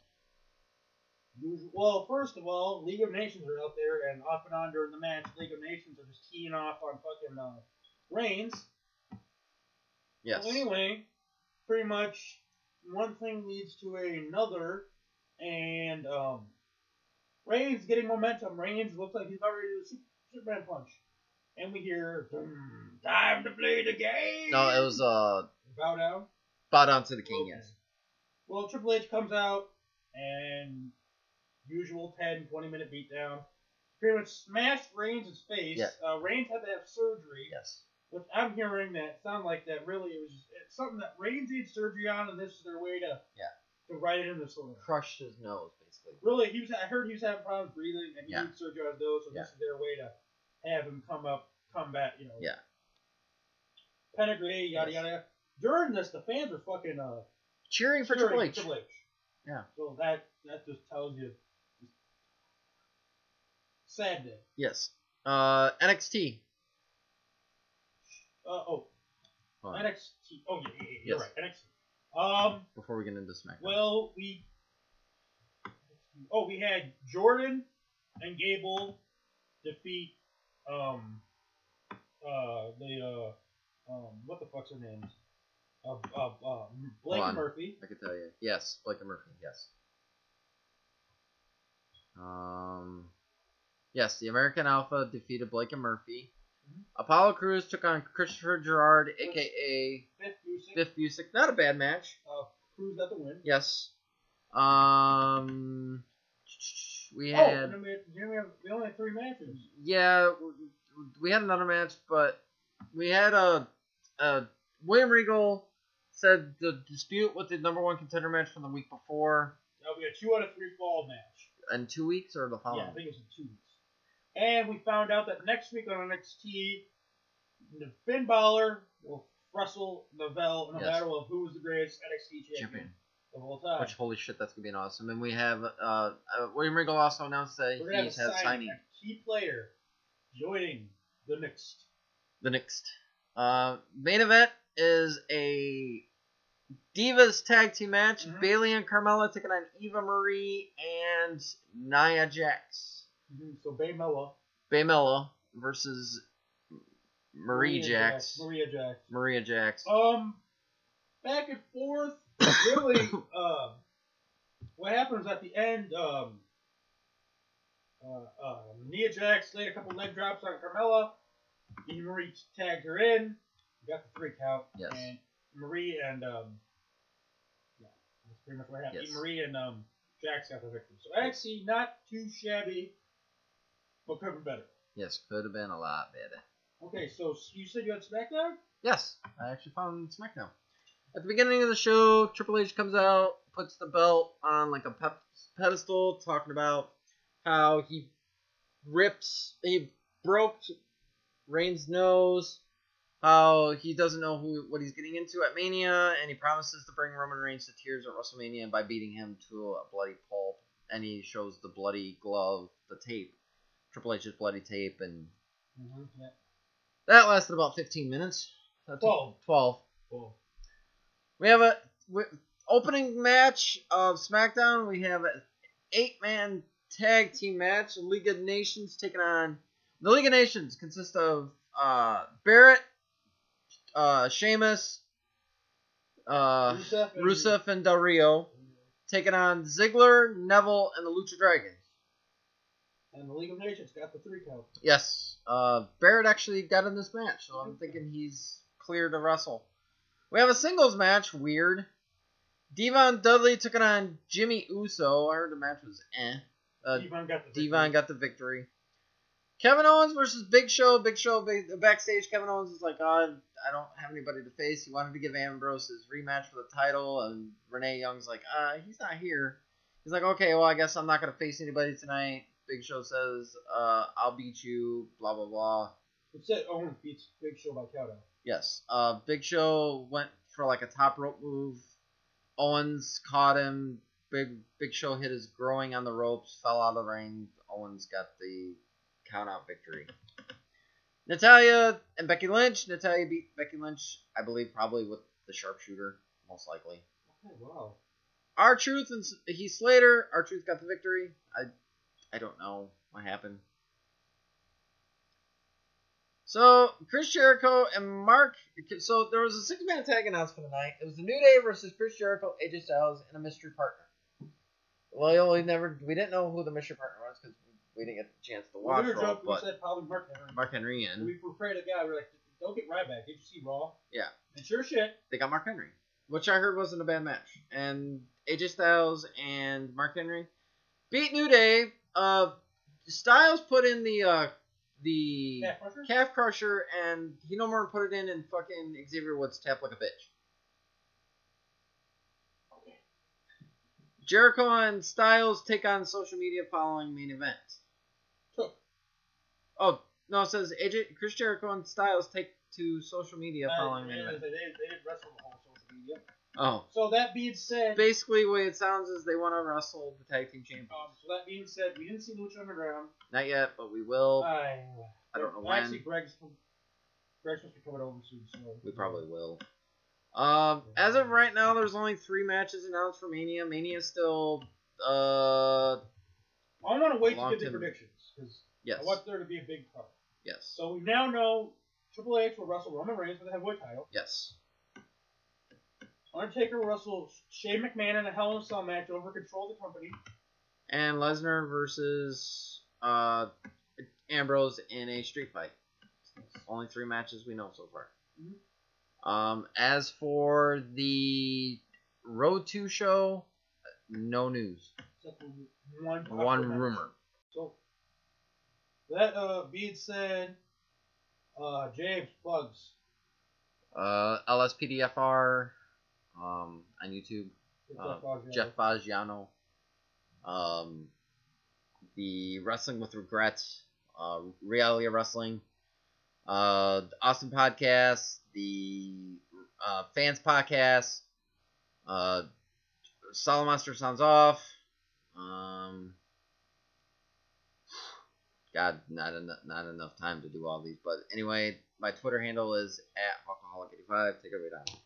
Well, first of all, League of Nations are out there, and off and on during the match, League of Nations are just keying off on fucking uh, Reigns.
Yes.
Well, anyway, pretty much one thing leads to another, and um, Reigns getting momentum. Reigns looks like he's about ready to do the Sup- Superman punch, and we hear "Hmm, time to play the game.
No, it was uh
bow down.
bow down to the king. Yes.
Well, Triple H comes out and usual 10, 20 minute beatdown. Pretty much smashed Reigns' face.
Yeah.
Uh, Reigns had to have surgery.
Yes.
Which I'm hearing that sound like that really it was just, it's something that Reigns needs surgery on, and this is their way to to write it in the story.
Crushed his nose basically.
Really, he was. I heard he was having problems breathing, and he
Yeah.
needs surgery on his nose, so this is their way to have him come up, come back. You know.
Yeah.
Pedigree, yada
Yes.
yada. During this, the fans are fucking uh,
Cheering for Triple H.
Triple H.
Yeah.
So that that just tells you. Sad day.
Yes. Uh, NXT.
Uh, oh,
Hold on,
NXT. Oh yeah, yeah, yeah you're
Yes.
right. NXT. Um.
Before we get into SmackDown.
Well, we. Oh, we had Jordan and Gable defeat um uh the uh um what the fuck's her name? Uh, uh, uh, Blake
Hold on.
Murphy.
I can tell you. Yes, Blake and Murphy. Yes. Um, yes, the American Alpha defeated Blake and Murphy. Apollo Cruz took on Christopher Gerard, aka
Fifth Busick.
Biff Busick. Not a bad match.
Uh, Cruz got the win.
Yes. Um, we
Oh, and
had
then we, had, then we, have, we only had three matches.
yeah, w- we had another match, but we had a, a William Regal said the dispute with the number one contender match from the week before.
Uh, we had two out of three fall match.
in two weeks or the following.
Yeah, I think it was in two weeks. And we found out that next week on NXT, Finn Balor will wrestle Neville in a
Yes.
battle of who is the greatest NXT champion,
Champion.
of all time.
Which holy shit, that's gonna be an awesome. And we have uh, uh William Regal also announced that
We're
he
gonna have
has
a signing,
signing
a key player joining the next.
the next. Uh, main event is a Divas tag team match.
Mm-hmm.
Bailey and Carmella taking on Eva Marie and Nia Jax.
Mm-hmm. So Baymella,
Baymella versus Marie Jax.
uh, Maria Jax.
Maria Jax.
Um, back and forth.
[COUGHS]
Really, uh, what happens at the end? Um, uh, uh, Nia Jax laid a couple leg drops on Carmella. Eva Marie tagged her in. Got the three count.
Yes.
And Marie and um, yeah, that's pretty much what happened.
Yes.
Marie and um, Jax got the victory. So actually, not too shabby, but could have been better.
Yes, could have been a lot better.
Okay, so you said you had SmackDown.
Yes, I actually found SmackDown. At the beginning of the show, Triple H comes out, puts the belt on like a pep- pedestal, talking about how he rips, he broke Reigns' nose, how he doesn't know who what he's getting into at Mania, and he promises to bring Roman Reigns to tears at WrestleMania by beating him to a bloody pulp. And he shows the bloody glove, the tape, Triple H's bloody tape, and
Mm-hmm. Yeah.
that lasted about 15 minutes. That took-
Twelve.
12.
Cool.
We have a w- opening match of SmackDown. We have an eight-man tag team match. The League of Nations taking on the League of Nations consists of uh, Barrett, uh, Sheamus, uh,
Rusev and-
Rusev, and Del Rio taking on Ziggler, Neville, and the Lucha Dragon.
And the League of Nations got the three count.
Yes. Uh, Barrett actually got in this match, so I'm thinking he's clear to wrestle. We have a singles match. Weird. Devon Dudley took it on Jimmy Uso. I heard the match was eh. Uh,
Devon got the victory.
Devon got the victory. Kevin Owens versus Big Show. Big Show big, backstage. Kevin Owens is like, oh, I don't have anybody to face. He wanted to give Ambrose his rematch for the title, and Renee Young's like, uh, he's not here. He's like, okay, well, I guess I'm not gonna face anybody tonight. Big Show says, uh, I'll beat you. Blah blah blah.
It said Owens beats Big Show by countout.
Yes. Uh, Big Show went for like a top rope move. Owens caught him. Big Big Show hit his growing on the ropes, fell out of the ring. Owens got the count out victory. Natalia and Becky Lynch. Natalia beat Becky Lynch, I believe, probably with the sharpshooter. most likely.
Okay, wow.
Our truth and S- Heath Slater. Our truth got the victory. I, I don't know what happened. So Chris Jericho and Mark. So there was a six-man tag announced for the night. It was the New Day versus Chris Jericho, AJ Styles, and a mystery partner. Well, we never. We didn't know who the mystery partner was because we didn't get the chance to watch.
When we were
Raw,
drunk, we
but
said probably Mark Henry.
Mark Henry
And
and
we were afraid of God. We were like, don't get Ryback. Did you see Raw?
yeah.
And sure shit,
they got Mark Henry, which I heard wasn't a bad match. And AJ Styles and Mark Henry beat New Day. Uh, Styles put in the uh, the
Calf crusher?
calf crusher, and he no more put it in, and fucking Xavier Woods tapped like a bitch. Jericho and Styles take on social media following main event.
Took.
Oh no, it says AJ Chris Jericho and Styles take to social media
Uh,
following
they,
main
they,
event.
they, they didn't wrestle the whole social media.
Oh.
So that being said,
basically what it sounds is they want to wrestle the tag team champion.
um, so that being said, we didn't see Lucha Underground.
Not yet, but we will.
I,
I don't know
well, Uh, Actually,
when.
Greg's Greg's supposed to be coming over soon, so
We probably will. Um, as of right now, there's only three matches announced for Mania. Mania still, uh,
I want to wait to
Long
get the
time.
predictions because
yes,
I want there to be a big card.
yes,
So we now know Triple H will wrestle Roman Reigns for the heavyweight title.
yes.
Undertaker will wrestle Shane McMahon in a Hell in a Cell match over Control of the Company.
And Lesnar versus uh, Ambrose in a street fight. Only three matches we know so far.
Mm-hmm.
Um, as for the Road to show, no news.
Except for one possible
One
match.
rumor.
So that uh, being said, uh, James plugs.
uh, LSPDFR um, on YouTube.
Jeff
Uh,
Bogdan.
Jeff Baggiano. Um, the Wrestling with Regrets, uh, Reality of Wrestling, uh, the Austin Podcast, the uh, Fans Podcast, uh, Solid Monster Sounds Off. Um, God, not enough, not enough time to do all these. But anyway, my Twitter handle is at alcoholic85. Take it right down.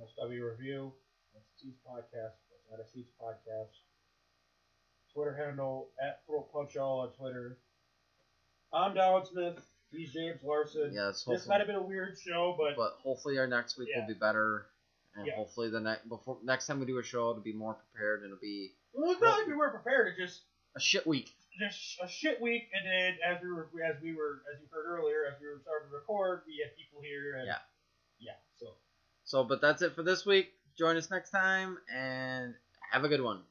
Must W Review. That's Seats Podcast. That's out of Seats Podcast. Twitter handle at Throw Punch All on Twitter. I'm Donald Smith. He's James Larson.
Yes,
this
hopefully.
might have been a weird show, but,
but hopefully our next week
Yeah.
will be better, and
Yeah.
hopefully the next before next time we do a show, it'll be more prepared and it'll be
we'll probably be more prepared. It just
a shit week.
just a shit week, and then as we were as we were as you heard earlier, as we were starting to record, we had people here, and
Yeah.
yeah, so.
So, but that's it for this week. Join us next time and have a good one.